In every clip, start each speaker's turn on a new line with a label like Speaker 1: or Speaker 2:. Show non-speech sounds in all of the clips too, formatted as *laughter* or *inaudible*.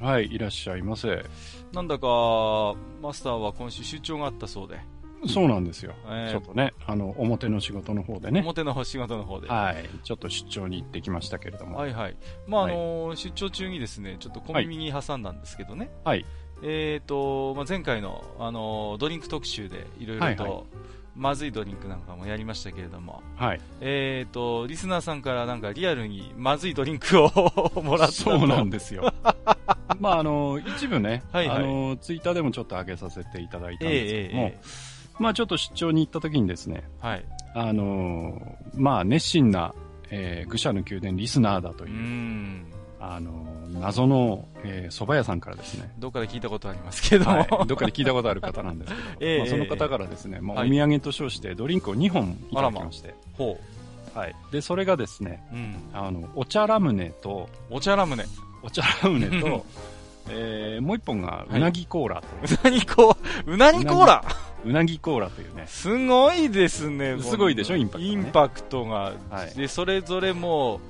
Speaker 1: はい、いらっしゃいませ。
Speaker 2: なんだかマスターは今週出張があったそうで
Speaker 1: そうなんですよ。
Speaker 2: えー
Speaker 1: ちょっとね、あの、表の仕事の方でね。
Speaker 2: 表の仕事の方では
Speaker 1: はい、ちょっと出張に行ってきましたけれど
Speaker 2: い
Speaker 1: も。
Speaker 2: は
Speaker 1: はい。
Speaker 2: い、まああのー出張中にですねちょっと小耳に挟んだんですけどね、
Speaker 1: はい。
Speaker 2: えーとまあ、前回の、あのードリンク特集でいろいろと、
Speaker 1: はいは
Speaker 2: まずいドリンクなんかもやりましたけれども、えー、とリスナーさんからなんかリアルにまずいドリンクを *laughs* もらったと
Speaker 1: そうなんですよ。 *laughs* まあ、あの、一部ね、
Speaker 2: はいはい
Speaker 1: あの、ツイッターでもちょっと上げさせていただいたん
Speaker 2: ええ
Speaker 1: ですけども、
Speaker 2: えええ
Speaker 1: まあ、ちょっと出張に行った時にですね、
Speaker 2: えはい、
Speaker 1: あの、まあ、熱心な、えー、愚者の宮殿リスナーだと
Speaker 2: う
Speaker 1: い
Speaker 2: ー
Speaker 1: う、
Speaker 2: ん
Speaker 1: あの、謎の、えー、蕎麦屋さんからですね、
Speaker 2: どっかで聞いたことありますけども、 *laughs*
Speaker 1: はい、どっかで聞いたことある方なんですけど、
Speaker 2: ええ
Speaker 1: まあ、その方
Speaker 2: え
Speaker 1: からですね、まあ、
Speaker 2: は
Speaker 1: お
Speaker 2: い
Speaker 1: 土産と称してドリンクを2本いただきまして、
Speaker 2: えほ
Speaker 1: はい、でそれがですね
Speaker 2: う、うん、
Speaker 1: あのお茶ラムネと
Speaker 2: お茶ラムネ
Speaker 1: お茶ラムネ
Speaker 2: うん *laughs*
Speaker 1: と、えーもう1本が
Speaker 2: はいう
Speaker 1: なぎコーラという、
Speaker 2: うなぎコーうなぎコーラ
Speaker 1: うなぎコーラというね
Speaker 2: すごいですね
Speaker 1: すごいでしょインパクトがね
Speaker 2: インパクトが、
Speaker 1: はい
Speaker 2: でそれぞれも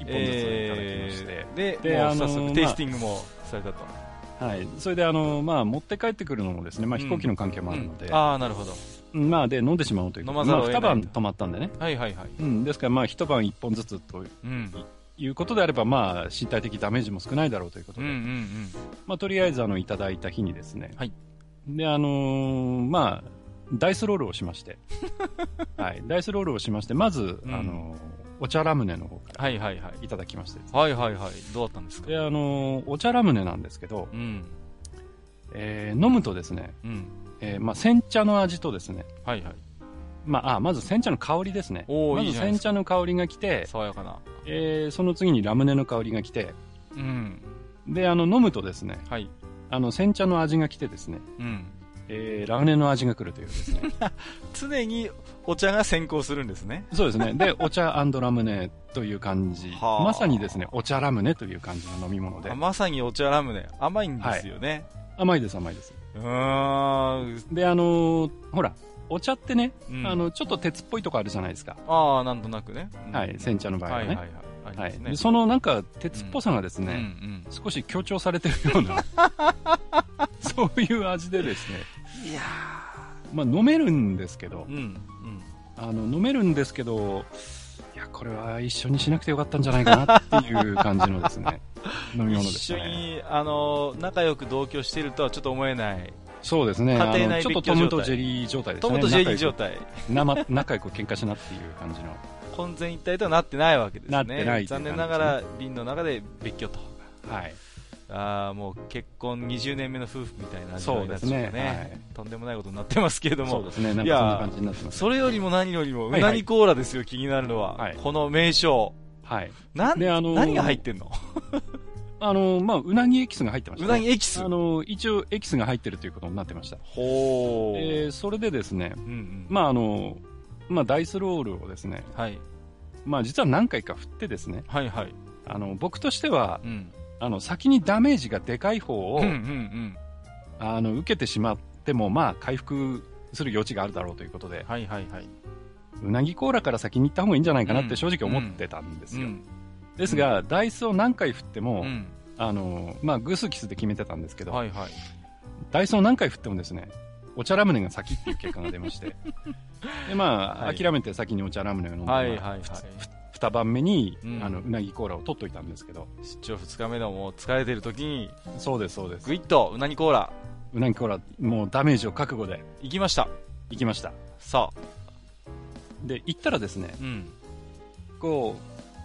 Speaker 2: う
Speaker 1: 1本ずついただきまして、
Speaker 2: えーで
Speaker 1: で
Speaker 2: もう
Speaker 1: あの
Speaker 2: 早速テイスティングもされたと、
Speaker 1: はい、それであの、まあ、持って帰ってくるのもですね、ま
Speaker 2: う
Speaker 1: あ、
Speaker 2: ん
Speaker 1: 飛行機の関係もあるので、
Speaker 2: うんああなるほど
Speaker 1: うんまあ、で飲んでしまおうという
Speaker 2: 飲ま
Speaker 1: まあ、
Speaker 2: ざるを得ない
Speaker 1: 2晩泊まったんでね、
Speaker 2: はいはいはい
Speaker 1: うん、ですからまあ一晩1本ずつと
Speaker 2: うん
Speaker 1: いうことであれば、まあ、身体的ダメージも少ないだろうということ
Speaker 2: うんう
Speaker 1: で、
Speaker 2: んうん
Speaker 1: まあ、とりあえずあのいただいた日にですね、
Speaker 2: はい
Speaker 1: であのーまあ、ダイスロールをしまして、 *laughs* はい、ダイスロールをしまして、まず、
Speaker 2: うん
Speaker 1: あのーお茶ラムネの方から
Speaker 2: はいはいはい
Speaker 1: いただきまして、
Speaker 2: はいはいはいどうだったんですか
Speaker 1: であのーお茶ラムネなんですけど、
Speaker 2: うん
Speaker 1: えー飲むとですね、
Speaker 2: うん
Speaker 1: えーまあ、煎茶の味とですね、
Speaker 2: はいはい
Speaker 1: まあ、あまず煎茶の香りですね、
Speaker 2: おー
Speaker 1: ま
Speaker 2: いい
Speaker 1: ず
Speaker 2: じゃないで
Speaker 1: 煎
Speaker 2: す
Speaker 1: 茶の香りが来て、
Speaker 2: 爽やかな
Speaker 1: えーその次にラムネの香りが来て、
Speaker 2: うん
Speaker 1: であの飲むとですね
Speaker 2: はい
Speaker 1: あの煎茶の味が来てですね、
Speaker 2: うん
Speaker 1: えーラムネの味が来るというですね
Speaker 2: 常にお茶が先行するんですね
Speaker 1: そうですね。
Speaker 2: *laughs*
Speaker 1: で、お茶ラムネという感じ。
Speaker 2: はあ
Speaker 1: まさにですね、お茶ラムネという感じの飲み物で
Speaker 2: あ。まさにお茶ラムネ甘いんですよね、
Speaker 1: 甘いです、甘いです。
Speaker 2: うーん
Speaker 1: で、あのーほら、お茶ってね、
Speaker 2: うん
Speaker 1: あの、ちょっと鉄っぽいとこあるじゃないですか。
Speaker 2: ああなんとなくね、うん
Speaker 1: はい、煎茶の場合は
Speaker 2: はいは
Speaker 1: ね。
Speaker 2: い
Speaker 1: は
Speaker 2: はいいありますね
Speaker 1: でそのなんか、鉄っぽさがです
Speaker 2: うんう
Speaker 1: ね、
Speaker 2: ん
Speaker 1: 少し強調されてるよ
Speaker 2: *laughs*
Speaker 1: うな、そういう味でですね、
Speaker 2: いや
Speaker 1: まあ飲めるんですけど
Speaker 2: う、んうん
Speaker 1: あの、飲めるんですけど、いや、これは一緒にしなくてよかったんじゃないかなっていう感じのですね、飲み物で
Speaker 2: 一
Speaker 1: す
Speaker 2: 緒
Speaker 1: ね。
Speaker 2: *laughs* にあの仲良く同居しているとはちょっと思えない
Speaker 1: そうですね。
Speaker 2: 家庭内
Speaker 1: あのちょっ
Speaker 2: 別居
Speaker 1: とト
Speaker 2: 状態
Speaker 1: ムとジェリー状態ですね。
Speaker 2: トムとジェリー状態
Speaker 1: 仲良く生仲良く喧嘩しなっていう感じの。
Speaker 2: 混然一体とはなってないわけですね
Speaker 1: なってないっていう感じ
Speaker 2: 残
Speaker 1: ですね
Speaker 2: 念ながら瓶の中で別居と
Speaker 1: はい。
Speaker 2: ああもう結婚20年目の夫婦みたいな味
Speaker 1: そ
Speaker 2: わ
Speaker 1: う
Speaker 2: いだ
Speaker 1: で
Speaker 2: った
Speaker 1: す
Speaker 2: ね
Speaker 1: ね。
Speaker 2: とんでもないことになってますけれど
Speaker 1: はい。そう
Speaker 2: も
Speaker 1: ですね。なん
Speaker 2: い
Speaker 1: か
Speaker 2: や
Speaker 1: そんな感じになってます。
Speaker 2: それよりも何よりもう
Speaker 1: はいはい
Speaker 2: なぎコーラですよ気になるのは、
Speaker 1: はい
Speaker 2: この名称
Speaker 1: はい。
Speaker 2: なん
Speaker 1: であのー
Speaker 2: 何が入ってんの
Speaker 1: あの、まあ、うなぎエキスが入ってまし
Speaker 2: う
Speaker 1: た、
Speaker 2: なぎエキス
Speaker 1: あの、一応エキスが入ってるということになってました。
Speaker 2: ほう、
Speaker 1: えー、それでですね、
Speaker 2: うんうん
Speaker 1: まあ、あの、まあ、ダイスロールをですね、
Speaker 2: はい、
Speaker 1: まあ、実は何回か振ってですね、
Speaker 2: はいはい
Speaker 1: あの、僕としては、
Speaker 2: うん
Speaker 1: あの、先にダメージがでかい方
Speaker 2: う
Speaker 1: を、
Speaker 2: んうんうん
Speaker 1: あの、受けてしまっても、まあ、回復する余地があるだろうということで、
Speaker 2: はいはいはいう
Speaker 1: なぎコーラから先に行った方がいいんじゃないかなっ
Speaker 2: うん
Speaker 1: て正直思ってたんですよ。
Speaker 2: うん
Speaker 1: ですが、ダイスを何回振っても、
Speaker 2: うん
Speaker 1: あの、まあ、グースキスで決めてたんですけど、
Speaker 2: はいはい
Speaker 1: ダイスを何回振ってもですね、お茶ラムネが先っていう結果が出まして、で、まあ、
Speaker 2: はい
Speaker 1: 諦めて先にお茶ラムネを飲んで、
Speaker 2: はいはい
Speaker 1: ま
Speaker 2: はい
Speaker 1: あ二晩目に、
Speaker 2: うん
Speaker 1: あの、うなぎコーラを取っといたんですけど、
Speaker 2: 出張2日目でももう疲れてる時に
Speaker 1: そうです、そうです。
Speaker 2: グイッとうなぎコーラ
Speaker 1: うなぎコーラ、もうダメージを覚悟で
Speaker 2: 行きました
Speaker 1: 行きました。
Speaker 2: さあ
Speaker 1: で、行ったらですね、
Speaker 2: うん
Speaker 1: こ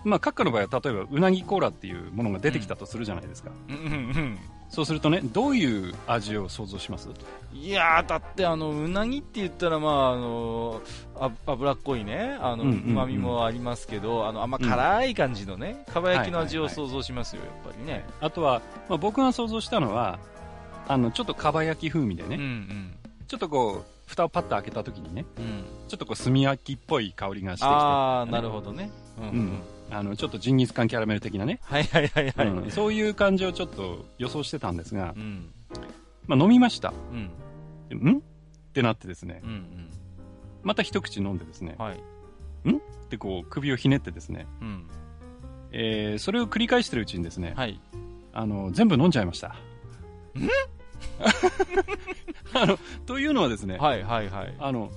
Speaker 1: う、まあ、閣下の場合は例えば、うなぎコーラっていうものが出てきたとするじゃないですか。
Speaker 2: うんうんうん
Speaker 1: そうするとね、どういう味を想像します
Speaker 2: いやーだってあのうなぎって言ったらまああのあ脂っこいねあの
Speaker 1: うんうんうん
Speaker 2: 旨味もありますけどあの甘辛い感じのねかば焼きの味
Speaker 1: は
Speaker 2: を
Speaker 1: いはい
Speaker 2: 想像しますよやっぱりね
Speaker 1: あとは、まあ、僕が想像したのは、あの、ちょっとかば焼き風味でね、
Speaker 2: うんうん
Speaker 1: ちょっとこう、蓋をパッと開けた時にね、
Speaker 2: うん
Speaker 1: ちょっとこう、炭焼きっぽい香りがしてきて、あ
Speaker 2: ああなるほどねうんうん
Speaker 1: うんの、ちょっとジンギスカンキャラメル的なね、
Speaker 2: はいはいはいはい
Speaker 1: うんそういう感じをちょっと予想してたんですが
Speaker 2: う、ん
Speaker 1: まあ、飲みました。
Speaker 2: うん
Speaker 1: でんってなってですね
Speaker 2: う、ん
Speaker 1: また一口飲んでですね
Speaker 2: うん、はい
Speaker 1: でこう、首をひねってですね、
Speaker 2: うん
Speaker 1: えー、それを繰り返してるうちにですね、
Speaker 2: はい
Speaker 1: あの、全部飲ん *laughs* じゃいました。あの、というのはですね、
Speaker 2: はいはいはい
Speaker 1: あの、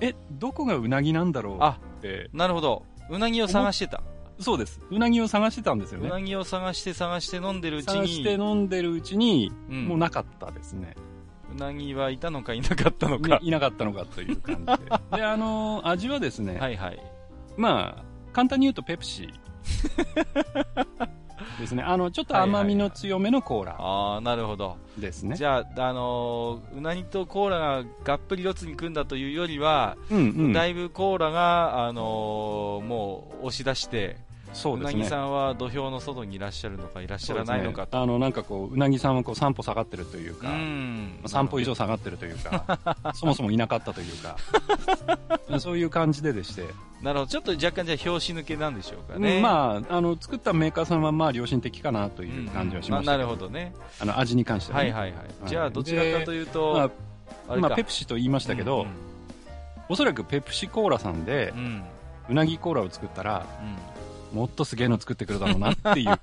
Speaker 1: え、どこがうなぎなんだろう
Speaker 2: あ
Speaker 1: って、
Speaker 2: なるほどうなぎを探してた
Speaker 1: そうです。うなぎを探してたんですよ
Speaker 2: う
Speaker 1: ね。
Speaker 2: なぎを探して探して飲んでるうち
Speaker 1: 探して
Speaker 2: に
Speaker 1: 飲んでるうちに、
Speaker 2: うん
Speaker 1: もうなかったですね。
Speaker 2: うなぎはいたのかいなかったの
Speaker 1: ね
Speaker 2: か
Speaker 1: いなかったのかという感じ *laughs* で。で、あの、味はですね、
Speaker 2: はいはい
Speaker 1: まあ、簡単に言うとペプシーですね。あの、ちょっと甘みの強めのコーラ
Speaker 2: ああなるほど
Speaker 1: ですね。
Speaker 2: じゃあ、あのーうなぎとコーラががっぷり四つに組んだというよりは、
Speaker 1: うんうん。
Speaker 2: だいぶコーラが、あのーもう押し出して
Speaker 1: そううで
Speaker 2: な
Speaker 1: す
Speaker 2: ぎ
Speaker 1: ね。
Speaker 2: さんは土俵の外にいらっしゃるのかいらっしゃらないのかと
Speaker 1: あのなんかこううなぎさんはこう3歩下がってるという
Speaker 2: う,、
Speaker 1: か、
Speaker 2: ん
Speaker 1: 3歩以上下がってるというか
Speaker 2: *laughs*
Speaker 1: そもそもいなかったというかそういう感じででして、
Speaker 2: なるほどちょっと若干じゃあ拍子抜けなんでしょうかね、
Speaker 1: うんまああの作ったメーカーさんはまあ良心的かなという感じはしました、
Speaker 2: ななるほどね
Speaker 1: あの味に関しては、
Speaker 2: はい
Speaker 1: ね
Speaker 2: はいはい、
Speaker 1: うん
Speaker 2: じゃあどちらかというと、
Speaker 1: ま
Speaker 2: あ
Speaker 1: あ
Speaker 2: れか
Speaker 1: まあ、ペプシと言いましたけど、おそらくペプシコーラさんで
Speaker 2: うんうん、うん
Speaker 1: うなぎコーラを作ったら
Speaker 2: うん
Speaker 1: もっとすげえの作ってくるだろうな
Speaker 2: *laughs*
Speaker 1: っていう、はい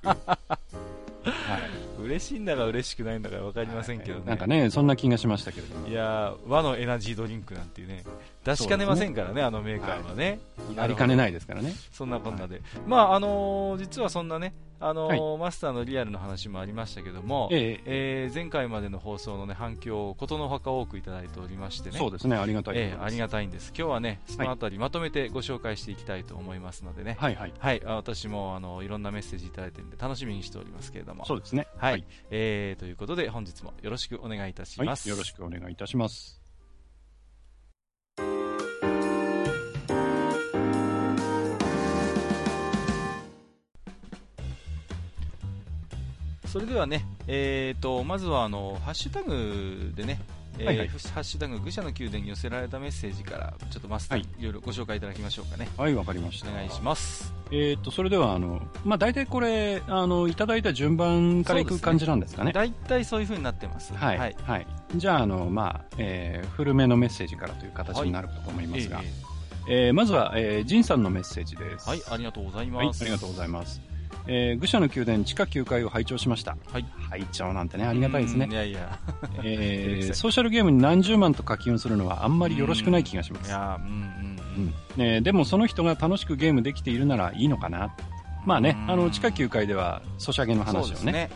Speaker 2: 嬉しいんだか嬉しくないんだか分かりませんけどね、
Speaker 1: なんかねそんな気がしましたけれども
Speaker 2: いやー和のエナジードリンクなんていうね出しかねませんからねあのメーカーはね、
Speaker 1: やりかねないですからね
Speaker 2: そんなこんなで、まああのー実はそんなね、あのーマスターのリアルの話もありましたけども、
Speaker 1: え
Speaker 2: え
Speaker 1: ええ
Speaker 2: ー前回までの放送の、ね、反響をことのほか多くいただいておりまして
Speaker 1: え
Speaker 2: ね
Speaker 1: そうですねありがたいこと
Speaker 2: え
Speaker 1: で
Speaker 2: え
Speaker 1: す
Speaker 2: ありがたいんです今日はねそのあたりまとめてご紹介していきたいと思いますのでね、
Speaker 1: はいはい
Speaker 2: はいあ私もあのいろんなメッセージいただいてるんで楽しみにしておりますけれども
Speaker 1: そうですね
Speaker 2: はい、えーということで本日もよろしくお願いいたし
Speaker 1: はい、
Speaker 2: ま
Speaker 1: よ
Speaker 2: す、
Speaker 1: ろしくお願いいたします。
Speaker 2: それではね、えー、とまずはあのハッシュタグでね、えー
Speaker 1: はいはい
Speaker 2: ハッシュタグ愚者の宮殿に寄せられたメッセージからちょっとマスター、
Speaker 1: はい
Speaker 2: い、ろいろご紹介いただきましょうかね
Speaker 1: はい、わかりました。
Speaker 2: お願いします
Speaker 1: えーっと、それでは、あの、まあ、大体これ、あの、いただいた順番からい
Speaker 2: そうで
Speaker 1: く
Speaker 2: すね
Speaker 1: 感じなんですかね。
Speaker 2: 大体そういう風になってます
Speaker 1: はい、
Speaker 2: は
Speaker 1: はいい、じゃあ、あの、まあ、えー古めのメッセージからという形になるかと思いますが、
Speaker 2: えええ
Speaker 1: えーまずは、えー、ジンさんのメッセージです。
Speaker 2: えはいありがとうござい
Speaker 1: はい
Speaker 2: ます、
Speaker 1: ありがとうござい
Speaker 2: ま
Speaker 1: ます。えー愚者の宮殿地下9階を拝聴しました。
Speaker 2: はい
Speaker 1: 拝聴なんてね、
Speaker 2: す
Speaker 1: ありがたいですね
Speaker 2: い。やいや照れく
Speaker 1: え
Speaker 2: さ
Speaker 1: ー
Speaker 2: い
Speaker 1: ソーシャルゲームに何十万と課金をするのはあんまりよろしくない気がしま
Speaker 2: い
Speaker 1: す。
Speaker 2: やうんうんうん
Speaker 1: えーでもその人が楽しくゲームできているならいいのかな。まあね
Speaker 2: う、ん
Speaker 1: あの、地下9階では、ソシャゲの
Speaker 2: そう
Speaker 1: 話を
Speaker 2: です
Speaker 1: ね、
Speaker 2: ね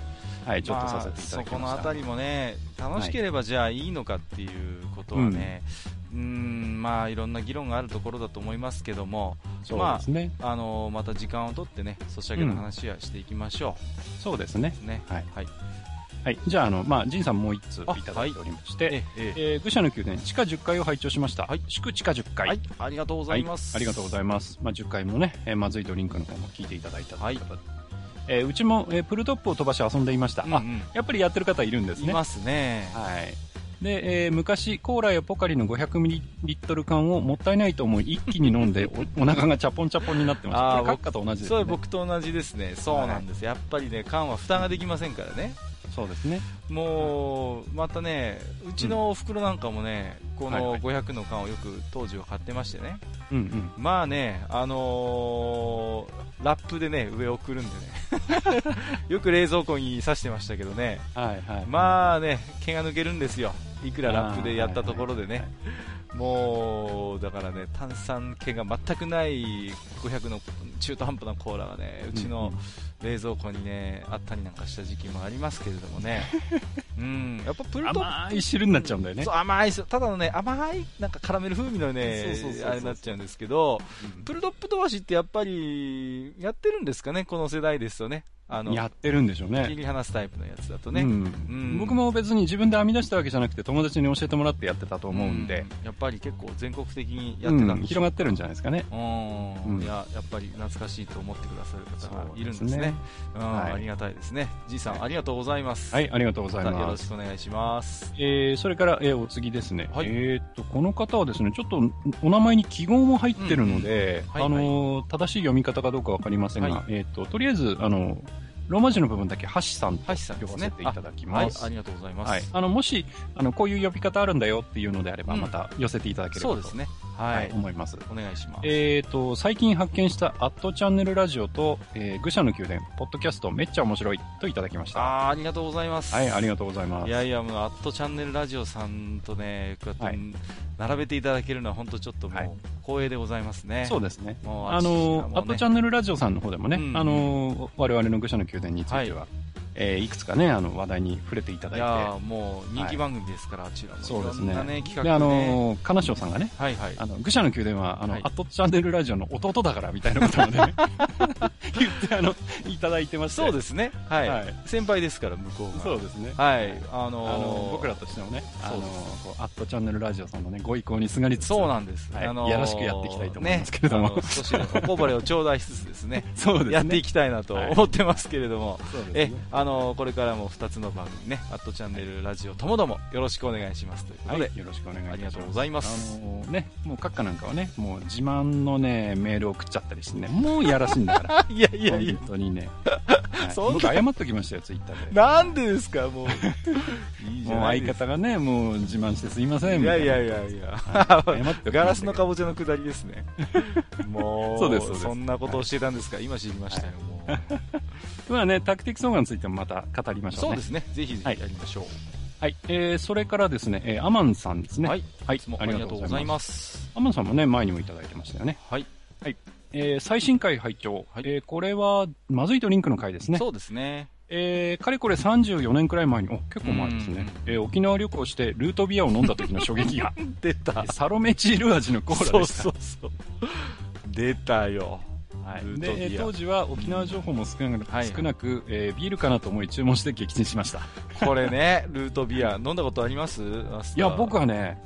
Speaker 1: はい、ちょっとさせていただきました。
Speaker 2: あ、そこのあたりもね楽しければじゃあいいのかっていうことはね、うーんまあいろんな議論があるところだと思いますけども
Speaker 1: そうですね。
Speaker 2: あのまた時間を取ってねソシャゲの話はしていきましょ
Speaker 1: そうですね。
Speaker 2: うね、
Speaker 1: はい。
Speaker 2: はい
Speaker 1: はい。じゃあ、あの、まあ、ジンさんもう一通い
Speaker 2: あ
Speaker 1: ただいておりまして、
Speaker 2: ええええ
Speaker 1: えー愚者の宮殿、地下10階を拝聴しました。
Speaker 2: はい
Speaker 1: 祝地下10階。
Speaker 2: はい、ありがとうございます、
Speaker 1: ありがとうござい
Speaker 2: ま
Speaker 1: ます。まあ、10回もね、えーまずいドリンクの方も聞いていただいたということで、えーうちも、えープルトップを飛ばして遊んでいました。
Speaker 2: うん、
Speaker 1: あ
Speaker 2: うん
Speaker 1: やっぱりやってる方いるんです
Speaker 2: い
Speaker 1: ね。
Speaker 2: ますね
Speaker 1: はい。で、えー昔、コーラやポカリの500ミリリットル缶をもったいないと思い、一気に飲ん *laughs* でお、お腹がチャポンチャポンになってました。
Speaker 2: あー
Speaker 1: これ、カッカと同じです
Speaker 2: そ
Speaker 1: ね。
Speaker 2: れ僕と同じですねそうなんです、やっぱりね缶は蓋ができませんからね
Speaker 1: そうですね。
Speaker 2: もうまたねうちのお袋なんかもね、こ
Speaker 1: はいは
Speaker 2: の
Speaker 1: い
Speaker 2: 500の缶をよく当時は買ってましてね
Speaker 1: うんうん。
Speaker 2: まあねあのーラップでね上をくるんでね *laughs* よく冷蔵庫に刺してましたけどね
Speaker 1: はいはい。
Speaker 2: まあね、毛が抜けるんですよ、いくらラップでやったところでね、もうだからね、炭酸系が全くない500の中途半端なコーラがね、うちの冷蔵庫にね、あったりなんかした時期もありますけれども
Speaker 1: *laughs*
Speaker 2: ね、うん、やっぱプルト
Speaker 1: 甘い汁になっちゃうんだよね
Speaker 2: そ。う甘いですよただのね、甘いなんかカラメル風味のね
Speaker 1: そうそうそう、そう
Speaker 2: あれになっちゃうんですけど、
Speaker 1: うん
Speaker 2: プルドップ飛ばしってやっぱりやってるんですかね、この世代ですとね。あの
Speaker 1: やってるんでしょうね
Speaker 2: 切。り離すタイプのやつだとね、
Speaker 1: うん
Speaker 2: ん
Speaker 1: 僕も別に自分で編み出したわけじゃなくて友達に教えてもらってやってたと思うんで、
Speaker 2: やっぱり結構全国的にやってた
Speaker 1: うんん
Speaker 2: でしょ
Speaker 1: 広がってるんじゃないですかね。
Speaker 2: うん
Speaker 1: うん
Speaker 2: いややっぱり懐かしいと思ってくださる方がいるんです
Speaker 1: そうです
Speaker 2: ね
Speaker 1: ね
Speaker 2: うん
Speaker 1: はい
Speaker 2: ありがたいですねじいさんありがとうございます
Speaker 1: はい、ありがとうござ
Speaker 2: ま
Speaker 1: い
Speaker 2: たよろ
Speaker 1: ま
Speaker 2: し
Speaker 1: す。
Speaker 2: くお願いします
Speaker 1: えー、それから、えーお次ですね。
Speaker 2: はい
Speaker 1: えーっと、この方はですね、ちょっとお名前に記号も入ってるので、
Speaker 2: うんはい
Speaker 1: あのー正しい読み方かどうかわかりませんが、
Speaker 2: は
Speaker 1: えーっと、とりあえず、あの、ローマ字の部分だけ、橋さんと
Speaker 2: 橋さんで
Speaker 1: 呼
Speaker 2: す
Speaker 1: ば
Speaker 2: ね
Speaker 1: せていただきます。
Speaker 2: はいありがとうございます、
Speaker 1: はい、あのもしあのこういう呼び方あるんだよっていうのであれば、
Speaker 2: うん
Speaker 1: また寄せていただければ
Speaker 2: そう
Speaker 1: と、
Speaker 2: ですねはい、
Speaker 1: はい思います。
Speaker 2: お願いします、
Speaker 1: えー、と最近発見した「アットチャンネルラジオと」えー愚者の宮殿」ポッドキャストめっちゃ面白いといただきまし
Speaker 2: あー
Speaker 1: た
Speaker 2: ありがとうございます
Speaker 1: はいありがとうございます
Speaker 2: いやいや、もう、アットチャンネルラジオさんとね、こうやって
Speaker 1: はい
Speaker 2: 並べていただけるのは、本当ちょっとも、
Speaker 1: はいう
Speaker 2: 光栄でございますね。
Speaker 1: そうですね
Speaker 2: もう
Speaker 1: あのアットチャ
Speaker 2: ン
Speaker 1: ンネルラジオさんの方でもね、
Speaker 2: うん
Speaker 1: あの我々の愚者の宮殿については、いえーいくつかねあの話題に触れていた
Speaker 2: いや
Speaker 1: だい
Speaker 2: ーもう人気番組ですから、あちらも。
Speaker 1: そうですね
Speaker 2: いろんなね、
Speaker 1: て
Speaker 2: 企
Speaker 1: であ
Speaker 2: 画ね。
Speaker 1: の金賞さんがね
Speaker 2: はいはい。
Speaker 1: あの愚者の宮殿はあの、
Speaker 2: はい
Speaker 1: アットチャンネルラジオの弟だからみたいなこ
Speaker 2: *laughs*
Speaker 1: とまでね言ってあのいただいてまして
Speaker 2: そうですね。
Speaker 1: は
Speaker 2: はい
Speaker 1: い。
Speaker 2: 先輩ですから、向こう
Speaker 1: そ
Speaker 2: が。
Speaker 1: うですね
Speaker 2: はい。あ
Speaker 1: あの
Speaker 2: のー、
Speaker 1: 僕らとしてもね、あ
Speaker 2: そう
Speaker 1: の
Speaker 2: です
Speaker 1: こうアットチャンネルラジオさんのね、ご意向にすがりつつ、
Speaker 2: そうなんです。
Speaker 1: はい
Speaker 2: あのー
Speaker 1: いやらしくやっていきたいと思いますけれども
Speaker 2: ねあの少しおこぼれを頂戴しつつですね、
Speaker 1: *laughs* そうですね。
Speaker 2: やっていきたいなと思ってますけれども。
Speaker 1: そうで
Speaker 2: え
Speaker 1: すね。
Speaker 2: あのこれからも2つの番組ね、アットチャンネルラジオともどもよろしくお願いしますというこ
Speaker 1: は
Speaker 2: と
Speaker 1: い、
Speaker 2: で、
Speaker 1: よろしくお願いい
Speaker 2: あ
Speaker 1: たします。
Speaker 2: りがとうございます
Speaker 1: あのね、もう閣下なんかはね、もう自慢のね、メール送っちゃったりしてね、もうやらしいんだから。
Speaker 2: い、や *laughs* いやいや、
Speaker 1: 本当に
Speaker 2: *laughs*
Speaker 1: ね。はい
Speaker 2: そんな
Speaker 1: 僕謝っときましたよ、ツイッターで。
Speaker 2: なんでですか、
Speaker 1: *laughs*
Speaker 2: もう、いいじゃ
Speaker 1: もう
Speaker 2: ない
Speaker 1: 相
Speaker 2: です
Speaker 1: 方がね、もう自慢してすいません。
Speaker 2: いやいや
Speaker 1: み
Speaker 2: いやいや、
Speaker 1: たいな。はい謝っておきましたけど
Speaker 2: ガラスのかぼちゃのくだりです *laughs* ね、もう
Speaker 1: そうですそうです
Speaker 2: んなことをしてたんですか、今知りましたよ、もう、
Speaker 1: まあね、タクティクスオーガについてもまた語りましょうね。
Speaker 2: そうですね、ぜひぜ
Speaker 1: はい
Speaker 2: ひやりましょ
Speaker 1: はい。えー、それからですね、えーアマンさんです
Speaker 2: う、
Speaker 1: ね。
Speaker 2: はい、
Speaker 1: はい
Speaker 2: いつもありがとうございます。
Speaker 1: アマンさんもね、前にもいただいてましたよね。
Speaker 2: はい、
Speaker 1: えー最新回拝聴、
Speaker 2: はい
Speaker 1: えーこれは、まずいとリンクの回ですね。
Speaker 2: そうですね、
Speaker 1: えーかれこれ34年くらい前に、お、結構前ですね。えー沖縄旅行してルートビアを飲んだ時の
Speaker 2: *laughs*
Speaker 1: 衝撃が、
Speaker 2: 出た、
Speaker 1: サロメチール味のコー
Speaker 2: そ
Speaker 1: ラ
Speaker 2: う
Speaker 1: でした。
Speaker 2: そうそう、出たよ、
Speaker 1: はい
Speaker 2: ルートビア
Speaker 1: で、えー当時は沖縄情報も少なく、
Speaker 2: はい
Speaker 1: 少なくえービールかなと思い注文して撃沈しました。
Speaker 2: これね、ルートビア、飲んだことありますマス
Speaker 1: い
Speaker 2: ター
Speaker 1: や、僕はね、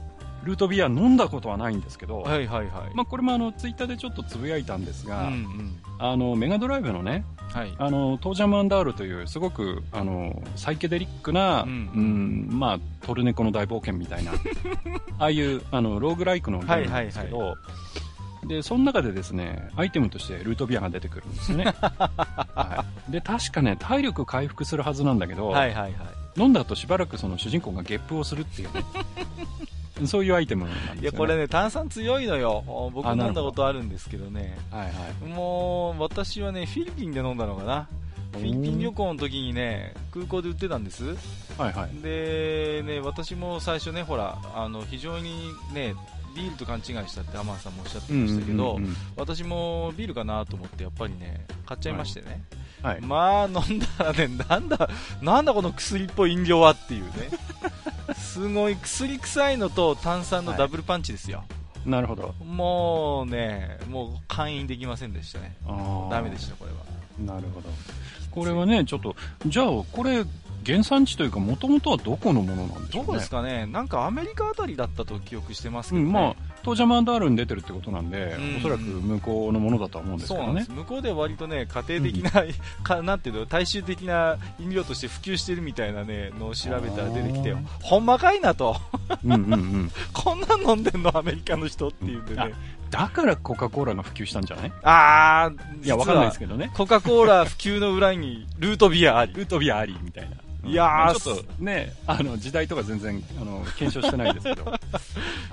Speaker 1: ルートビア飲んだことはないんですけど、
Speaker 2: はいはいはい。
Speaker 1: まあ、これもあの、ツイッターでちょっとつぶやいたんですが、
Speaker 2: うんうん。
Speaker 1: あの、メガドライブのね、
Speaker 2: はい。
Speaker 1: あのトージャムアンダールというすごくあのサイケデリックな、
Speaker 2: う
Speaker 1: うんんまあ、トルネコの大冒険みた
Speaker 2: *laughs*
Speaker 1: いなああいうあのローグライクのゲームなんですけど、
Speaker 2: は
Speaker 1: でその中でですねアイテムとしてルートビアが出てくるんで
Speaker 2: *laughs*
Speaker 1: すよね、はい、で確かね体力回復するはずなんだけど、
Speaker 2: はいはいは
Speaker 1: 飲んだ後しばらくその主人公がゲップをするっていう
Speaker 2: *laughs*
Speaker 1: ね、そういうアイテムなんですよ、ね
Speaker 2: い。いや、これね、炭酸強いのよ。僕
Speaker 1: あな
Speaker 2: 飲
Speaker 1: る
Speaker 2: んだ
Speaker 1: ほど
Speaker 2: ことあるんですけどね。
Speaker 1: はいはい、
Speaker 2: もう、私はね、フィリピンで飲んだのかな。フィリピン旅行の時にね、空港で売ってたんです。
Speaker 1: はいはい
Speaker 2: で、ね、私も最初ね、ほら、あの、非常にね、ビールと勘違いしたってアマンさんもおっしゃってましたけど、
Speaker 1: うんうんうん
Speaker 2: 私もビールかなと思ってやっぱりね買っちゃいましてね、
Speaker 1: はい、
Speaker 2: まあ飲んだらねなんだなんだこの薬っぽい飲料はっていうねすごい薬臭いのと炭酸のダブルパンチですよ、
Speaker 1: なるほど
Speaker 2: もうねもう会員できませんでしたねダ
Speaker 1: ダ
Speaker 2: メでしたこれは
Speaker 1: なるほど。これはね、ちょっと、じゃあ、これ、原産地というか、もともとはどこのものなんでしょ
Speaker 2: ど
Speaker 1: うね。
Speaker 2: こですかねなんかアメリカあたりだったと記憶してますけ
Speaker 1: う
Speaker 2: ど、ね
Speaker 1: ん、まあ、トージャマンダールに出てるってことなんで、
Speaker 2: うん
Speaker 1: おそらく向こうのものだとは思うんです
Speaker 2: そ
Speaker 1: け
Speaker 2: うな
Speaker 1: ど
Speaker 2: んで
Speaker 1: ね
Speaker 2: す。向こうでは割とね家庭的な、かなんていうの大衆的な飲料として普及してるみたいなねのを調べたら出てきてよ
Speaker 1: あー
Speaker 2: ほんまかいなと *laughs*
Speaker 1: うんうんうん。
Speaker 2: こんなん飲んでんのアメリカの人っていうんでね
Speaker 1: だからコカ・コーラが普及したんじゃない
Speaker 2: あー
Speaker 1: いや、わかんないですけどね。
Speaker 2: コカ・コーラ *laughs* 普及の裏にルートビアあり。
Speaker 1: ルートビアありみたいな。うん
Speaker 2: いやー
Speaker 1: まあちょっとね、あの、時代とか全然、あの、検証してないですけ
Speaker 2: *laughs*
Speaker 1: ど。は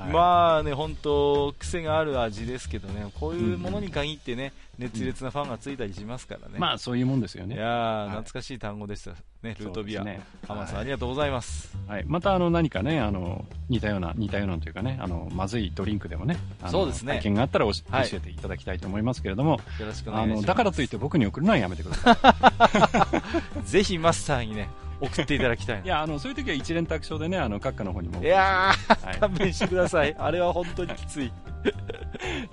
Speaker 1: い
Speaker 2: まあね、本当癖がある味ですけどね、こういうものに限ってね、熱烈なファンがついたりしますからね。
Speaker 1: まあ、そういうもんですよ
Speaker 2: い
Speaker 1: ね。
Speaker 2: やー
Speaker 1: い
Speaker 2: 懐かしい単語でしたね、ルートビア。
Speaker 1: そうですね
Speaker 2: 浜田さん、
Speaker 1: は
Speaker 2: あ
Speaker 1: い
Speaker 2: りがとうございます。
Speaker 1: はい、またあの何かねあの似たような似たようなというかねあのまずいドリンクでもねあの
Speaker 2: そうですね
Speaker 1: 体験があったらおし
Speaker 2: はい
Speaker 1: 教えていただきたいと思いますけれども、
Speaker 2: よろしくお願い
Speaker 1: あ
Speaker 2: しま
Speaker 1: の
Speaker 2: す。
Speaker 1: だからといって僕に送るのはやめてください
Speaker 2: ぜひマスターにね、送っていただきたい
Speaker 1: い
Speaker 2: な。
Speaker 1: やあのそういう時は一連卓勝でねあの閣下の方に
Speaker 2: *laughs*
Speaker 1: も
Speaker 2: いや
Speaker 1: はい
Speaker 2: ー、勘弁してください。あれは本当にきつい。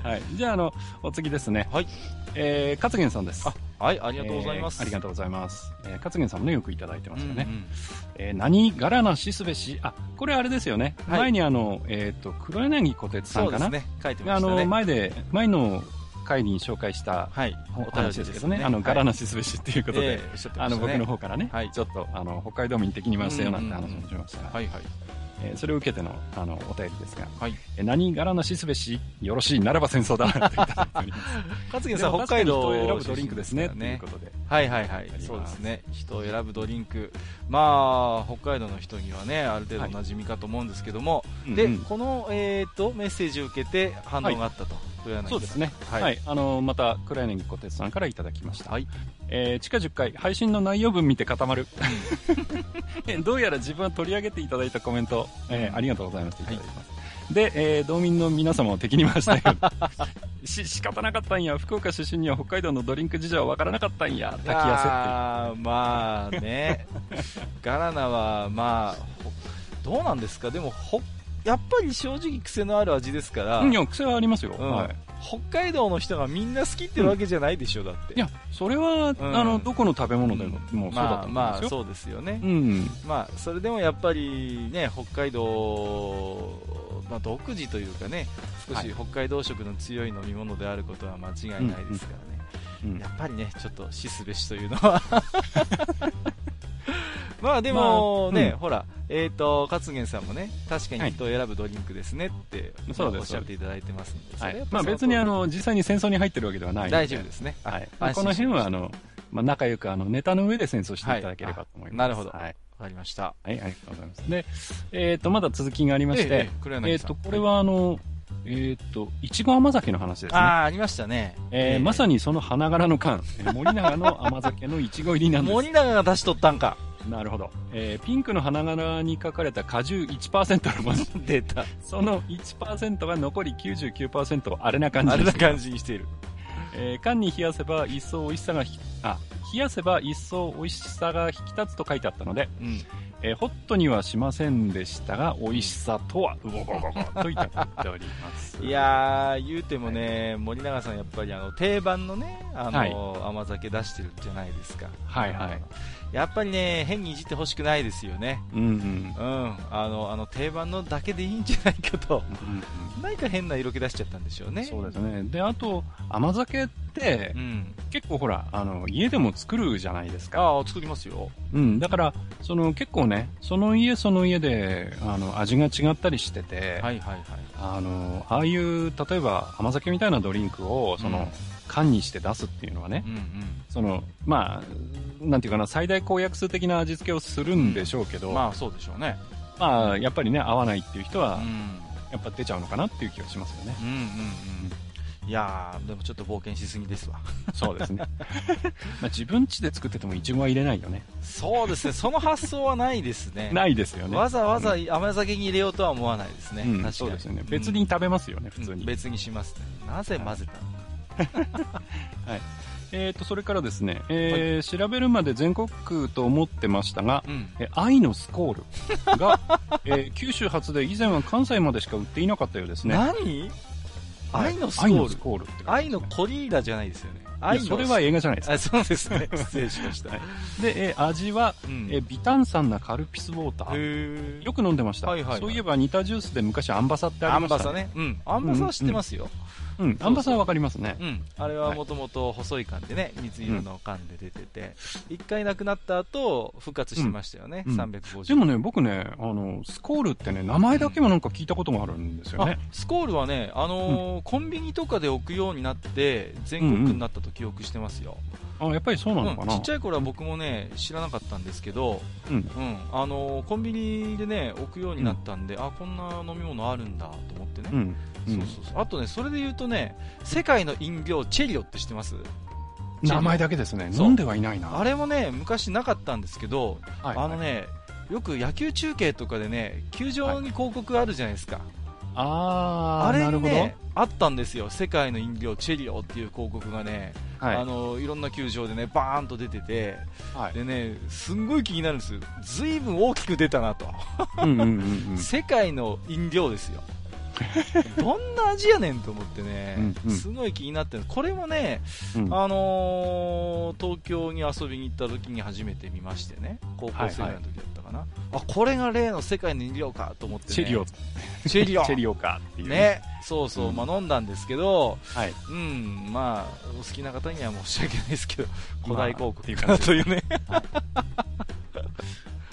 Speaker 1: はい、じゃああのお次ですね
Speaker 2: はい。
Speaker 1: えー、勝元さんです
Speaker 2: あ、はい、ありがとうございます。
Speaker 1: えーありがとうございます。えー、勝元さんもね、よくいただいてますよね。
Speaker 2: うんうん
Speaker 1: えー何柄なしすべし、あ、これあれですよね。
Speaker 2: はい
Speaker 1: 前にあの、えっ、と、黒柳小鉄さ
Speaker 2: そ
Speaker 1: ん
Speaker 2: う
Speaker 1: か
Speaker 2: で
Speaker 1: な。
Speaker 2: すね。書いてま
Speaker 1: あ
Speaker 2: した
Speaker 1: の、
Speaker 2: ね。
Speaker 1: 前で、前の回に紹介した
Speaker 2: はい。
Speaker 1: お話ですけどね。あ
Speaker 2: お
Speaker 1: の、
Speaker 2: 便り
Speaker 1: 柄なしすべしっていうことで、
Speaker 2: はいええおっしゃってま
Speaker 1: あ
Speaker 2: し
Speaker 1: の、
Speaker 2: たね
Speaker 1: 僕の方からね、
Speaker 2: はい
Speaker 1: ちょっと、あの、北海道民に行ってきましたよなんて話もしましたが、
Speaker 2: はいはい。
Speaker 1: えーそれを受けての、あの、お便りですが、
Speaker 2: はい。
Speaker 1: えー何柄なしすべし、よろしいならば戦争だ。といた *laughs* だいております
Speaker 2: 勝
Speaker 1: で
Speaker 2: 元さん、
Speaker 1: も
Speaker 2: 北海道
Speaker 1: 確かに人を選ぶドリンクですね、
Speaker 2: 出
Speaker 1: と
Speaker 2: 身
Speaker 1: いう
Speaker 2: で
Speaker 1: こ
Speaker 2: すから
Speaker 1: とで。
Speaker 2: はいはいはい
Speaker 1: あります
Speaker 2: そうですね人を選ぶドリンクまあ北海道の人にはねある程度おなじみかと思うんですけども、で、
Speaker 1: うんうん
Speaker 2: この、えー、とメッセージを受けて反応があったと、黒柳さん
Speaker 1: そうですね。
Speaker 2: は
Speaker 1: はいい。あの、また、黒柳小鉄さんからいただきました。
Speaker 2: はい
Speaker 1: えー地下10回、配信の内容文見て固まる。 *laughs* えどうやら自分は取り上げていただいたコメント、えーありがとうございます。いただいてます。で、えー道民の皆様を敵に回したよ。
Speaker 2: *laughs*
Speaker 1: し、仕方なかったんや。福岡出身には北海道のドリンク事情はわからなかったんや。炊き汗っ
Speaker 2: あーまあ
Speaker 1: *laughs*
Speaker 2: ねガラナはまあほどうなんですかでもほやっぱり正直癖のある味ですから、
Speaker 1: ていう。うん、いや、癖はありますよ。
Speaker 2: うん
Speaker 1: はい。
Speaker 2: 北海道の人がみんな好きってわけじゃないでしょ、だって
Speaker 1: いや、それは、
Speaker 2: ん
Speaker 1: あの、どこの食べ物でも、もうそうだと
Speaker 2: ま
Speaker 1: 思い
Speaker 2: あ
Speaker 1: ま
Speaker 2: ますあ
Speaker 1: よ。
Speaker 2: そうですよね、
Speaker 1: うん。
Speaker 2: まあ、それでもやっぱりね北海道、まあ、独自というかね少
Speaker 1: は
Speaker 2: し
Speaker 1: い
Speaker 2: 北海道色の強い飲み物であることは間違いないですからね、
Speaker 1: うん
Speaker 2: やっぱりねちょっと死すべしというの
Speaker 1: *laughs*
Speaker 2: はまあでも
Speaker 1: まあ
Speaker 2: ね、
Speaker 1: うん
Speaker 2: ほら、えー、と勝元さんもね確か
Speaker 1: は
Speaker 2: に
Speaker 1: い
Speaker 2: 人を選ぶドリンクですねって、
Speaker 1: そうです
Speaker 2: おっしゃっていただいてますんで、そ
Speaker 1: は
Speaker 2: れや
Speaker 1: い
Speaker 2: っ、ぱ
Speaker 1: まあ
Speaker 2: その通
Speaker 1: 別
Speaker 2: り
Speaker 1: にあの実際に戦争に入ってるわけではないので
Speaker 2: 大丈夫ですね
Speaker 1: はい
Speaker 2: 安心
Speaker 1: この辺はあの、まあ、仲良くあのネタの上で戦争していただければと思いま
Speaker 2: は
Speaker 1: す。
Speaker 2: いあなるほど
Speaker 1: はい、
Speaker 2: わかりました
Speaker 1: はい、ありがとうございます。で、えっ、と、まだ続きがありまして、え
Speaker 2: ええええ黒
Speaker 1: っ、
Speaker 2: 柳さん
Speaker 1: と、これはあの、えっ、と、いちご甘酒の話です
Speaker 2: あ
Speaker 1: ね。
Speaker 2: あありましたね、
Speaker 1: えーまさにその花柄の缶、えー森永
Speaker 2: *laughs*
Speaker 1: の甘酒のいちご入りなんです。
Speaker 2: 森永が出しとったんか
Speaker 1: なるほど、えーピンクの花柄に書かれた果汁1%の文字、
Speaker 2: *laughs* 出た
Speaker 1: その1%が残り99%をあれな感
Speaker 2: あれ
Speaker 1: じで
Speaker 2: な
Speaker 1: す。
Speaker 2: 感じにしている
Speaker 1: えー缶に冷やせば一層美味しさがひあ冷やせば一層美味しさが引き立つと書いてあったので、
Speaker 2: うん
Speaker 1: えーホットにはしませんでしたが美味しさとはうごごごごといただいております
Speaker 2: いやー言うてもね、森永さん、やっぱりあの定番のねあの、
Speaker 1: はい
Speaker 2: 甘酒出してるじゃないですか、
Speaker 1: はいはい、
Speaker 2: やっぱりね変にいじってほしくないですよね、
Speaker 1: うんうん
Speaker 2: うん、あのあの定番のだけでいいんじゃないかと、
Speaker 1: うん
Speaker 2: 何か変な色気出しちゃったんでしょう
Speaker 1: う
Speaker 2: ね、
Speaker 1: ん、そうですねであと甘酒って
Speaker 2: うん、
Speaker 1: 結構ほらあの家でも作るじゃないですか、
Speaker 2: ああ、作りますよ、
Speaker 1: うん、だからその結構ねその家その家であの味が違ったりしてて、
Speaker 2: はいはいはい、
Speaker 1: あのああいう例えば甘酒みたいなドリンクをその、
Speaker 2: うん
Speaker 1: 缶にして出すっていうのはね、
Speaker 2: うん
Speaker 1: そのまあなんていうかな最大公約数的な味付けをするんでしょうけど、
Speaker 2: うん、
Speaker 1: ま
Speaker 2: まあそうでしょうね、
Speaker 1: あ、やっぱりね合わないっていう人
Speaker 2: う
Speaker 1: は
Speaker 2: ん、
Speaker 1: やっぱ出ちゃうのかなっていう気がしますよね。
Speaker 2: うん、うん、うん、いやー、でもちょっと冒険しすぎですわ。
Speaker 1: そうですね。 *laughs* まあ自分家で作っててもイチゴは入れないよね。
Speaker 2: そうですね、その発想はないですね。
Speaker 1: *laughs* ないですよね。
Speaker 2: わざわざ甘酒に入れようとは思わないですね、
Speaker 1: う
Speaker 2: 確
Speaker 1: ん
Speaker 2: かに
Speaker 1: そうですよね。別に食べますよね、普通
Speaker 2: うん
Speaker 1: に。
Speaker 2: 別にしますねなぜ混ぜたのか、
Speaker 1: えっ、と、それからですね、えー調べるまで全国区と思ってましたが、
Speaker 2: うん
Speaker 1: え愛のスコールが、
Speaker 2: *laughs*
Speaker 1: えー九州初で以前は関西までしか売っていなかったようですね。
Speaker 2: 何愛のスコ
Speaker 1: 愛の
Speaker 2: ー
Speaker 1: ス
Speaker 2: ル
Speaker 1: コールって書いてますね
Speaker 2: 愛のコリーダじゃないですよね
Speaker 1: い
Speaker 2: 愛
Speaker 1: や
Speaker 2: の
Speaker 1: それは映画じゃないですか。
Speaker 2: あそうです
Speaker 1: *laughs*
Speaker 2: ね失礼しました、
Speaker 1: はいで、えー味は、
Speaker 2: うん
Speaker 1: えー微炭酸なカルピスウォーター。
Speaker 2: へー
Speaker 1: よく飲んでました、
Speaker 2: はいはいはい
Speaker 1: そういえば似たジュースで昔アンバサってあ
Speaker 2: ア
Speaker 1: り
Speaker 2: ン
Speaker 1: ま
Speaker 2: バ
Speaker 1: した、
Speaker 2: サ。ね、うん、アンバサは知ってますよ、
Speaker 1: うん、アンバサはわかりますね
Speaker 2: うん。あれはもともと細い缶でね水色の缶で出てて、一回なくなった後復活してましたよね、
Speaker 1: うん
Speaker 2: 350
Speaker 1: でもね、僕ね、あの、スコールってね、名前だけはなんか聞いたことがあるんですよ
Speaker 2: あ
Speaker 1: ね。
Speaker 2: スコールはね、あのーコンビニとかで置くようになって全国区になったと記憶してますよ、
Speaker 1: あやっぱりそうなの
Speaker 2: う
Speaker 1: か
Speaker 2: ん
Speaker 1: な。
Speaker 2: ちっちゃい頃は僕もね知らなかったんですけど、
Speaker 1: うん
Speaker 2: うんあのーコンビニでね置くようになったんで、あこんな飲み物あるんだと思ってね、
Speaker 1: うん。うん
Speaker 2: そうそうそうあとねそれで言うとね世界の飲料チェリオって知ってます
Speaker 1: 名前だけですね。
Speaker 2: そう
Speaker 1: 飲んではいないな。
Speaker 2: あれもね昔なかったんですけど、
Speaker 1: はい
Speaker 2: あのねよく野球中継とかでね球場に広告あるじゃないですか、
Speaker 1: あー
Speaker 2: あれ
Speaker 1: なる
Speaker 2: に
Speaker 1: ほど。
Speaker 2: ねあったんですよ世界の飲料チェリオっていう広告がね、
Speaker 1: はい
Speaker 2: あ。のいろんな球場でねバーンと出てて
Speaker 1: はい
Speaker 2: でねすんごい気になるんですよずいぶん大きく出たなと、
Speaker 1: うんうんうんうん。 *laughs*
Speaker 2: 世界の飲料ですよどんな味やねんと思ってね
Speaker 1: うんうん
Speaker 2: すごい気になってるこれもね、
Speaker 1: うん
Speaker 2: *laughs* あのー東京に遊びに行った時に初めて見ましてね高校生ぐらいの時だったかな、あこれが例の世界の飲料かと思って、ね、
Speaker 1: チェリオ、チ
Speaker 2: チェリオ
Speaker 1: ェリオかっていう。
Speaker 2: ね、そうそう、
Speaker 1: うん
Speaker 2: まあ飲んだんですけど、
Speaker 1: はい。
Speaker 2: うん、まあ、お好きな方には申し訳ないですけど、古代航空
Speaker 1: っていう感じ
Speaker 2: というね。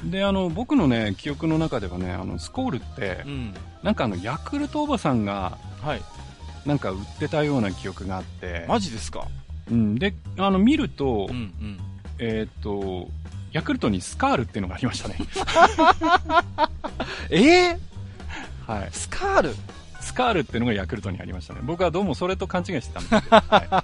Speaker 1: で、あの、僕のね、記憶の中ではね、あの、スコールって
Speaker 2: う、ん。
Speaker 1: なんかあの、ヤクルトおばさんが、
Speaker 2: はい。
Speaker 1: なんか売ってたような記憶があって、
Speaker 2: マジですか
Speaker 1: うん、で、あの、見ると、
Speaker 2: うんうん。
Speaker 1: えーっと、ヤクルトにスカールっていうのがあり
Speaker 2: *laughs*
Speaker 1: ましたね。
Speaker 2: えー、
Speaker 1: はい。
Speaker 2: スカール
Speaker 1: スカールっていうのがヤクルトにありましたね。僕はどうもそれと勘違いしてたんです
Speaker 2: *laughs*
Speaker 1: けど、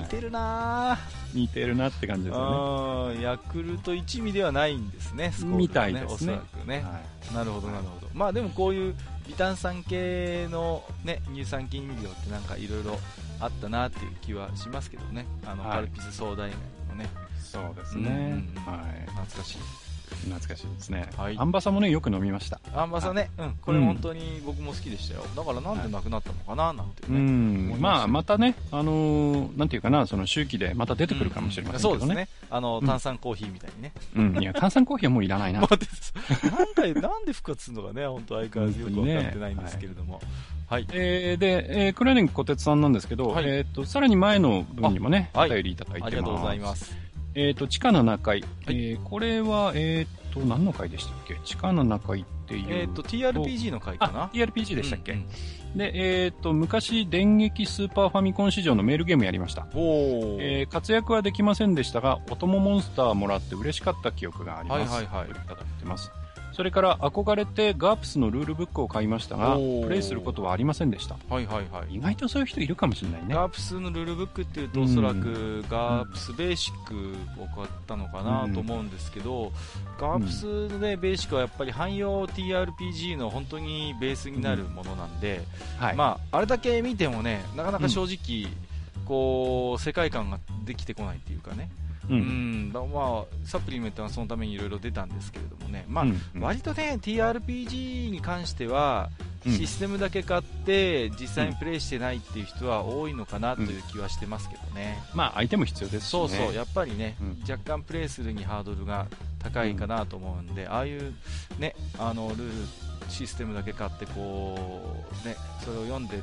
Speaker 2: 似てるな
Speaker 1: 似てるなって感じ
Speaker 2: ぁ、
Speaker 1: ですよ
Speaker 2: あーヤクルト一味ではないんですね、スコールはね
Speaker 1: みたいですね
Speaker 2: おそらくね
Speaker 1: ね。。はい
Speaker 2: なるほど、なるほど。まあでもこういう微炭酸系のね、乳酸菌飲料ってなんかいろいろあったなっていう気はしますけどね。あの、
Speaker 1: はい
Speaker 2: カルピスソーダ以外にもね、
Speaker 1: そうです
Speaker 2: うん
Speaker 1: ね。
Speaker 2: うん
Speaker 1: はい。
Speaker 2: 懐かしい。
Speaker 1: 懐かしいですね。
Speaker 2: はい
Speaker 1: アンバサもね、よく飲みました。
Speaker 2: あんまさね、うん、これ本当に僕も好きでしたよ、だからなんでなくなったのかななんて
Speaker 1: う
Speaker 2: ね、
Speaker 1: ん
Speaker 2: 思い。ます
Speaker 1: まあ、またね、あのーなんていうかな、その周期でまた出てくるかもしれません
Speaker 2: そ
Speaker 1: け
Speaker 2: うで
Speaker 1: ど
Speaker 2: す
Speaker 1: ね。
Speaker 2: ね、あの
Speaker 1: うん
Speaker 2: 炭酸コーヒーみたいにね、
Speaker 1: うん。いや、炭酸コーヒーはもういらない
Speaker 2: *laughs*
Speaker 1: な。
Speaker 2: 待ってなんかなんで復活するのかね、本当、相変わらずよく分かってないんですけれども、はい、
Speaker 1: えーで、えー、クレネン小鉄さんなんですけど、
Speaker 2: はい
Speaker 1: えっ、と、さらに前の分にもね、
Speaker 2: あはい
Speaker 1: お便りいただいてます。
Speaker 2: ありがとうございます、
Speaker 1: えっ、と、地下7階。えーこれは、えっ、と、何の階でしたっけ地下7階っていう。
Speaker 2: えっ、と、TRPG の回かな
Speaker 1: あ、、TRPG でしたっけ、
Speaker 2: うん
Speaker 1: で、えっ、と、昔、電撃スーパーファミコン市場のメールゲームやりました。
Speaker 2: うんおー、
Speaker 1: えー活躍はできませんでしたが、お供モンスターもらって嬉しかった記憶があります。
Speaker 2: はいはいはい
Speaker 1: といただいてます。それから憧れてガープスのルールブックを買いましたが、
Speaker 2: おー
Speaker 1: プレイすることはありませんでした。
Speaker 2: はいはいはい、
Speaker 1: 意外とそういう人いるかもしれないね。
Speaker 2: ガープスのルールブックっていうと、おそらくガープスベーシックを買ったのかなと思うんですけど、ガープスの、ね、ベーシックはやっぱり汎用 TRPG の本当にベースになるものなんで、
Speaker 1: はい。
Speaker 2: まあ、あれだけ見てもね、なかなか正直、こう世界観ができてこないっていうかね、
Speaker 1: う
Speaker 2: うん
Speaker 1: ん。
Speaker 2: だまあ、サプリメントはそのためにいろいろ出たんですけれどもね、まあ
Speaker 1: うん
Speaker 2: 割とね TRPG に関しては
Speaker 1: うん
Speaker 2: システムだけ買って実際にプレイしてないっていう人は多いのかなという気はしてますけどね、
Speaker 1: まあ、相手も必要ですし、
Speaker 2: そ
Speaker 1: ね。
Speaker 2: うそうやっぱりね、
Speaker 1: うん
Speaker 2: 若干プレイするにハードルが高いかなと思うんで、ああいうねあのルールシステムだけ買ってこうねそれを読んで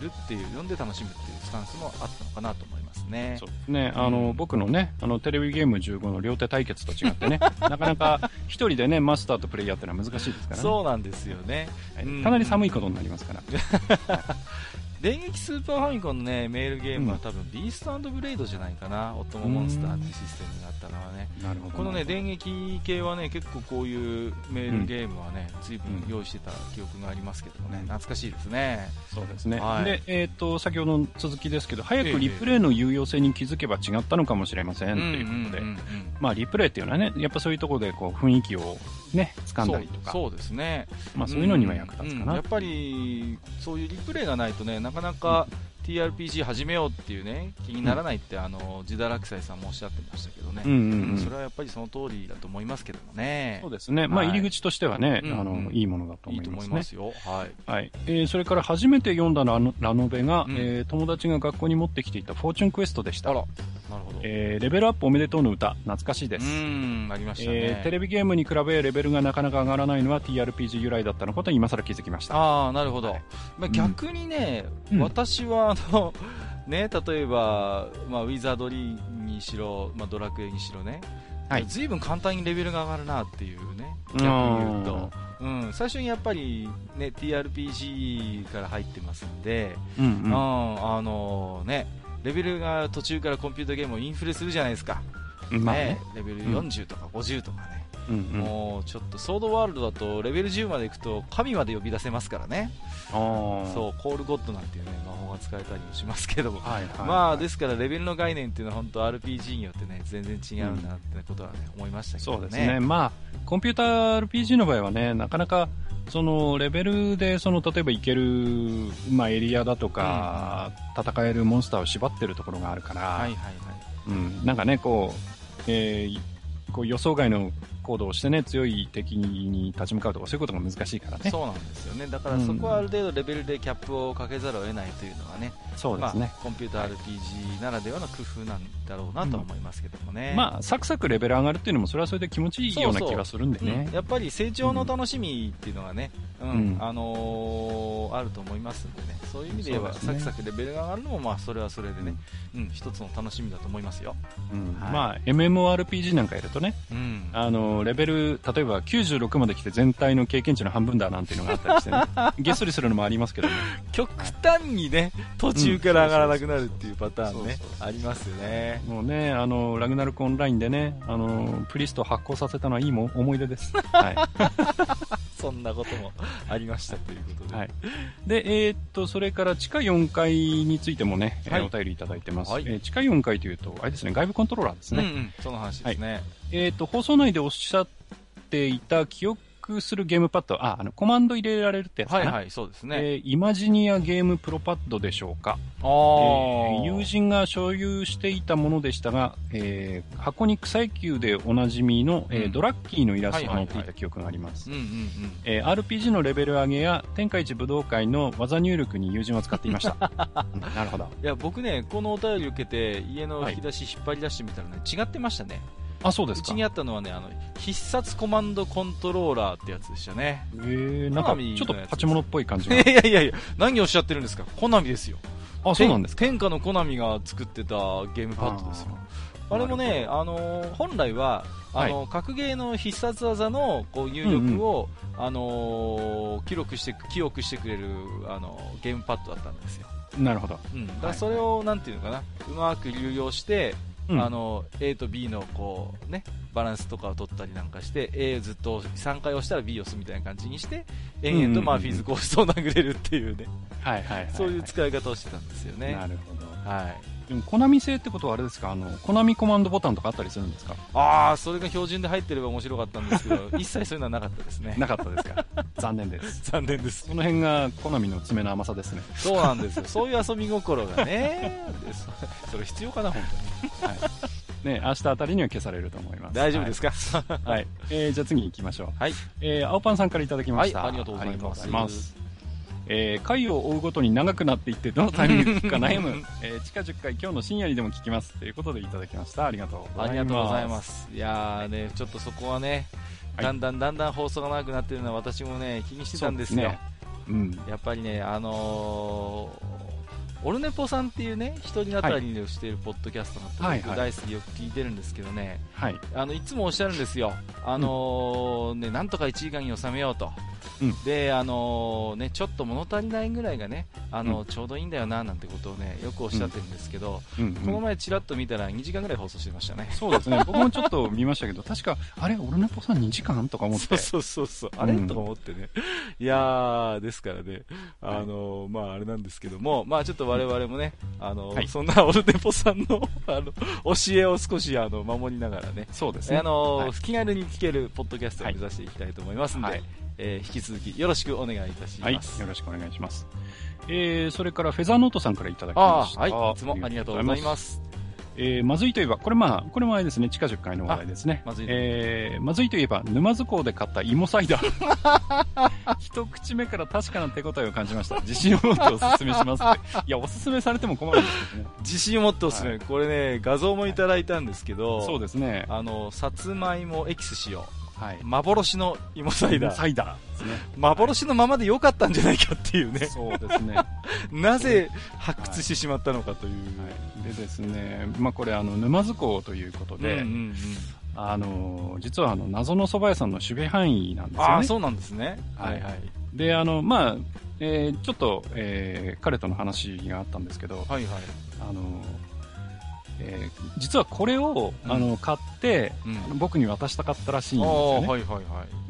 Speaker 2: るっていう読んで楽しむっていうスタンスもあったのかなと思いますね
Speaker 1: そうですね、あの、僕のね、あの、テレビゲーム15の両手対決と違
Speaker 2: *laughs*
Speaker 1: ってね、なかなか一人でね、マスターとプレイヤーってのは難しいですからね。
Speaker 2: そうなんですよね
Speaker 1: はい
Speaker 2: うん
Speaker 1: かなり寒いことになりますから。
Speaker 2: 電撃スーパーファミコンの、ね、メールゲームは多分ビーストブレイドじゃないかな、オットモモンスターっていうシステムがあったのはね、
Speaker 1: なるほど。
Speaker 2: このね電撃系はね結構こういうメールゲームはね、随分用意してた記憶がありますけどもね、
Speaker 1: うん
Speaker 2: 懐かしいですね、
Speaker 1: そうですね。
Speaker 2: はい
Speaker 1: で、えっ、と、先ほどの続きですけど、早
Speaker 2: ええ
Speaker 1: くリプレイの有用性に気づけば違ったのかもしれません、
Speaker 2: う
Speaker 1: と
Speaker 2: ん
Speaker 1: いうこと
Speaker 2: う
Speaker 1: で、
Speaker 2: んうんうん
Speaker 1: まあ、リプレイっていうのはね、やっぱそういうところで、こう、雰囲気をね、掴んだりとか、
Speaker 2: そうそうですね、
Speaker 1: まあ、そういうのには役立つか
Speaker 2: うん
Speaker 1: な。
Speaker 2: やっぱりそういうリプレイがないとねなかなか TRPG 始めようっていうね気にならないって、あのジダラクサイさんもおっしゃってましたけどね、
Speaker 1: うんうんうん
Speaker 2: それはやっぱりその通りだと思いますけどもね
Speaker 1: そうですね。まあ、
Speaker 2: はい
Speaker 1: 入り口としてはね、
Speaker 2: うん
Speaker 1: あ
Speaker 2: うん
Speaker 1: の、いいものだと
Speaker 2: い
Speaker 1: 思
Speaker 2: い
Speaker 1: い
Speaker 2: と
Speaker 1: ま
Speaker 2: 思い
Speaker 1: すね。
Speaker 2: ますよ。はい。
Speaker 1: はい。えー、それから初めて読んだラノラノベが、
Speaker 2: うん
Speaker 1: えー友達が学校に持ってきていたフォーチュンクエストでし
Speaker 2: あ
Speaker 1: た
Speaker 2: ら、な。るほど。
Speaker 1: えーレベルアップおめでとうの歌、懐かしいうです。
Speaker 2: ーん、ありましたね。
Speaker 1: えーテレビゲームに比べレベルがなかなか上がらないのは TRPG 由来だったのことに今更気づきました。
Speaker 2: ああ、なるほど。
Speaker 1: はい
Speaker 2: まあ、逆にね、
Speaker 1: うん
Speaker 2: 私はあの、ね、例えば、まあ、ウィザードリーにしろ、まあ、ドラクエにしろね、
Speaker 1: はい
Speaker 2: ずいぶん簡単にレベルが上がるなっていうね、
Speaker 1: うん
Speaker 2: 逆に言うと。うん、最初にやっぱり、ね、TRPG から入ってますんで、
Speaker 1: うん
Speaker 2: う、
Speaker 1: うんん
Speaker 2: あのね、レベルが途中からコンピュータゲームをインフレするじゃないですか。
Speaker 1: まあ
Speaker 2: ね
Speaker 1: ね。、
Speaker 2: レベル40とか50とかね。
Speaker 1: うんうん。
Speaker 2: もうちょっとソードワールドだとレベル10までいくと神まで呼び出せますからね、
Speaker 1: ああ。
Speaker 2: そうコールゴッドなんていうね魔法が使えたりもしますけども、
Speaker 1: う。はいはい。
Speaker 2: まあですからレベルの概念っていうのは本当 RPG によってね全然違うんだなってことはね思いましたけど
Speaker 1: そ
Speaker 2: ね
Speaker 1: うですね。まあ、コンピューター RPG の場合はね、なかなか、その、レベルで、その、例えば行ける、まあ、エリアだとか、戦えるモンスターを縛ってるところがあるから、
Speaker 2: はいはいはい
Speaker 1: うん、なんかね、こう、えーこう予想外の行動してね、強い敵に立ち向かうとか、そういうことが難しいからね。
Speaker 2: そうなんですよね。だからそこはある程度レベルでキャップをかけざるを得ないというのがね、
Speaker 1: そうです
Speaker 2: ま
Speaker 1: ね。
Speaker 2: あ、コンピューター RPG ならではの工夫なんだろうなとは思いますけどもね。
Speaker 1: まあ、サクサクレベル上がるっていうのも、それはそれで気持ちいいような気がするんでね。
Speaker 2: うんやっぱり成長の楽しみっていうのがね、うん
Speaker 1: うん
Speaker 2: あのーあると思いますんでね、そういう意味で言えば、
Speaker 1: そうです
Speaker 2: サ
Speaker 1: ね
Speaker 2: クサクレベルが上がるのも、まあ、それはそれでね、うん、一つの楽しみだと思いますよ。
Speaker 1: うん
Speaker 2: はい
Speaker 1: まあ、MMORPG なんかやるとね、
Speaker 2: うん、
Speaker 1: あの、レベル、例えば96まで来て全体の経験値の半分だなんていうのがあったりし
Speaker 2: *laughs*
Speaker 1: てね、げっそりするのもありますけどね。
Speaker 2: 極端にね、途中から上がらなくなるっていうパターンね
Speaker 1: そうそう、
Speaker 2: ありますよね。
Speaker 1: もうね、あの、ラグナルクオンラインでね、あの、プリスト発行させたのはいいもん思い出
Speaker 2: *laughs*
Speaker 1: です。はい。
Speaker 2: そんなこともありましたということで。
Speaker 1: はい。で、えーっと、それから地下4階についてもね、えー
Speaker 2: はい
Speaker 1: お便りいただいてます。
Speaker 2: はい
Speaker 1: えー地下4階というと、あれですね、外部コントローラーです
Speaker 2: うんう
Speaker 1: ね。
Speaker 2: ん、その話ですね。
Speaker 1: えーっと、放送内でおっしゃっていた記憶するゲームパッド、あ、あの、コマンド入れられるってやつか
Speaker 2: はい、
Speaker 1: な。
Speaker 2: はい、そうですね。
Speaker 1: えーイマジニアゲームプロパッドでしょうか、
Speaker 2: あ
Speaker 1: え
Speaker 2: ー
Speaker 1: ー友人が所有していたものでしたが、えー箱に草野球でおなじみの、えー
Speaker 2: うん
Speaker 1: ドラッキーのイラストが載って
Speaker 2: はいは
Speaker 1: い
Speaker 2: いは
Speaker 1: た
Speaker 2: い
Speaker 1: 記憶があります、
Speaker 2: うんうんうん。
Speaker 1: えー RPG のレベル上げや天下一武道会の技入力に友人は使っていました
Speaker 2: *laughs*
Speaker 1: うんなるほど
Speaker 2: いや僕ね、このお便り受けて家の
Speaker 1: はい
Speaker 2: 引き出し引っ張り出してみたらね、違ってましたね、
Speaker 1: あそうで
Speaker 2: う
Speaker 1: すか
Speaker 2: ちにあったのはねあの必殺コマンドコントローラーってやつでしたね。
Speaker 1: えーなんかちょっとパチモノっぽい感じ
Speaker 2: い
Speaker 1: が
Speaker 2: や *laughs* いやいやいや、何をおっしゃってるんですか、コナミですよ、
Speaker 1: あそうなんですか
Speaker 2: 天天下のコナミが作ってたゲームパッドですよ、あれもね、あのー本来はあのー、格ゲーの必殺技のこう入力を、あのー記録して記憶してくれる、あのーゲームパッドだったんですよ、
Speaker 1: なるほど、
Speaker 2: うん、だからそれを、なんていうのかな、うまく流用して、
Speaker 1: うん
Speaker 2: あの A と B のこう、ね、バランスとかを取ったりなんかして A ずっと3回押したら B 押すみたいな感じにして延々
Speaker 1: うんうんうん
Speaker 2: と
Speaker 1: うん
Speaker 2: まあフィーズコーストを殴れるっていうね、
Speaker 1: はいはいはいはい
Speaker 2: そういう使い方をしてたんですよね
Speaker 1: な。るほど
Speaker 2: はい
Speaker 1: でもコナミ製ってことはあれですかあのコナミコマンドボタンとかあったりするんですか
Speaker 2: ああそれが標準で入ってれば面白かったんですけ
Speaker 1: *laughs*
Speaker 2: ど一切そういうのはなかったですね
Speaker 1: なかったで
Speaker 2: *laughs*
Speaker 1: すか残念です。
Speaker 2: 残念です
Speaker 1: この辺が好みの爪の甘さですね。
Speaker 2: そうなんですよそういう遊び心がねでそそれ必要かな本当に
Speaker 1: *laughs* ね、明日あたりには消されると思います。
Speaker 2: 大丈夫です
Speaker 1: *laughs*
Speaker 2: か *laughs*
Speaker 1: かはい。えーじゃあ次に行きましょう。
Speaker 2: はい
Speaker 1: えー青パンさんからいただきました。
Speaker 2: はいありがとうございます
Speaker 1: ありがとうございますえー回を追うごとに長くなっていって、どのタイミングで聞くか悩
Speaker 2: *laughs*
Speaker 1: む。えー地下10回、今日の深夜にでも聞きます。ということでいただきました。ありがとうございま
Speaker 2: あ
Speaker 1: す。
Speaker 2: りがとうございま。す。いやーね、ちょっとそこはね、
Speaker 1: はい
Speaker 2: だんだんだんだん放送が長くなってるのは私もね、気にしてたんですよ。
Speaker 1: そうですねうん。
Speaker 2: やっぱりね、あのー、オルネポさんっていうね、一人語りをしているポッドキャストが
Speaker 1: は
Speaker 2: あっ
Speaker 1: い
Speaker 2: て僕
Speaker 1: はい
Speaker 2: 大好きでよく聞いてるんですけどね、
Speaker 1: はい。
Speaker 2: あの、いつもおっしゃるんですよ。あのーね、なんとか1時間に収めようと。
Speaker 1: うん
Speaker 2: で、あのーね、ちょっと物足りないぐらいがね、あのちょうどいいんだよな、なんてことをね、よくおっしゃってるんですけど、
Speaker 1: うん、
Speaker 2: こ
Speaker 1: う
Speaker 2: の
Speaker 1: ん。
Speaker 2: 前ちらっと見たら2時間ぐらい放送してましたね。
Speaker 1: そうですね。僕もちょっと見ましたけど、確か、あれ、オルネポさん2時間とか思っ
Speaker 2: そ
Speaker 1: て
Speaker 2: う。そうそうそう、あれ、
Speaker 1: うん
Speaker 2: とか思ってね、いやー、ですからね、
Speaker 1: はい
Speaker 2: あのまあ、あれなんですけども、まあ、ちょっと我々もね、あの
Speaker 1: はい
Speaker 2: そんなオルテポさんの *laughs* あの教えを少しあの守りながらね、
Speaker 1: そうですね。
Speaker 2: あの
Speaker 1: はい
Speaker 2: 気軽に聞けるポッドキャストを
Speaker 1: は
Speaker 2: 目
Speaker 1: い
Speaker 2: 指していきたいと思いますんで、
Speaker 1: はい
Speaker 2: えー引き続きよろしくお願いいたし
Speaker 1: はい、
Speaker 2: ま
Speaker 1: よ
Speaker 2: す。
Speaker 1: ろしくお願いします。えー、それからフェザーノートさんからいただきま
Speaker 2: あ
Speaker 1: し
Speaker 2: あ
Speaker 1: た。。
Speaker 2: はい、いつもありがとうございますす。
Speaker 1: えー、まずいといえば、これまあ、これもあれですね、地下10回の話題ですね。
Speaker 2: あまずい
Speaker 1: えー、まずいといえば、沼津港で買った芋サイダー。
Speaker 2: *laughs*
Speaker 1: 一口目から確かな手応えを感じました。自信を持っておすすめしますって。いや、おすすめされても困るんですけどね。
Speaker 2: 自信を持っておすすめ、
Speaker 1: は
Speaker 2: これね、画像もいただいたんですけど、
Speaker 1: そうですね。
Speaker 2: あのさつまいもエキス使用、
Speaker 1: はい。
Speaker 2: 幻の芋サイダー。
Speaker 1: サイダーですね。
Speaker 2: 幻のままで良かったんじゃないかっていうね、
Speaker 1: そうですね。
Speaker 2: *laughs* なぜ発掘してしまったのかという、
Speaker 1: はい、でですね、まあこれ、あの、沼津港ということで、
Speaker 2: うんうんうん
Speaker 1: あの、実はあの、謎の蕎麦屋さんの守備範囲なんですよね。
Speaker 2: ああ、そうなんですね、は
Speaker 1: はいい
Speaker 2: はい、
Speaker 1: であのまあえーちょっと、えー彼との話があったんですけど、
Speaker 2: はいはい、
Speaker 1: あのえー実はこれを、
Speaker 2: うん
Speaker 1: あの買って
Speaker 2: うん、
Speaker 1: 僕に渡したかったらしいん
Speaker 2: あ
Speaker 1: で
Speaker 2: あ、
Speaker 1: すよね、
Speaker 2: はいはいは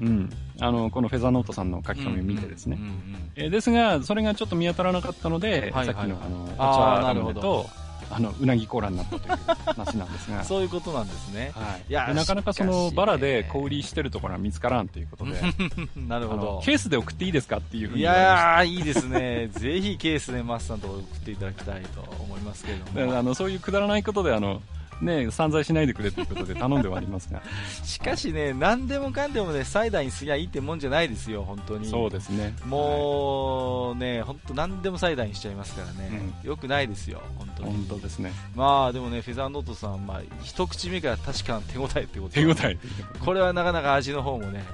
Speaker 2: い、
Speaker 1: うん、あのこのフェザーノートさんの書き込みを見てですね、
Speaker 2: うんうん
Speaker 1: えーですがそれがちょっと見当たらなかったので、
Speaker 2: はいはい
Speaker 1: さっきのあのお茶
Speaker 2: あー
Speaker 1: ラ
Speaker 2: な
Speaker 1: ーメ
Speaker 2: る
Speaker 1: ン
Speaker 2: ほ
Speaker 1: とあのうなぎコーラになったという話な
Speaker 2: *laughs*
Speaker 1: んです
Speaker 2: う
Speaker 1: が
Speaker 2: ん。そういうことなんですね、
Speaker 1: はい
Speaker 2: いや
Speaker 1: でなかなかその
Speaker 2: しかしね
Speaker 1: バラで小売りしてるところは見つからんということで、
Speaker 2: *laughs* なる
Speaker 1: あ
Speaker 2: ほ
Speaker 1: の
Speaker 2: ど、
Speaker 1: ケースで送っていいですかっていうふう
Speaker 2: い
Speaker 1: に言われました
Speaker 2: やー、いいですね、ぜひケースでマスさんとこ送っていただきたいと思いますけれど
Speaker 1: だから *laughs*
Speaker 2: も、
Speaker 1: あのそういうくだらないことであのね、散財しないでくれということで頼んではあります
Speaker 2: *laughs*
Speaker 1: が、
Speaker 2: しかしね、何でもかんでもね、サイダーにすりゃいいってもんじゃないですよ、本当に。
Speaker 1: そうですね。
Speaker 2: もうね、本当何でもサイダーにしちゃいますからね。よくないですよ、本当に。
Speaker 1: 本当ですね。
Speaker 2: まあでもね、フェザーノートさん、まあ、一口目から確かな手応えってこと
Speaker 1: 手応え。
Speaker 2: これはなかなか味の方もね、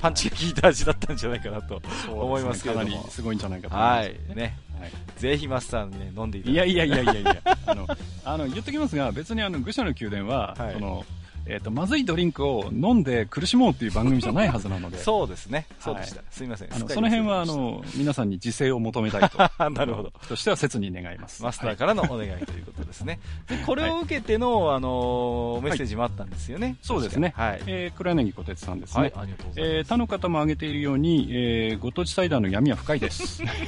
Speaker 2: パンチが効いた味だったんじゃないかなと思いますけど
Speaker 1: か
Speaker 2: も。
Speaker 1: なりすごいんじゃないかと思いま
Speaker 2: は
Speaker 1: す。
Speaker 2: い。ね。
Speaker 1: はい
Speaker 2: ぜひマスターにね、飲んでいただ
Speaker 1: い
Speaker 2: て
Speaker 1: やいやいやいや *laughs* いや、あの、あの言っときますが、別にあの、愚者の宮殿は、
Speaker 2: はい
Speaker 1: その、えっ、と、まずいドリンクを飲んで苦しもうっていう番組じゃないはずなので、
Speaker 2: そうですね。そうでし
Speaker 1: は
Speaker 2: た。すみません。
Speaker 1: あ
Speaker 2: す
Speaker 1: の
Speaker 2: っかり
Speaker 1: その辺は、あ
Speaker 2: 忘れて
Speaker 1: の、皆さんに自制を求めたいと。
Speaker 2: ました *laughs* なる
Speaker 1: *laughs*
Speaker 2: ほど。
Speaker 1: としては切に願います。
Speaker 2: マスタ
Speaker 1: は
Speaker 2: ー
Speaker 1: い
Speaker 2: からのお願いということですね。でこれを受けての、あの、メッセージもあったんですよね。
Speaker 1: そうですね。
Speaker 2: はい。
Speaker 1: えー、黒柳小鉄さんですね。
Speaker 2: はい、ありがとうござい
Speaker 1: えー他の方も挙げているように、えーご当地サイダーの闇は深
Speaker 2: *laughs*
Speaker 1: いです。
Speaker 2: ます。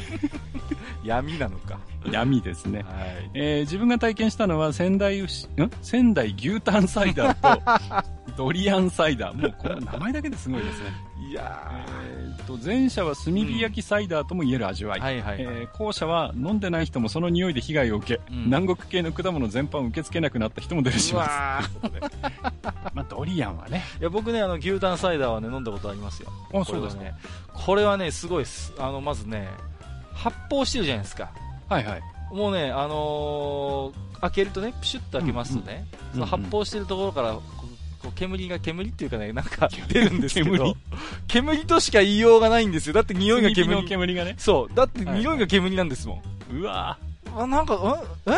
Speaker 2: 闇なのか。
Speaker 1: 闇ですね。
Speaker 2: はい。
Speaker 1: えー自分が体験したのは仙台牛、ん仙台牛タンサイダー
Speaker 2: *laughs*
Speaker 1: とドリアンサイダー。もうこの名前だけですごいですね。
Speaker 2: いや
Speaker 1: えーと前者は炭火焼きサイダーとも言える味わい、
Speaker 2: ーはいはいはい。
Speaker 1: えー後者は飲んでない人もその匂いで被害を受け、
Speaker 2: うん
Speaker 1: 南国系の果物全般を受け付けなくなった人も出るし
Speaker 2: う
Speaker 1: ます
Speaker 2: わー
Speaker 1: まあ、ドリアンはね
Speaker 2: いや僕ねあの牛タンサイダーはね飲んだことありますよ
Speaker 1: あ
Speaker 2: これはねこれはねすごいですあのまずね発泡してるじゃないですか
Speaker 1: はいはい
Speaker 2: もうねあのー開けるとねプシュッと開けますとね、その発泡してるところからこうこう煙が煙っていうかねなんか出るんですけど
Speaker 1: 煙
Speaker 2: 煙としか言いようがないんですよだって匂いが
Speaker 1: 炭火
Speaker 2: 煙
Speaker 1: の煙がね
Speaker 2: そうだって匂いが煙なんですもん、
Speaker 1: うわ
Speaker 2: あなんかんえ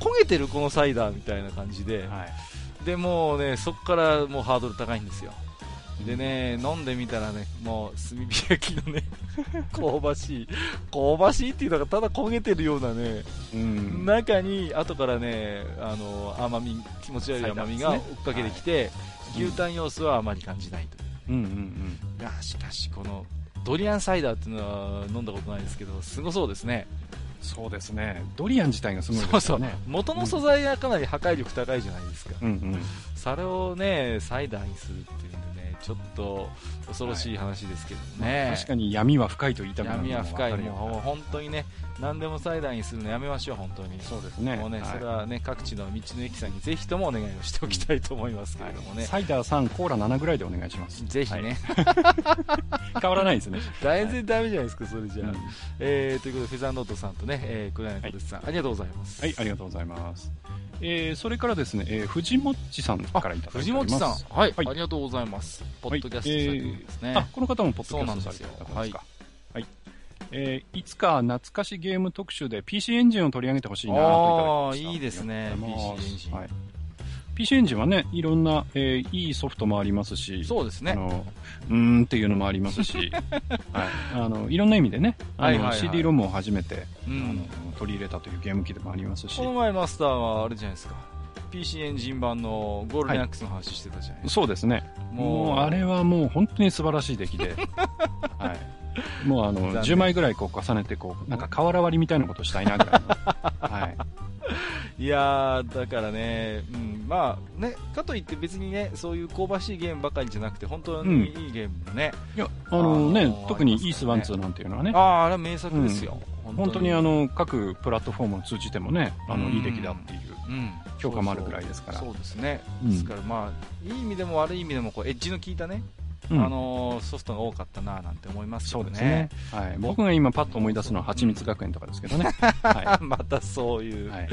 Speaker 2: 焦げてるこのサイダーみたいな感じで、
Speaker 1: ーはい
Speaker 2: でもうねそこからもうハードル高いんですよでね飲んでみたらねもう炭火焼きの
Speaker 1: *laughs*
Speaker 2: ね香ばしい香ばしいっていうのがただ焦げてるようなね、
Speaker 1: うん
Speaker 2: 中に後からねあの甘み気持ち悪い甘みが追
Speaker 1: サイダーですね
Speaker 2: っかけてきて、
Speaker 1: い
Speaker 2: 牛タン要素はあまり感じないと、
Speaker 1: うんうんうん
Speaker 2: いやしかしこのドリアンサイダーっていうのは飲んだことないですけどすごそうですね
Speaker 1: そうですねドリアン自体がすごいです
Speaker 2: そう
Speaker 1: よ
Speaker 2: そう
Speaker 1: ね
Speaker 2: 元の素材がかなり破壊力高いじゃないですか、
Speaker 1: うんうん
Speaker 2: それをねサイダーにするっていうんでねちょっと恐ろしい話ですけどね、
Speaker 1: 確かに闇は深いと言いたくなる
Speaker 2: 闇は深い
Speaker 1: の
Speaker 2: もう
Speaker 1: わか
Speaker 2: も
Speaker 1: る
Speaker 2: う
Speaker 1: よ
Speaker 2: 本当にね何でもサイダーにするのやめましょう本当に
Speaker 1: そうですね
Speaker 2: もうね、
Speaker 1: はい
Speaker 2: それはね各地の道の駅さんにぜひともお願いをしておきたいと思いますけれどもね、
Speaker 1: サイダー3コーラ7ぐらいでお願いします
Speaker 2: ぜひね、
Speaker 1: 変わらないですね
Speaker 2: 大然ダメじゃないですか、それじゃあ、
Speaker 1: *laughs* うん
Speaker 2: えーということで、フェザーノートさんとね、えー、黒柳徹さん、ありがとうございます。
Speaker 1: はい、ありがとうございます。えーそれからですね、えー藤もっちさんからいただいて
Speaker 2: 藤
Speaker 1: おります。
Speaker 2: 本さん、はい、
Speaker 1: はい
Speaker 2: ありがとうございます。ポッドキャストされてるんですね。
Speaker 1: あ、この方もポッドキャストされてる
Speaker 2: そう
Speaker 1: 方
Speaker 2: な
Speaker 1: で
Speaker 2: んですすよ
Speaker 1: か。はい。えーいつか懐かしゲーム特集で PC エンジンを取り上げてほしいなといただきました
Speaker 2: あーいいですね
Speaker 1: ありがとうございま
Speaker 2: PC
Speaker 1: す
Speaker 2: エンジン
Speaker 1: はい PC エンジンはね、いろんな、えーいいソフトもありますし、
Speaker 2: そうですね
Speaker 1: あ。のうーんっていうのもありま
Speaker 2: *laughs*
Speaker 1: すし、はい、あのいろんな意味でね、あの
Speaker 2: はいはいはい
Speaker 1: CD ロムを初めて、
Speaker 2: う
Speaker 1: あ
Speaker 2: ん
Speaker 1: の、取り入れたというゲーム機でもありますし
Speaker 2: こ、の前、マスターはあれじゃないですか。PC エンジン版のゴールデンアックスの話してたじゃないです
Speaker 1: そうですね、
Speaker 2: か。
Speaker 1: もうあれはもう本当に素晴らしい出来で、
Speaker 2: *laughs*
Speaker 1: はい、もうあ
Speaker 2: 残
Speaker 1: の
Speaker 2: 念
Speaker 1: 10枚ぐらいこう重ねてこうなんか瓦割りみたいなことしたいなぐらい
Speaker 2: *laughs*
Speaker 1: の、はい、
Speaker 2: いやーだからね、うん、まあね、かといって別にね、そういう香ばしいゲームばかりじゃなくて、本当にいいゲームもね、
Speaker 1: いやあのね
Speaker 2: あの
Speaker 1: 特に
Speaker 2: あり
Speaker 1: イー
Speaker 2: ます
Speaker 1: ス
Speaker 2: から
Speaker 1: ワ
Speaker 2: ね
Speaker 1: ンツーなんていうのはね
Speaker 2: ああ、あれは名作ですよ、
Speaker 1: 本当にあ、の各プラットフォームを通じてもねあの
Speaker 2: うん
Speaker 1: いい出来だっていう
Speaker 2: うん、
Speaker 1: 評価もあるぐらいですから
Speaker 2: そうそうそうですね、
Speaker 1: うん
Speaker 2: ですから、まあ、いい意味でも悪い意味でもこう、エッジの効いたね、
Speaker 1: うん
Speaker 2: あのーソフトが多かったななんて思いますけ
Speaker 1: そ
Speaker 2: ど
Speaker 1: う
Speaker 2: ね、
Speaker 1: ですね、はい、僕が今パッと思い出すのは蜂蜜学園とかですけどね、は
Speaker 2: *laughs* またそうい
Speaker 1: い、
Speaker 2: う、
Speaker 1: はい、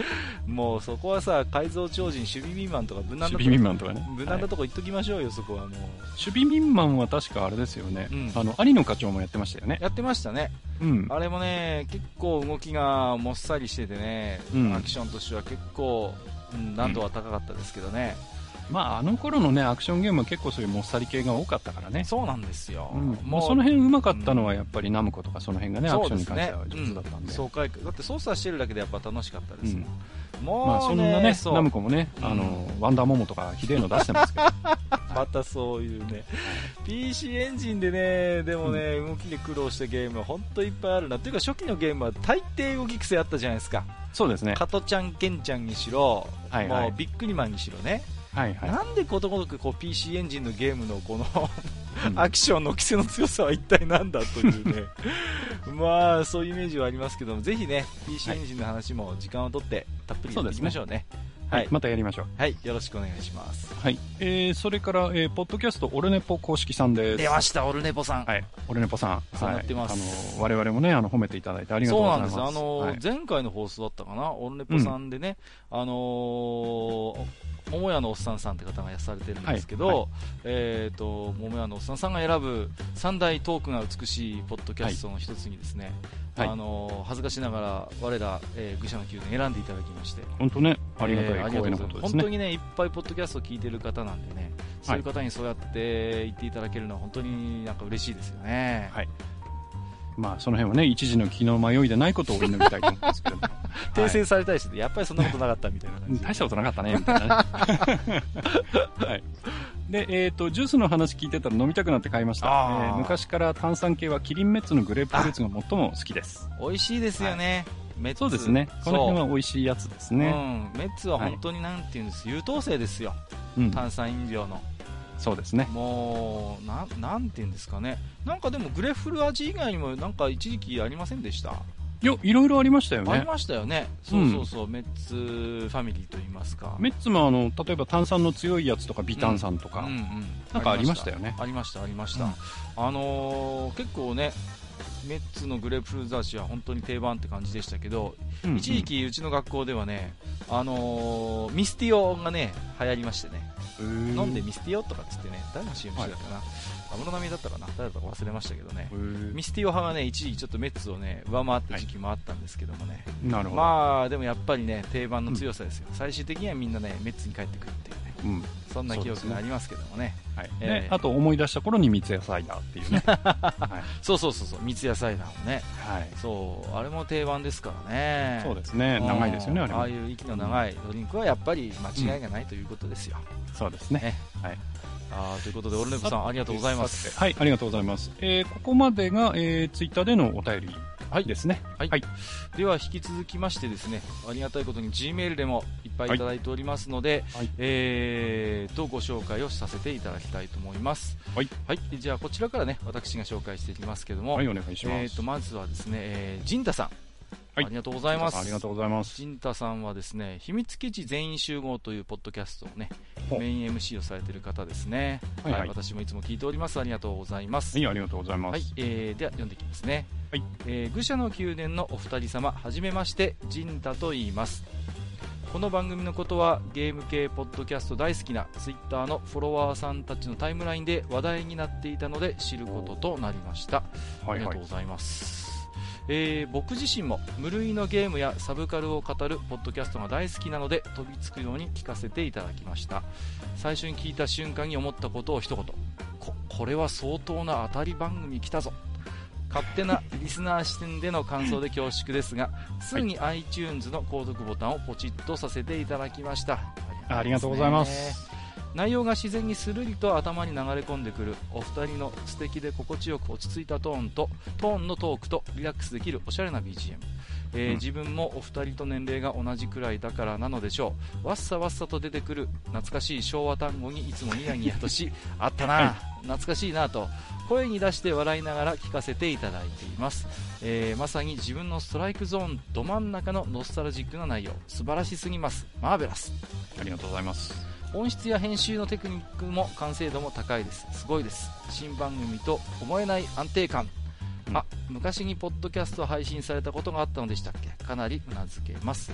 Speaker 2: もうそこはさ、改造超人、守備ビーマンとか無難
Speaker 1: 守
Speaker 2: なと
Speaker 1: 備民マンとかね
Speaker 2: 無難なとこ行っときましょうよ、そこはもう、
Speaker 1: 守備民マンは確かあれですよね、
Speaker 2: うん
Speaker 1: あの有野課長もやってましたよね、
Speaker 2: やってましたね。
Speaker 1: うん、
Speaker 2: あれもね、結構動きがもっさりしててね、
Speaker 1: うん
Speaker 2: アクションとしては結構、うん、難度は高かったですけどね、
Speaker 1: まあ、あの頃のね、アクションゲームは結構そういうもっさり系が多かったからね。
Speaker 2: そうなんですよ、
Speaker 1: うん、もうその辺うまかったのはやっぱりナムコとかその辺がね、アク
Speaker 2: そう
Speaker 1: ション
Speaker 2: で
Speaker 1: に
Speaker 2: す
Speaker 1: 関して
Speaker 2: ね
Speaker 1: は、上手だったんで。
Speaker 2: 爽快感だって操作してるだけでやっぱ楽しかったですもん、
Speaker 1: まあ
Speaker 2: も
Speaker 1: そ
Speaker 2: うんね、
Speaker 1: なね、
Speaker 2: そう
Speaker 1: ナムコもね、あの、ワンダーモモとかひでえの出してますけ
Speaker 2: *laughs*
Speaker 1: ど、
Speaker 2: またそういうね、PC エンジンでね、でもね、動きで苦労したゲームは本当いっぱいあるな、っていうか初期のゲームは大抵動き癖あったじゃないですか、
Speaker 1: そうですね。
Speaker 2: 加トちゃん、ケンちゃんにしろ、
Speaker 1: はいは
Speaker 2: も
Speaker 1: い
Speaker 2: うビックリマンにしろね。
Speaker 1: はいはい。
Speaker 2: なんでことごとくこう PC エンジンのゲームのこの
Speaker 1: うん
Speaker 2: アクションの癖の強さは一体なんだという
Speaker 1: *laughs*
Speaker 2: ねまあそういうイメージはありますけどもぜひね PC エンジンの話も時間を取ってたっぷりやっていきましょうね。
Speaker 1: はい、またやりましょう。
Speaker 2: はい、よろしくお願いします。
Speaker 1: はい。えー、それから、えー、ポッドキャスト、オルネポ公式さんです。
Speaker 2: 出ました、オルネポさん。
Speaker 1: はい。オルネポさん。
Speaker 2: そうなってます
Speaker 1: はい。あの、我々もね、あの、褒めていただいてありがとう
Speaker 2: そう
Speaker 1: ござ
Speaker 2: ないん
Speaker 1: ま。
Speaker 2: ですす。あの、
Speaker 1: はい
Speaker 2: 前回の放送だったかな、オルネポさんでね、あのー、桃屋のおっさんさんって方がやされてるんですけど、
Speaker 1: はいは
Speaker 2: えっ、と、桃屋のおっさんさんが選ぶ三大トークが美しいポッドキャストの一つにですね、
Speaker 1: はい
Speaker 2: あのー恥ずかしながら我ら、えー、愚者の宮殿選んでいただきまして、
Speaker 1: 本当ね、ありが
Speaker 2: えー
Speaker 1: た
Speaker 2: あ
Speaker 1: い
Speaker 2: りがとうござ
Speaker 1: 光栄なこ
Speaker 2: います
Speaker 1: とです
Speaker 2: 本当
Speaker 1: ね。
Speaker 2: にね、いっぱいポッドキャストを聞いてる方なんでね、そういう方にそうやって言っていただけるのは本当になんか嬉しいですよね。
Speaker 1: はいまあ、その辺はね、一時の気の迷いでないことをお祈りたいと思うんですけれども。
Speaker 2: *laughs* 訂正されたりして、やっぱりそんなことなかったみたいな感じで
Speaker 1: 大したことなかったね、み *laughs* たいなね。はい。で、えっ、と、ジュースの話聞いてたら飲みたくなって買いました。え
Speaker 2: あー
Speaker 1: ー昔から炭酸系はキリンメッツのグレープフルーツが最も好きです。
Speaker 2: 美味しいですよね、メッツ
Speaker 1: そうですね。この辺は美味しいやつですね。
Speaker 2: そううん、メッツは本当になんていうんです、優等生ですよ
Speaker 1: うん。
Speaker 2: 炭酸飲料の
Speaker 1: そうですね。
Speaker 2: もうななんていうんですかねなんかでもグレフル味以外にもなんか一時期ありませんでした、
Speaker 1: いや、いろいろありましたよ
Speaker 2: あり
Speaker 1: ね。
Speaker 2: ましたよねそうそうそう、メッツファミリーといいますか
Speaker 1: メッツもあの、例えば炭酸の強いやつとか、微炭酸とか、
Speaker 2: うんうん、
Speaker 1: なんかありましたよね。
Speaker 2: ありましたありました、
Speaker 1: うん
Speaker 2: あのー結構ねメッツのグレープフルーツ味は本当に定番って感じでしたけど
Speaker 1: うん
Speaker 2: 一時、期うちの学校ではね、あのーミスティオがね流行りましてね、飲
Speaker 1: 飲
Speaker 2: んでミスティオとかっつってね誰の CM してたかな安室奈美恵だったかな誰だったか忘れましたけどねミスティオ派がね一時期ちょっとメッツをね上回った時期もあったんですけどもね、
Speaker 1: なるほど。
Speaker 2: まあでもやっぱりね定番の強さですよ、最終的にはみんなねメッツに帰ってくるっていうね
Speaker 1: うん。
Speaker 2: そんな記憶がありますけどもね
Speaker 1: はい。
Speaker 2: え
Speaker 1: ね
Speaker 2: え
Speaker 1: あと思い出した頃に三ツ矢サイダーってい
Speaker 2: *laughs*
Speaker 1: うね。
Speaker 2: そうそうそうそう三ツ矢サイダーもね
Speaker 1: はい。
Speaker 2: そうあれも定番ですからね
Speaker 1: そうですね。
Speaker 2: うん
Speaker 1: 長いですよね、あれ
Speaker 2: あ
Speaker 1: も
Speaker 2: あ。いう息の長いドリンクはやっぱり間違いがないということですよ、
Speaker 1: そうですね。
Speaker 2: あーということで、オルネポさん、ありがとうございます。
Speaker 1: さてはい、ありがとうございます。えーここまでが、えー、ツイッターでのお便り
Speaker 2: はい
Speaker 1: ですね。
Speaker 2: では、引き続きましてですね、ありがたいことに G メールでもいっぱいいただいておりますので、
Speaker 1: はい
Speaker 2: えーと、ご紹介をさせていただきたいと思います。
Speaker 1: はい。
Speaker 2: じゃあ、こちらからね、私が紹介していきますけども、
Speaker 1: はい、お願いします。
Speaker 2: えーと、まずはですね、えー、ジンタさん。
Speaker 1: はい
Speaker 2: ありがとうございます。
Speaker 1: ありがとうございます。
Speaker 2: ジンタさんはですね、秘密基地全員集合というポッドキャストをね、
Speaker 1: ほう
Speaker 2: メイン MC をされている方ですね。
Speaker 1: はいはい
Speaker 2: 私もいつも聞いております。ありがとうございます
Speaker 1: は。い、ありがとうございます。
Speaker 2: はい、えーでは読んでいきますね、
Speaker 1: はい
Speaker 2: えー愚者の宮殿のお二人様はじめまして陣太と言いますこの番組のことはゲーム系ポッドキャスト大好きなツイッターのフォロワーさんたちのタイムラインで話題になっていたので知ることとなりました
Speaker 1: はい、
Speaker 2: ありが
Speaker 1: は
Speaker 2: と
Speaker 1: いう
Speaker 2: ご。ざいます、えー僕自身も無類のゲームやサブカルを語るポッドキャストが大好きなので飛びつくように聞かせていただきました最初に聞いた瞬間に思ったことを一言ここれは相当な当たり番組来たぞ勝手
Speaker 1: *laughs*
Speaker 2: なリスナー視点での感想で恐縮ですがすぐに iTunes の購読ボタンをポチッとさせていただきました
Speaker 1: ありがとうございます。
Speaker 2: 内容が自然にスルリと頭に流れ込んでくるお二人の素敵で心地よく落ち着いたトーンとトーンのトークとリラックスできるおしゃれな BGM、えー
Speaker 1: うん
Speaker 2: 自分もお二人と年齢が同じくらいだからなのでしょうわっさわっさと出てくる懐かしい昭和単語にいつもニヤニヤとし
Speaker 1: *laughs*
Speaker 2: あったな、
Speaker 1: はい
Speaker 2: 懐かしいなと声に出して笑いながら聞かせていただいています、えーまさに自分のストライクゾーンど真ん中のノスタルジックな内容素晴らしすぎますマーベラス
Speaker 1: ありがとうございます。
Speaker 2: 音質や編集のテクニックも完成度も高いですすごいです新番組と思えない安定感、
Speaker 1: うん
Speaker 2: あ昔にポッドキャスト配信されたことがあったのでしたっけかなりうなずけます、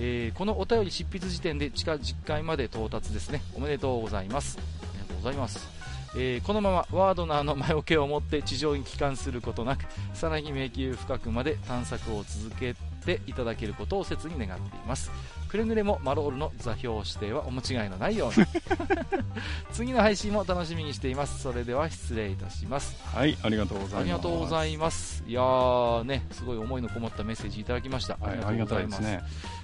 Speaker 2: えーこのお便り執筆時点で地下10回まで到達ですねおめでとうございますありがとうございますえーこのままワードナーの魔除けを持って地上に帰還することなくさらに迷宮深くまで探索を続けていただけることを切に願っていますくれぐれもマロールの座標指定はお間違いのないよ
Speaker 1: *laughs*
Speaker 2: うに次の配信も楽しみにしていますそれでは失礼いたします
Speaker 1: はい、ありがとうございます。
Speaker 2: ありがとうございますいやーねすごい思いのこもったメッセージいただきました、
Speaker 1: はい、ありがたいですね。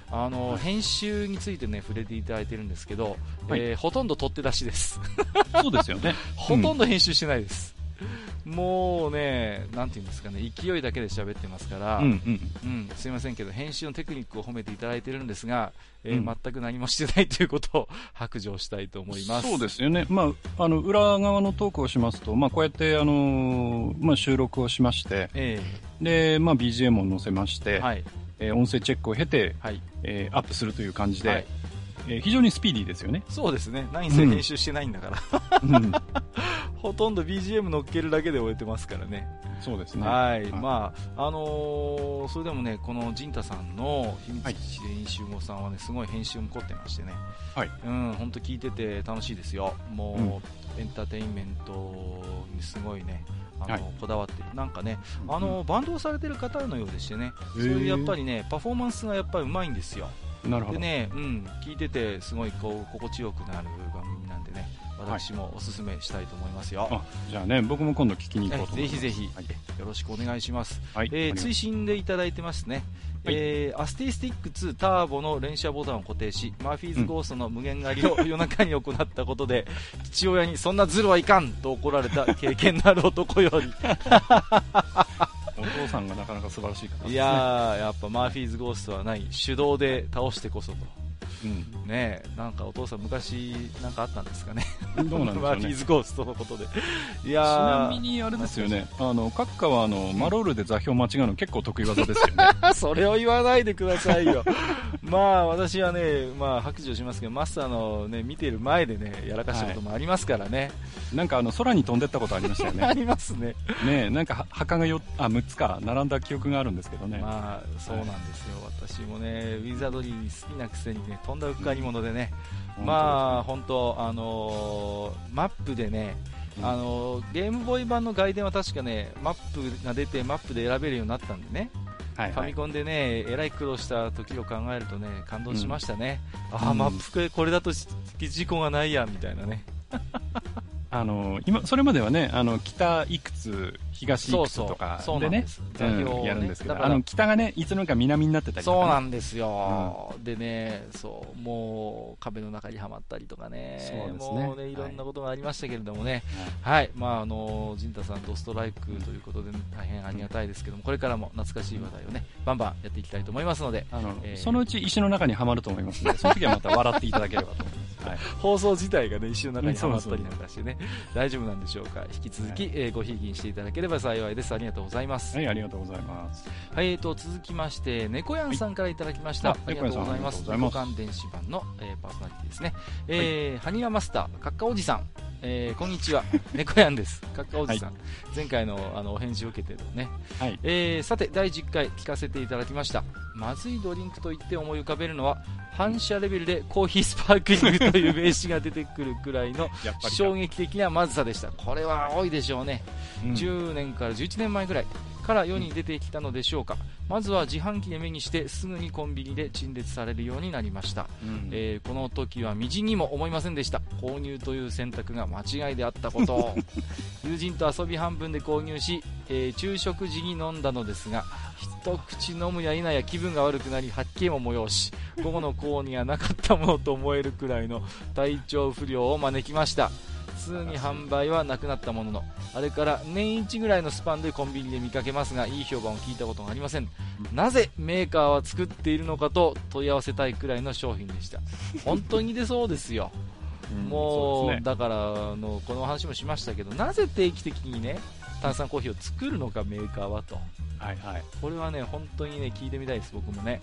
Speaker 2: あの編集についてね触れていただいてるんですけど、
Speaker 1: はい
Speaker 2: えーほとんど取って出しです
Speaker 1: *laughs* そうで
Speaker 2: *laughs*
Speaker 1: すよね。
Speaker 2: ほとんど編集してないです、もうね、なんていうんですかね、勢いだけで喋ってますから、
Speaker 1: うん、うん。
Speaker 2: うん、すいませんけど、編集のテクニックを褒めていただいてるんですが、えー
Speaker 1: うん
Speaker 2: 全く何もしてないということを *laughs* 白状したいと思います。
Speaker 1: そうですよね。まあ、あの、裏側のトークをしますと、まあ、こうやって、あのーまあ、収録をしまして、
Speaker 2: え
Speaker 1: で、まあ、BGM を載せまし
Speaker 2: え
Speaker 1: て、
Speaker 2: はい、
Speaker 1: えー音声チェックを経て、
Speaker 2: はい、
Speaker 1: えーアップするという感じで、
Speaker 2: はい
Speaker 1: えー非常にスピーディーです
Speaker 2: *laughs*
Speaker 1: よね。
Speaker 2: そうですね。何せ編集してないんだから。 *laughs*
Speaker 1: うん、
Speaker 2: ほとんど BGM 乗っけるだけで終えてますからね。
Speaker 1: そうですね。
Speaker 2: はい、
Speaker 1: い
Speaker 2: まああのーそれでもねこの陣太さんの秘密基地練習もさんはねすごい編集も凝ってましてね、
Speaker 1: はい
Speaker 2: うん本当聞いてて楽しいですよ。もう、エンターテインメントにすごいね。あの
Speaker 1: はい
Speaker 2: こだわってなんかね、
Speaker 1: うん
Speaker 2: あのバンドをされてる方のようでしてね、そ
Speaker 1: へー
Speaker 2: ういうやっぱりねパフォーマンスがやっぱりうまいんですよ、
Speaker 1: なるほ
Speaker 2: で
Speaker 1: ど。
Speaker 2: ね、うん、聞いててすごいこう心地よくなる番組なんでね、
Speaker 1: はい
Speaker 2: 私もおすすめしたいと思いますよ。
Speaker 1: あ、じゃあね、僕も今度聞きに行こうと思います。
Speaker 2: えぜひぜひ
Speaker 1: はい。
Speaker 2: よろしくお願いします。
Speaker 1: はい
Speaker 2: えー
Speaker 1: ありがとう
Speaker 2: 追伸でいただいてますね。
Speaker 1: はい
Speaker 2: えーアスティスティック2ターボの連射ボタンを固定し、マーフィーズゴーストの無限狩りを夜中に行ったことで、 *laughs* 父親にそんなズルはいかんと怒られた経験のある男よ
Speaker 1: お父さんがなかなか素晴らしい方です
Speaker 2: り、
Speaker 1: ね。
Speaker 2: いやー、やっぱマーフィーズゴーストはない、手動で倒してこそと。
Speaker 1: うん。
Speaker 2: ねえ、なんかお父さん昔なんかあったんですかね。
Speaker 1: ど
Speaker 2: *laughs*
Speaker 1: うなんでし
Speaker 2: マ
Speaker 1: ょう
Speaker 2: ーフィ
Speaker 1: ね。
Speaker 2: ー
Speaker 1: ち
Speaker 2: ズゴーストのことで。いや
Speaker 1: な
Speaker 2: ー
Speaker 1: みにあれですよね、あの、各家はあの、マロールで座標間違うの結構得意技ですよね。
Speaker 2: それを言わないでくださいよ。 *laughs* まあ私はね、まあ白状しますけど、マスターのね、見てる前でね、やらかしたこともありますからね。
Speaker 1: なんかあの、空に飛んでったことありましたよ
Speaker 2: あ *laughs*
Speaker 1: ね。
Speaker 2: りますね。
Speaker 1: ねなんかは墓がよ、あ、6つか、並んだ記憶があるんですけどね。
Speaker 2: まあそうなんですよ。私もね、ウィザードリーに好きなくせにね、とんだうっかり者でね、まあ本当、あのーマップでね、
Speaker 1: うん
Speaker 2: あのーゲームボーイ版の外伝は確かね、マップが出て、マップで選べるようになったんでね。
Speaker 1: あ、はい
Speaker 2: ファ
Speaker 1: は
Speaker 2: ミ
Speaker 1: い。
Speaker 2: コンでね、えらい苦労した時を考えるとね、感動しましたね。ああ、
Speaker 1: うん
Speaker 2: マップこれだとし事故がないや、みたいなね。
Speaker 1: あの、今、それまではね、あの、北いくつ、東いくつとか
Speaker 2: そうな
Speaker 1: で
Speaker 2: んで
Speaker 1: ね、
Speaker 2: す。
Speaker 1: う
Speaker 2: 座標
Speaker 1: ん
Speaker 2: をね
Speaker 1: やるんですけ
Speaker 2: だ
Speaker 1: ど、
Speaker 2: か
Speaker 1: あ
Speaker 2: ら
Speaker 1: の、北がね、いつの間にか南になってたりとか
Speaker 2: そう
Speaker 1: ね
Speaker 2: なんですよ、でね、そう、もう壁の中にはまったりとかね、
Speaker 1: そうですね
Speaker 2: もう
Speaker 1: は
Speaker 2: ね、
Speaker 1: い
Speaker 2: いろんなことがありましたけれどもね、はい、まあ、あの、陣太さん、ドストライクということで、大変ありがたいですけども、これからも懐かしい話題をね、バンバンやっていきたいと思いますので、
Speaker 1: あの、
Speaker 2: えー
Speaker 1: そのうち石の中にはまると思
Speaker 2: *laughs*
Speaker 1: いますので、その時はまた笑っていただければと思います。はい。
Speaker 2: 放送自体がね、一瞬の中にはまった
Speaker 1: う
Speaker 2: り
Speaker 1: んそう
Speaker 2: な
Speaker 1: そ
Speaker 2: んかしてね、大丈夫なんでしょうか。引き続き、
Speaker 1: は
Speaker 2: えーごひいきにしていただければ幸いです。ありがとうございます。
Speaker 1: は
Speaker 2: はい、
Speaker 1: い、ありがとうございます。
Speaker 2: えーと、続きまして、猫やんさんからいただきました。
Speaker 1: はい
Speaker 2: ありがとうございます。
Speaker 1: 猫やんさんありがとうございます
Speaker 2: 猫缶電子版の、えーパーソナリティですね。えーハニワマスター、カッカおじさん。えーこんにち
Speaker 1: *laughs*
Speaker 2: は。猫やんです。カッカおじさん。前回の、あの、お返事を受けてのね、
Speaker 1: はい。
Speaker 2: えーさて第10回聞かせていただきましたまずいドリンクと言って思い浮かべるのは反射レベルでコーヒースパークリングという名詞が出てくるくらいの
Speaker 1: やっぱりか。
Speaker 2: 衝撃的なまずさでしたこれは多いでしょうね、
Speaker 1: うん
Speaker 2: 10年から11年前ぐらいから世に出てきたのでしょうかまずは自販機で目にしてすぐにコンビニで陳列されるようになりました
Speaker 1: うん
Speaker 2: えーこの時はみじんにも思いませんでした購入という選択が間違いであったこと
Speaker 1: *laughs*
Speaker 2: 友人と遊び半分で購入し、えー昼食時に飲んだのですが一口飲むや否や気分が悪くなり吐き気も催し午後の行為にはなかったものと思えるくらいの体調不良を招きました普通に販売はなくなったもののあれから年一ぐらいのスパンでコンビニで見かけますがいい評判を聞いたことがありませんなぜメーカーは作っているのかと問い合わせたいくらいの商品でした本当に出そうですよ、
Speaker 1: うん
Speaker 2: もう
Speaker 1: そうですね
Speaker 2: だからあのこの話もしましたけどなぜ定期的にね炭酸コーヒーを作るのかメーカーはと
Speaker 1: はいはい。
Speaker 2: これはね本当にね聞いてみたいです僕もね、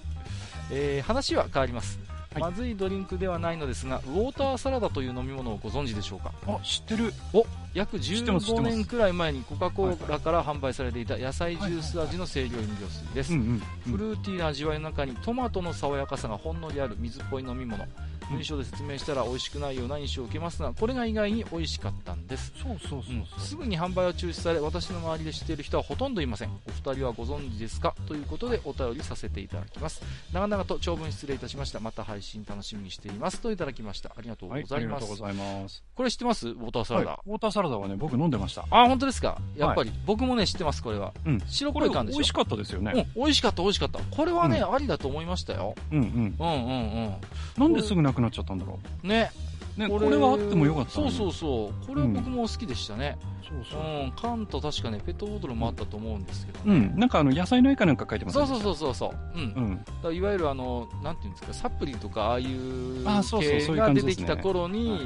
Speaker 2: えー話は変わります、
Speaker 1: はい
Speaker 2: まずいドリンクではないのですがウォーターサラダという飲み物をご存知でしょうか
Speaker 1: あ、知ってる。
Speaker 2: お約
Speaker 1: 知ってます知って
Speaker 2: 15
Speaker 1: ます
Speaker 2: 年くらい前にコカ・コーラから販売されていた野菜ジュース味の清涼飲料水です、
Speaker 1: ん
Speaker 2: フルーティーな味わいの中にトマトの爽やかさがほんのりある水っぽい飲み物文章で説明したら美味しくないような印象を受けますがこれが意外に美味しかったんです
Speaker 1: そうそうそ
Speaker 2: う
Speaker 1: う
Speaker 2: んすぐに販売は中止され私の周りで知っている人はほとんどいませんお二人はご存知ですかということでお便りさせていただきます長々と長文失礼いたしましたまた配信楽しみにしていますといただきましたありがとうご
Speaker 1: はい、
Speaker 2: ざ
Speaker 1: あ
Speaker 2: い
Speaker 1: り
Speaker 2: ま
Speaker 1: が
Speaker 2: す、
Speaker 1: とうございます。
Speaker 2: これ知ってますウォーターサ
Speaker 1: は
Speaker 2: ラ
Speaker 1: い、
Speaker 2: ダ、
Speaker 1: ウォーターサラダはね、僕飲んでました。
Speaker 2: あ本当ですかやっぱり、僕もね知ってますこれは、
Speaker 1: うん
Speaker 2: 白
Speaker 1: こ
Speaker 2: 黒
Speaker 1: れ
Speaker 2: い缶で
Speaker 1: 美
Speaker 2: しょ
Speaker 1: 味しかったですよね。
Speaker 2: うん、美味しかった美味しかったこれはね、ありだと思いましたよ
Speaker 1: うんうん。
Speaker 2: うんうん
Speaker 1: なんですぐなくなっちゃったんだろ
Speaker 2: うんね
Speaker 1: う。ね、これはあってもよかった。
Speaker 2: そうそううそうこれは僕も好きでしたね
Speaker 1: そう
Speaker 2: う
Speaker 1: そ
Speaker 2: ん、缶と確かねペットボトルもあったと思うんですけど、
Speaker 1: う。うん。なんかあの、野菜の絵かなんか書いてます
Speaker 2: そうそう
Speaker 1: う。
Speaker 2: そうそうそううん、
Speaker 1: う
Speaker 2: だか
Speaker 1: ん。
Speaker 2: らいわゆるあのなんていうんですかサプリとかああいう
Speaker 1: あそうそう
Speaker 2: 系
Speaker 1: そういう
Speaker 2: が
Speaker 1: 感
Speaker 2: 出
Speaker 1: じで
Speaker 2: て
Speaker 1: す
Speaker 2: き
Speaker 1: ね
Speaker 2: た頃に
Speaker 1: はい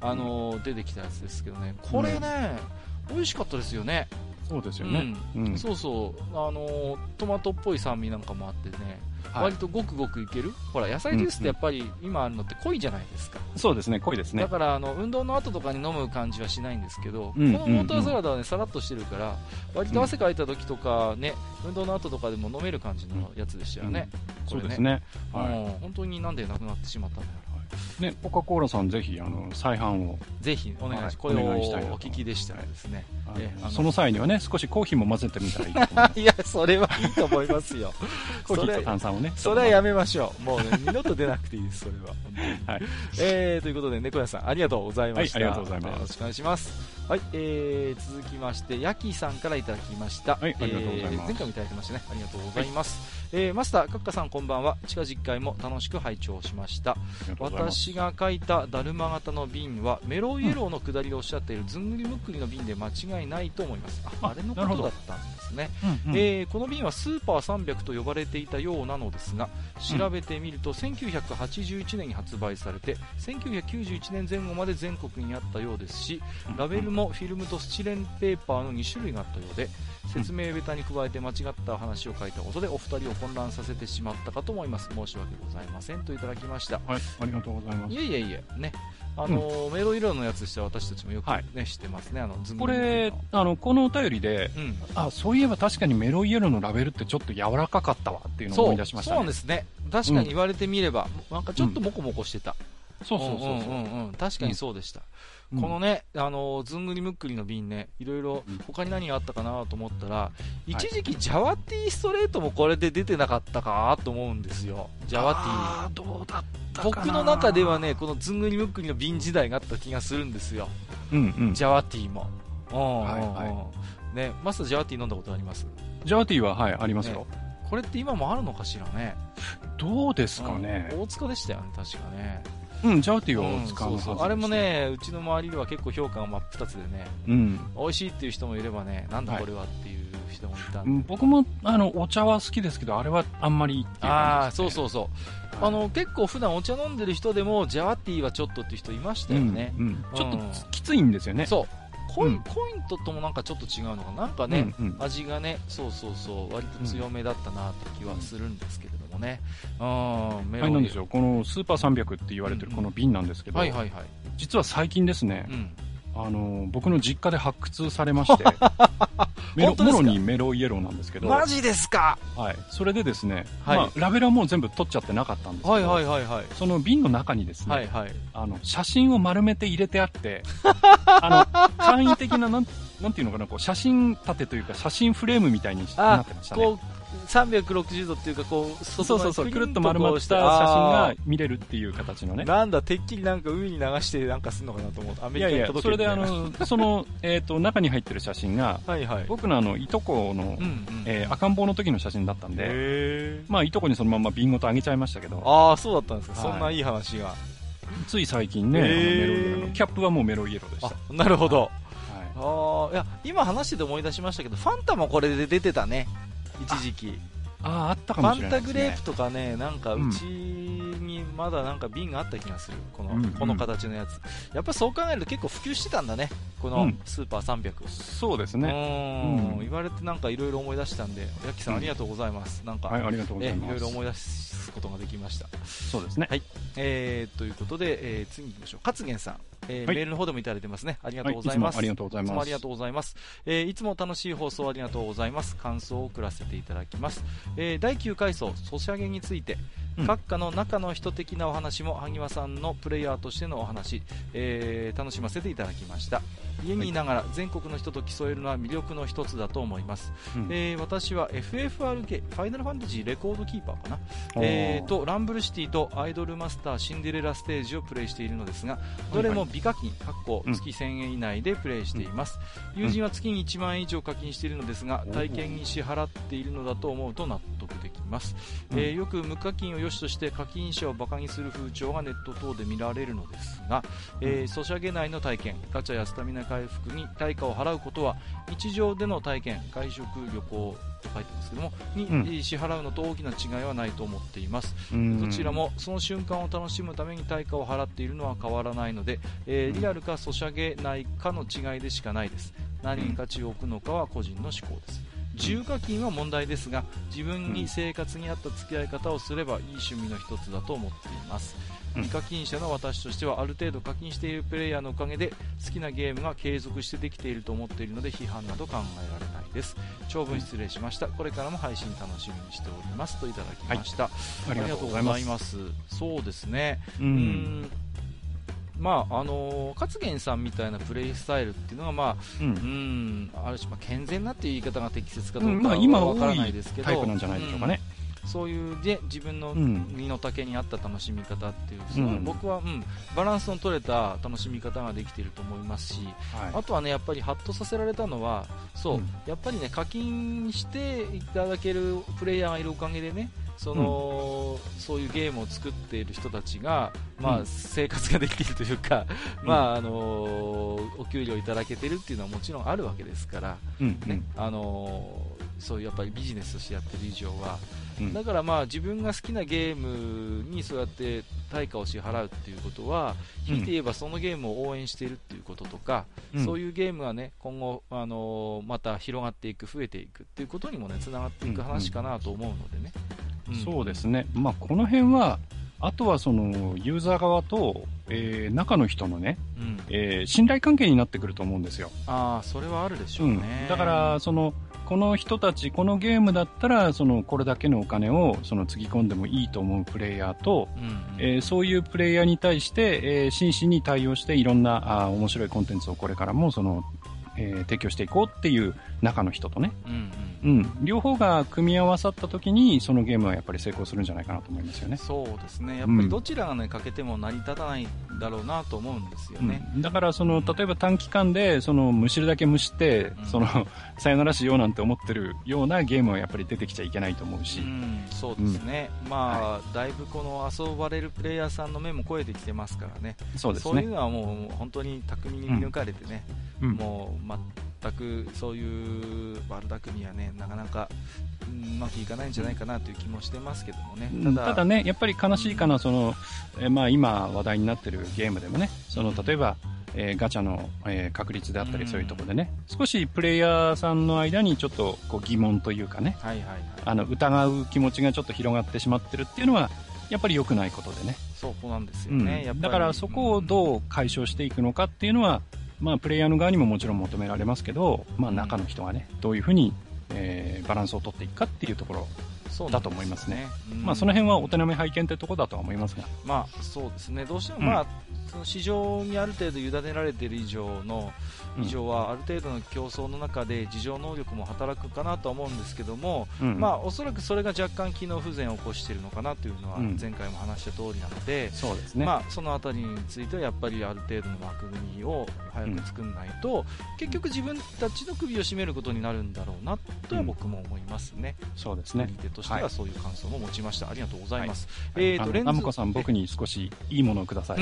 Speaker 2: あの出てきたやつですけどねこれね、美味しかったですよね
Speaker 1: そうですよね。
Speaker 2: うん
Speaker 1: うん
Speaker 2: そうそう、あのートマトっぽい酸味なんかもあってね、
Speaker 1: はい
Speaker 2: 割とごくごくいける、ほら、野菜ジュースってやっぱり今あるのって濃いじゃないですか、
Speaker 1: そうですね、濃いですね
Speaker 2: だ。からあの運動の後とかに飲む感じはしないんですけど、
Speaker 1: うん
Speaker 2: このウォーターサラダはね、さらっとしてるから、割と汗かいた時とかね、運動の後とかでも飲める感じのやつでしたよね、こ
Speaker 1: そう
Speaker 2: れ
Speaker 1: ですね。は
Speaker 2: もう本当になんでなくなってしまったんだろ
Speaker 1: い。ね、コカ・コーラさん、ぜひ、あの、再販を。
Speaker 2: うぜひお願いしま
Speaker 1: は
Speaker 2: す、
Speaker 1: い
Speaker 2: これを
Speaker 1: お願いしたいなと
Speaker 2: お聞きでしたらですね、
Speaker 1: あの
Speaker 2: ええあの
Speaker 1: その際にはね、少しコーヒーも混ぜてみたらいいと思います。
Speaker 2: いや、 *laughs* それはいいと思いますよ。
Speaker 1: コーヒーと炭酸をね。
Speaker 2: *laughs* それはやめましょう。もうね、二度と出なくていいです、それは。
Speaker 1: はい
Speaker 2: えー、ということで、猫屋さん、ありがとうございました。
Speaker 1: はいありがとうございます
Speaker 2: よろしくお願いします。はい、えー、続きまして、ヤキさんからいただきました。
Speaker 1: はいありがとうございま
Speaker 2: え
Speaker 1: す
Speaker 2: ー前回もいただきましたね。ありがとうございます。えー、マスター、カッカさんこんばんは。地下実会も楽しく拝聴しました。
Speaker 1: ありがとうございます。
Speaker 2: 私が書いただるま型の瓶はメロウイエローの下りでおっしゃっているずんぐりむっくりの瓶で間違いないと思いますあ
Speaker 1: あ
Speaker 2: あれのこ
Speaker 1: な
Speaker 2: と
Speaker 1: るほ
Speaker 2: だ
Speaker 1: ど
Speaker 2: ったんですね、
Speaker 1: うんうん
Speaker 2: えーこの瓶はスーパー300と呼ばれていたようなのですが調べてみると1981年に発売されて1991年前後まで全国にあったようですしラベルもフィルムとスチレンペーパーの2種類があったようで説明ベタに加えて間違った話を書いたことでお二人を混乱させてしまったかと思います申し訳ございませんといただきました
Speaker 1: はい、ありがとうございます
Speaker 2: い。えいえいえ、ね、あのーメロイロのやつして私たちもよく、ね
Speaker 1: はい
Speaker 2: 知ってますね、あのズン
Speaker 1: こ
Speaker 2: グリム
Speaker 1: れ、あの、このお便りで、
Speaker 2: のうん、
Speaker 1: あ、そういえば確かにメロイエローのラベルってちょっと柔らかかったわっていうのを
Speaker 2: そ
Speaker 1: 思
Speaker 2: う
Speaker 1: い出しまし
Speaker 2: そう
Speaker 1: た
Speaker 2: なん
Speaker 1: ね
Speaker 2: で。すね、確かに言われてみれば、なんかちょっとモコモコしてた、
Speaker 1: そうそうそう
Speaker 2: うんうんうんうん確かにそうでした、
Speaker 1: うん
Speaker 2: このね、あのーずんぐりむっくりの瓶ね、いろいろ
Speaker 1: うん
Speaker 2: 他に何があったかなと思ったら、
Speaker 1: い
Speaker 2: 一時期、ジャワティーストレートもこれで出てなかったかと思うんですよ、ジャワティー。
Speaker 1: あーどうだったかな
Speaker 2: 僕の中ではね、このずんぐりむっくりの瓶時代があった気がするんですよ。
Speaker 1: うんうん。
Speaker 2: ジャワティーも。うん
Speaker 1: はい
Speaker 2: うんうんね、マスタージャワティー飲んだことあります
Speaker 1: ジャーティーは、はい、ありますよ。
Speaker 2: これって今もあるのかしらね。
Speaker 1: どうですかね
Speaker 2: う。ん大塚でしたよね、確かね。
Speaker 1: うん、ジャーティーを使
Speaker 2: う
Speaker 1: う
Speaker 2: ん
Speaker 1: はずです
Speaker 2: そそあれも、ね、うちの周りでは結構評価が真っ二つでね、
Speaker 1: うん。
Speaker 2: 美味しいっていう人もいればね、なんだ
Speaker 1: はい
Speaker 2: これはっていう人もいたんで。
Speaker 1: うん僕も、あの、お茶は好きですけど、あれはあんまりっていう
Speaker 2: あ
Speaker 1: 感
Speaker 2: あ、
Speaker 1: じ
Speaker 2: そ
Speaker 1: で
Speaker 2: う
Speaker 1: すね。
Speaker 2: そうそう。
Speaker 1: はい
Speaker 2: あ、の、結構普段お茶飲んでる人でも、ジャワティーはちょっとっていう人いましたよね。
Speaker 1: うんうんちょっ
Speaker 2: うん
Speaker 1: ときついんですよね。
Speaker 2: そう。コイン、
Speaker 1: うん
Speaker 2: コインとともなんかちょっと違うのかな。なんかね、
Speaker 1: うんうん
Speaker 2: 味がね、そうそうそう、割と強めだったなって気はするんですけれどもね。うん、メ
Speaker 1: あれなんです
Speaker 2: よ。
Speaker 1: よ。このスーパー300って言われてるこの瓶なんですけど
Speaker 2: は、いはいはい。
Speaker 1: 実は最近ですね
Speaker 2: う、ん。
Speaker 1: あの、僕の実家で発掘されま *laughs* して、メロ
Speaker 2: 本当で
Speaker 1: も
Speaker 2: すか
Speaker 1: ろにメロイエローなんですけど、は
Speaker 2: マジですか
Speaker 1: い。それでですね、
Speaker 2: はい
Speaker 1: まあ、ラベルはもう全部取っちゃってなかったんです
Speaker 2: は
Speaker 1: け
Speaker 2: いは
Speaker 1: ど、
Speaker 2: いはいはい。
Speaker 1: その瓶の中にです
Speaker 2: はい
Speaker 1: ね、
Speaker 2: はい。
Speaker 1: あの、写真を丸めて入れてあ *laughs* って、あの、簡易的な、なん、なんていうのかな、こう、写真立てというか、写真フレームみたいにし
Speaker 2: あ
Speaker 1: なってましたね。
Speaker 2: こう、360度っていうか、こう、
Speaker 1: そうそうそう、くるっと丸まった写真
Speaker 2: あ
Speaker 1: が
Speaker 2: ー
Speaker 1: 見れるっていう形のね。
Speaker 2: なんだ、てっきりなんか海に流してなんかすんのかなと思って、アメ
Speaker 1: い
Speaker 2: リカ
Speaker 1: やい
Speaker 2: に
Speaker 1: や、
Speaker 2: 届け
Speaker 1: それ
Speaker 2: るみ
Speaker 1: で
Speaker 2: た
Speaker 1: あ
Speaker 2: いな
Speaker 1: の、その、えっ、と、中に入ってる写真が、
Speaker 2: はいはい。
Speaker 1: 僕のあの、いとこの、
Speaker 2: うんうん。
Speaker 1: えー赤ん坊の時の写真だったんで、
Speaker 2: へー
Speaker 1: まあ、いとこにそのまま瓶ごとあげちゃいましたけど、
Speaker 2: ああ、そうだったんですか。
Speaker 1: はい
Speaker 2: そんないい話が。
Speaker 1: つい最近ね、あの
Speaker 2: へー
Speaker 1: メロイエロの、キャップはもうメロイエロでした。
Speaker 2: あ
Speaker 1: は、
Speaker 2: なるほど。
Speaker 1: い
Speaker 2: ああいや今話してて思い出しましたけどファンタもこれで出てたね一時期
Speaker 1: ああ、あった
Speaker 2: フ
Speaker 1: かもし
Speaker 2: ァン
Speaker 1: れな
Speaker 2: タ
Speaker 1: いで
Speaker 2: グ
Speaker 1: す
Speaker 2: レー
Speaker 1: ね
Speaker 2: プ。とかねなんか
Speaker 1: うん
Speaker 2: うちにまだなんか瓶があった気がするこの,、
Speaker 1: うんうん
Speaker 2: この形のやつやっぱそう考えると結構普及してたんだねこ
Speaker 1: う
Speaker 2: の
Speaker 1: ん
Speaker 2: スーパー300、
Speaker 1: そうです
Speaker 2: う
Speaker 1: ね。
Speaker 2: ーん
Speaker 1: うん
Speaker 2: 言われてなんかいろいろ思い出したんでヤッキさんありがとうございます、なんか、
Speaker 1: はい、ありがとうござい
Speaker 2: え
Speaker 1: ます。
Speaker 2: いろいろ思い出すことができました
Speaker 1: そうですね。
Speaker 2: えー、ということで、えー次に行きましょう。勝元さん、えー
Speaker 1: はい
Speaker 2: メールの方でもいただいてますね。ありがと
Speaker 1: は
Speaker 2: う
Speaker 1: い、
Speaker 2: ご
Speaker 1: い
Speaker 2: ざ
Speaker 1: つ
Speaker 2: いま
Speaker 1: も
Speaker 2: す。
Speaker 1: ありがとうござい
Speaker 2: いつも
Speaker 1: ま
Speaker 2: ありが
Speaker 1: す
Speaker 2: と。うございます、えーいつも楽しい放送ありがとうございます感想を送らせていただきます、えー第9回層ソシャゲについて、
Speaker 1: うん
Speaker 2: 閣下の中の人的なお話も萩和さんのプレイヤーとしてのお話、えー楽しませていただきました家にいながら全国の人と競えるのは魅力の一つだと思います、
Speaker 1: うん
Speaker 2: えー私は FFRK ファイナルファンタジーレコードキーパーかな
Speaker 1: おー
Speaker 2: えー、とランブルシティとアイドルマスターシンデレラステージをプレイしているのですがどれも美課金かっこ
Speaker 1: うん
Speaker 2: 月1000円以内でプレイしています、
Speaker 1: ん
Speaker 2: 友人は月に1万円以上課金しているのですが
Speaker 1: おー
Speaker 2: 体験に支払っているのだと思うと納得できます、
Speaker 1: うん
Speaker 2: えーよく無課金を良しとして課金者をバカにする風潮がネット等で見られるのですが、えーソシャゲ内の体験ガチャやスタミナ回復に対価を払うことは日常での体験外食旅行と書いてますけどもに、
Speaker 1: うん
Speaker 2: えー支払うのと大きな違いはないと思っています
Speaker 1: うん
Speaker 2: どちらもその瞬間を楽しむために対価を払っているのは変わらないので、えーリアルかソシャゲ内かの違いでしかないです何に価値を置くのかは個人の思考です重課金は問題ですが自分に生活に合った付き合い方をすればいい趣味の一つだと思っています
Speaker 1: うん
Speaker 2: 未課金者の私としてはある程度課金しているプレイヤーのおかげで好きなゲームが継続してできていると思っているので批判など考えられないです長文失礼しましたこれからも配信楽しみにしておりますといただきました、
Speaker 1: ありがとうござ
Speaker 2: ありがと
Speaker 1: います。
Speaker 2: うございますそうですね
Speaker 1: う。
Speaker 2: うんんまああのー勝元さんみたいなプレイスタイルっていうのは、まあ
Speaker 1: う。
Speaker 2: うんん、ある種、まあ、健全なっていう言い方が適切かどう
Speaker 1: ま
Speaker 2: か
Speaker 1: あ今
Speaker 2: は
Speaker 1: 多
Speaker 2: わからない
Speaker 1: い
Speaker 2: ですけど、
Speaker 1: タイプなんじゃないでしょうかね。
Speaker 2: うんそういうで自分の
Speaker 1: うん
Speaker 2: 身の丈に合った楽しみ方っていう、
Speaker 1: うん
Speaker 2: 僕は、うん、バランスの取れた楽しみ方ができていると思いますし、
Speaker 1: は
Speaker 2: あとはねやっぱりハッとさせられたのはそう、
Speaker 1: うん
Speaker 2: やっぱりね課金していただけるプレイヤーがいるおかげでねその、そういうゲームを作っている人たちが、まあ
Speaker 1: うん
Speaker 2: 生活ができているというか、
Speaker 1: うん
Speaker 2: まああのーお給料いただけてるっていうのはもちろんあるわけですから、
Speaker 1: い。うん。う
Speaker 2: ね
Speaker 1: ん
Speaker 2: あのーそういうやっぱりビジネスとしてやってる以上は、
Speaker 1: うん
Speaker 2: だからまあ自分が好きなゲームにそうやって対価を支払うっていうことは、
Speaker 1: うん
Speaker 2: ひいて言えばそのゲームを応援しているっていうこととか、
Speaker 1: うん
Speaker 2: そういうゲームがね今後、あのーまた広がっていく、増えていくっていうことにもねつながっていく話かなと思うのでね。ん
Speaker 1: そうですね。まあ、この辺は、あとはその、ユーザー側と、えー中の人のね、
Speaker 2: うん
Speaker 1: えー信頼関係になってくると思うんですよ。
Speaker 2: ああ、それはあるでしょ
Speaker 1: う
Speaker 2: うんね。。
Speaker 1: だから、その、この人たち、このゲームだったら、その、これだけのお金を、その、つぎ込んでもいいと思うプレイヤーと、
Speaker 2: うん、うん
Speaker 1: えーそういうプレイヤーに対して、えー真摯に対応していろんなあー面白いコンテンツをこれからもその、えー提供していこうっていう中の人とね、
Speaker 2: うんうん
Speaker 1: うん、両方が組み合わさった時にそのゲームはやっぱり成功するんじゃないかなと思いますよね。
Speaker 2: そうですね、やっぱ
Speaker 1: うん
Speaker 2: りどちらが、ね、欠けても成り立たないだろうなと思うんですよね。
Speaker 1: うんだからその例えば短期間でそのむしるだけむしって、
Speaker 2: うん
Speaker 1: そのさよならしようなんて思ってるようなゲームはやっぱり出てきちゃいけないと思うし、
Speaker 2: うん、そうですね、まあ、だいぶこの遊ばれるプレイヤーさんの目も超えてきてますからね、
Speaker 1: そうです
Speaker 2: いう
Speaker 1: ね。
Speaker 2: のはもう本当に巧みに見抜かれてね、
Speaker 1: うん
Speaker 2: もう全くそういう悪巧みはね、なかなかうんうまくいかないんじゃないかなという気もしてますけどもね、
Speaker 1: ただ
Speaker 2: ただ、
Speaker 1: ね、やっぱり悲しいかな、そのえーまあ、今話題になってるゲームでもね、その例えば、えーガチャの、えー確率であったり、
Speaker 2: うん
Speaker 1: そういうところでね、少しプレイヤーさんの間にちょっとこう疑問というかね、
Speaker 2: はいはいはい、
Speaker 1: あの疑う気持ちがちょっと広がってしまってるっていうのは、やっぱり良くないことでね、
Speaker 2: そうこうなんですよ
Speaker 1: うん
Speaker 2: ね、やっぱり
Speaker 1: だからそこをどう解消していくのかっていうのは、まあ、プレイヤーの側にももちろん求められますけど、まあ、
Speaker 2: うん
Speaker 1: 中の人がね、どういうふうに、えーバランスを取っていくかっていうところ、
Speaker 2: そう
Speaker 1: だと思います
Speaker 2: なん
Speaker 1: ね
Speaker 2: ですよね
Speaker 1: まあ、その辺はお手
Speaker 2: うん
Speaker 1: 並み拝見ってとこだとは思いますが。
Speaker 2: まあそうですねどうしても、
Speaker 1: うん
Speaker 2: まあその市場にある程度委ねられている以上の
Speaker 1: うん
Speaker 2: 以上はある程度の競争の中で自浄能力も働くかなとは思うんですけども、
Speaker 1: うん
Speaker 2: まあ、おそらくそれが若干機能不全を起こしているのかなというのは
Speaker 1: うん
Speaker 2: 前回も話した通りなので、
Speaker 1: そうですね。
Speaker 2: まあ、そのあたりについてはやっぱりある程度の枠組みを早く作んないと、結局自分たちの首を絞めることになるんだろうなとは僕も思いますね、
Speaker 1: そうですね
Speaker 2: 見。手として
Speaker 1: は
Speaker 2: はいそういう感想も持ちました、ありがとうございます。えー
Speaker 1: あ
Speaker 2: と
Speaker 1: の
Speaker 2: レンズ
Speaker 1: ナムコさん、僕に少しいいものをください。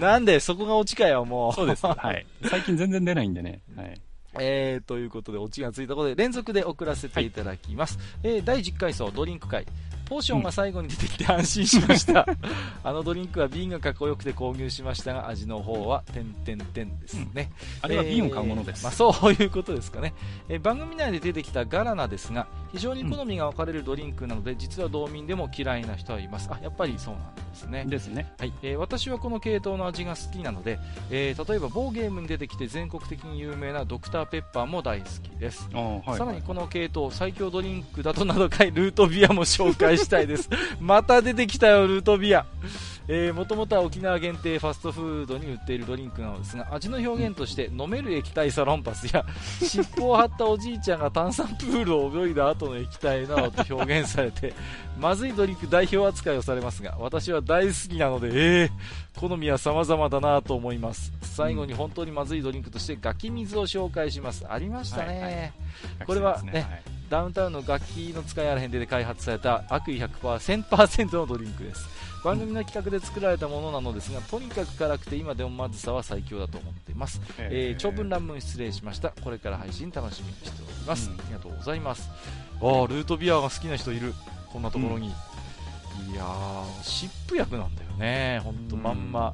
Speaker 2: なんで *laughs* そこがオチかよもう
Speaker 1: そう *laughs* です。はい。最近全然出ないんでね。はい。
Speaker 2: えー、ということで、オチがついたことで連続で送らせていただきます。えー第10回層ドリンク会。ポーションが最後に出てきて安心しました。 *laughs* あのドリンクは瓶がかっこよくて購入しましたが、味の方は点々点ですね。
Speaker 1: あれは瓶を買うものです。
Speaker 2: えーまあ、そういうことですかね、えー番組内で出てきたガラナですが、非常に好みが分かれるドリンクなので、実は道民でも嫌いな人はいます。あ、やっぱりそうなんですね。
Speaker 1: ですね。
Speaker 2: はいえー私はこの系統の味が好きなので、えー例えば某ゲームに出てきて全国的に有名なドクターペッパーも大好きです、
Speaker 1: あーはい。
Speaker 2: さらに
Speaker 1: はい
Speaker 2: この系統最強ドリンクだとなどかいルートビアも紹介したいです
Speaker 1: *laughs*
Speaker 2: また出てきたよルートビアもともとは沖縄限定ファストフードに売っているドリンクなのですが味の表現として飲める液体サロンパスや尻尾を張ったおじいちゃんが炭酸プールを泳いだ後の液体などと表現されてまずいドリンク代表扱いをされますが私は大好きなのでえー好みは様々だなと思います最後に本当にまずいドリンクとしてガキ水を紹介しますありましたね、
Speaker 1: はいは
Speaker 2: これはね
Speaker 1: ですい
Speaker 2: ダウンタウンの楽器の使いあらへんで開発された悪意100%、1000%のドリンクです。番組の企画で作られたものなのですが、とにかく辛くて今でもまずさは最強だと思っています。えー長文乱文失礼しました。これから配信楽しみにしております。
Speaker 1: うん
Speaker 2: ありがとうございます。あー、ルートビアが好きな人いる。こんなところに。いやー、湿布薬なんだよね。ほんとまんま。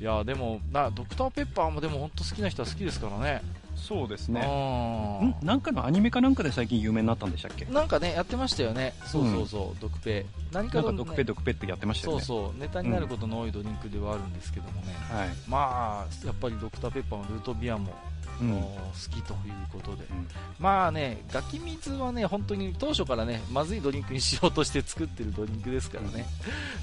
Speaker 2: いやでもなドクターペッパーもでも本当好きな人は好きですからね
Speaker 1: そうです
Speaker 2: ね
Speaker 1: ね。んなんかのアニメかなんかで最近有名になったんでしたっけ
Speaker 2: なんかねやってましたよねそうそうそう、ドクペ何
Speaker 1: な
Speaker 2: かのね
Speaker 1: んかドクペドクペってやってましたよ
Speaker 2: そう
Speaker 1: ね。
Speaker 2: そうネタになることの多いドリンクではあるんですけどもね、
Speaker 1: はい。
Speaker 2: まあやっぱりドクターペッパーもルートビアも、
Speaker 1: う
Speaker 2: あ
Speaker 1: ん
Speaker 2: の好きということで、
Speaker 1: うん
Speaker 2: まあねガキ水はね本当に当初からねまずいドリンクにしようとして作ってるドリンクですからね、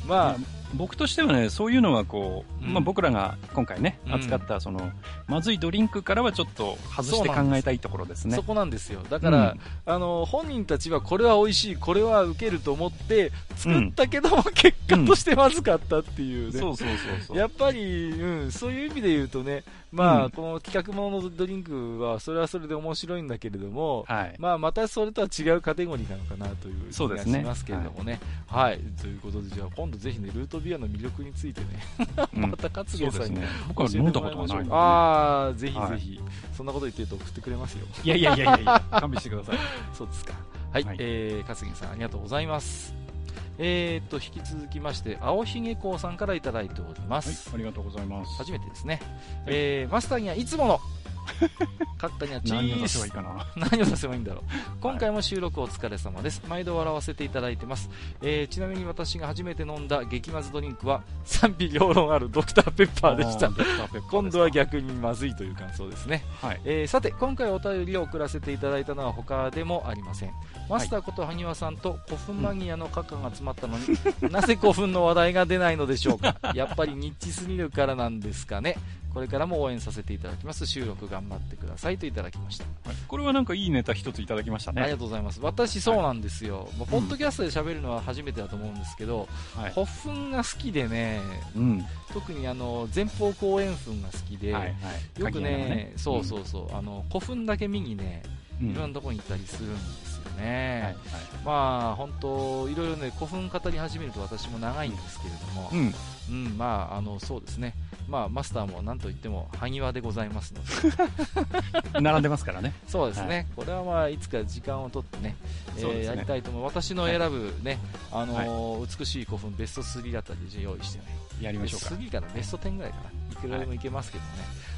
Speaker 2: まあ
Speaker 1: 僕としてはね、そういうのはこう、
Speaker 2: うん
Speaker 1: まあ僕らが今回ね、
Speaker 2: うん
Speaker 1: 扱ったその、まずいドリンクからはちょっと外して考えたいところですね
Speaker 2: そ。こなんですよだから、
Speaker 1: うん
Speaker 2: あの本人たちはこれは美味しいこれはウケると思って作ったけども、結果としてまずかったっていうね、
Speaker 1: そうそうそうそう。
Speaker 2: やっぱり、うん、そういう意味で言うとね、まあ、
Speaker 1: うん
Speaker 2: この企画もののドリンクは、それはそれで面白いんだけれども、
Speaker 1: はい。
Speaker 2: まあ、またそれとは違うカテゴリーなのかなという気
Speaker 1: そう
Speaker 2: が
Speaker 1: です
Speaker 2: し
Speaker 1: ね
Speaker 2: ますけれどもね。はい、ということで、じゃあ今度ぜひね、ルートビアの魅力についてね、
Speaker 1: うん
Speaker 2: また勝
Speaker 1: そう
Speaker 2: 家
Speaker 1: で
Speaker 2: さ
Speaker 1: す
Speaker 2: んに。
Speaker 1: ね。僕
Speaker 2: 教
Speaker 1: は
Speaker 2: えて
Speaker 1: 飲
Speaker 2: も
Speaker 1: んだこ
Speaker 2: らい
Speaker 1: とが
Speaker 2: ましょ
Speaker 1: な
Speaker 2: う
Speaker 1: い。
Speaker 2: ああ、ぜひぜ
Speaker 1: はい
Speaker 2: ひ、そんなこと言ってると送ってくれますよ。
Speaker 1: いやいやいやいやいや、勘弁してください。
Speaker 2: そうですか。はい、
Speaker 1: はい
Speaker 2: えー、勝家さんありがとうございます。えー、っと、引き続きまして、青ひげこうさんからいただいておりま
Speaker 1: はい
Speaker 2: す。、
Speaker 1: ありがとうございます。
Speaker 2: 初めてですね、えーマスターにはいつも
Speaker 1: *laughs*
Speaker 2: のカッタにはチ
Speaker 1: 何を
Speaker 2: ー
Speaker 1: 出せばいい
Speaker 2: ズ
Speaker 1: かな。
Speaker 2: 何を出せばいいんだろう今回も収録お疲れ様です毎度笑わせていただいてます、えーちなみに私が初めて飲んだ激まずドリンクは賛否両論あるドクターペッパーでした
Speaker 1: あードクターペッパーですか
Speaker 2: 今度は。逆にまずいという感想ですね
Speaker 1: はい。
Speaker 2: えーさて今回お便りを送らせていただいたのは他でもありませんマスターこと萩和さんと古墳マニアのカカが詰まったのに、なぜ古墳の話題が出ないのでしょうか *laughs* やっぱりニッチすぎるからなんですかねこれからも応援させていただきます収録頑張ってくださいといただきました、
Speaker 1: はいこれはなんかいいネタ一ついただきました
Speaker 2: あり
Speaker 1: ね
Speaker 2: が。とうございます私そうなんですよ、まあポッドキャストで喋るのは初めてだと思うんですけど、
Speaker 1: はい。
Speaker 2: 古墳が好きでね
Speaker 1: うん。
Speaker 2: 特にあの前方後円墳が好きで、
Speaker 1: はい。
Speaker 2: よくねそう
Speaker 1: う。
Speaker 2: そうそう、あの古墳だけ見にね
Speaker 1: うん
Speaker 2: いろんなとこに行ったりするんですよ
Speaker 1: はい。は
Speaker 2: ね
Speaker 1: い、
Speaker 2: まあ本当いろいろね古墳語り始めると私も長いんですけれども
Speaker 1: う、ん。
Speaker 2: うんまああのそうですねまあマスターも何と言っても埴輪でございますので
Speaker 1: 並んでますからね。
Speaker 2: そうですね、これはまあいつか時間を取ってねえー
Speaker 1: そうですね
Speaker 2: やりたいと思う私の選ぶね、あのー美しい古墳ベスト3あたりで用意してね
Speaker 1: やりま
Speaker 2: ベ
Speaker 1: しょ
Speaker 2: スト
Speaker 1: うか。
Speaker 2: 3からベスト10ぐらいかないくらでもいけますけど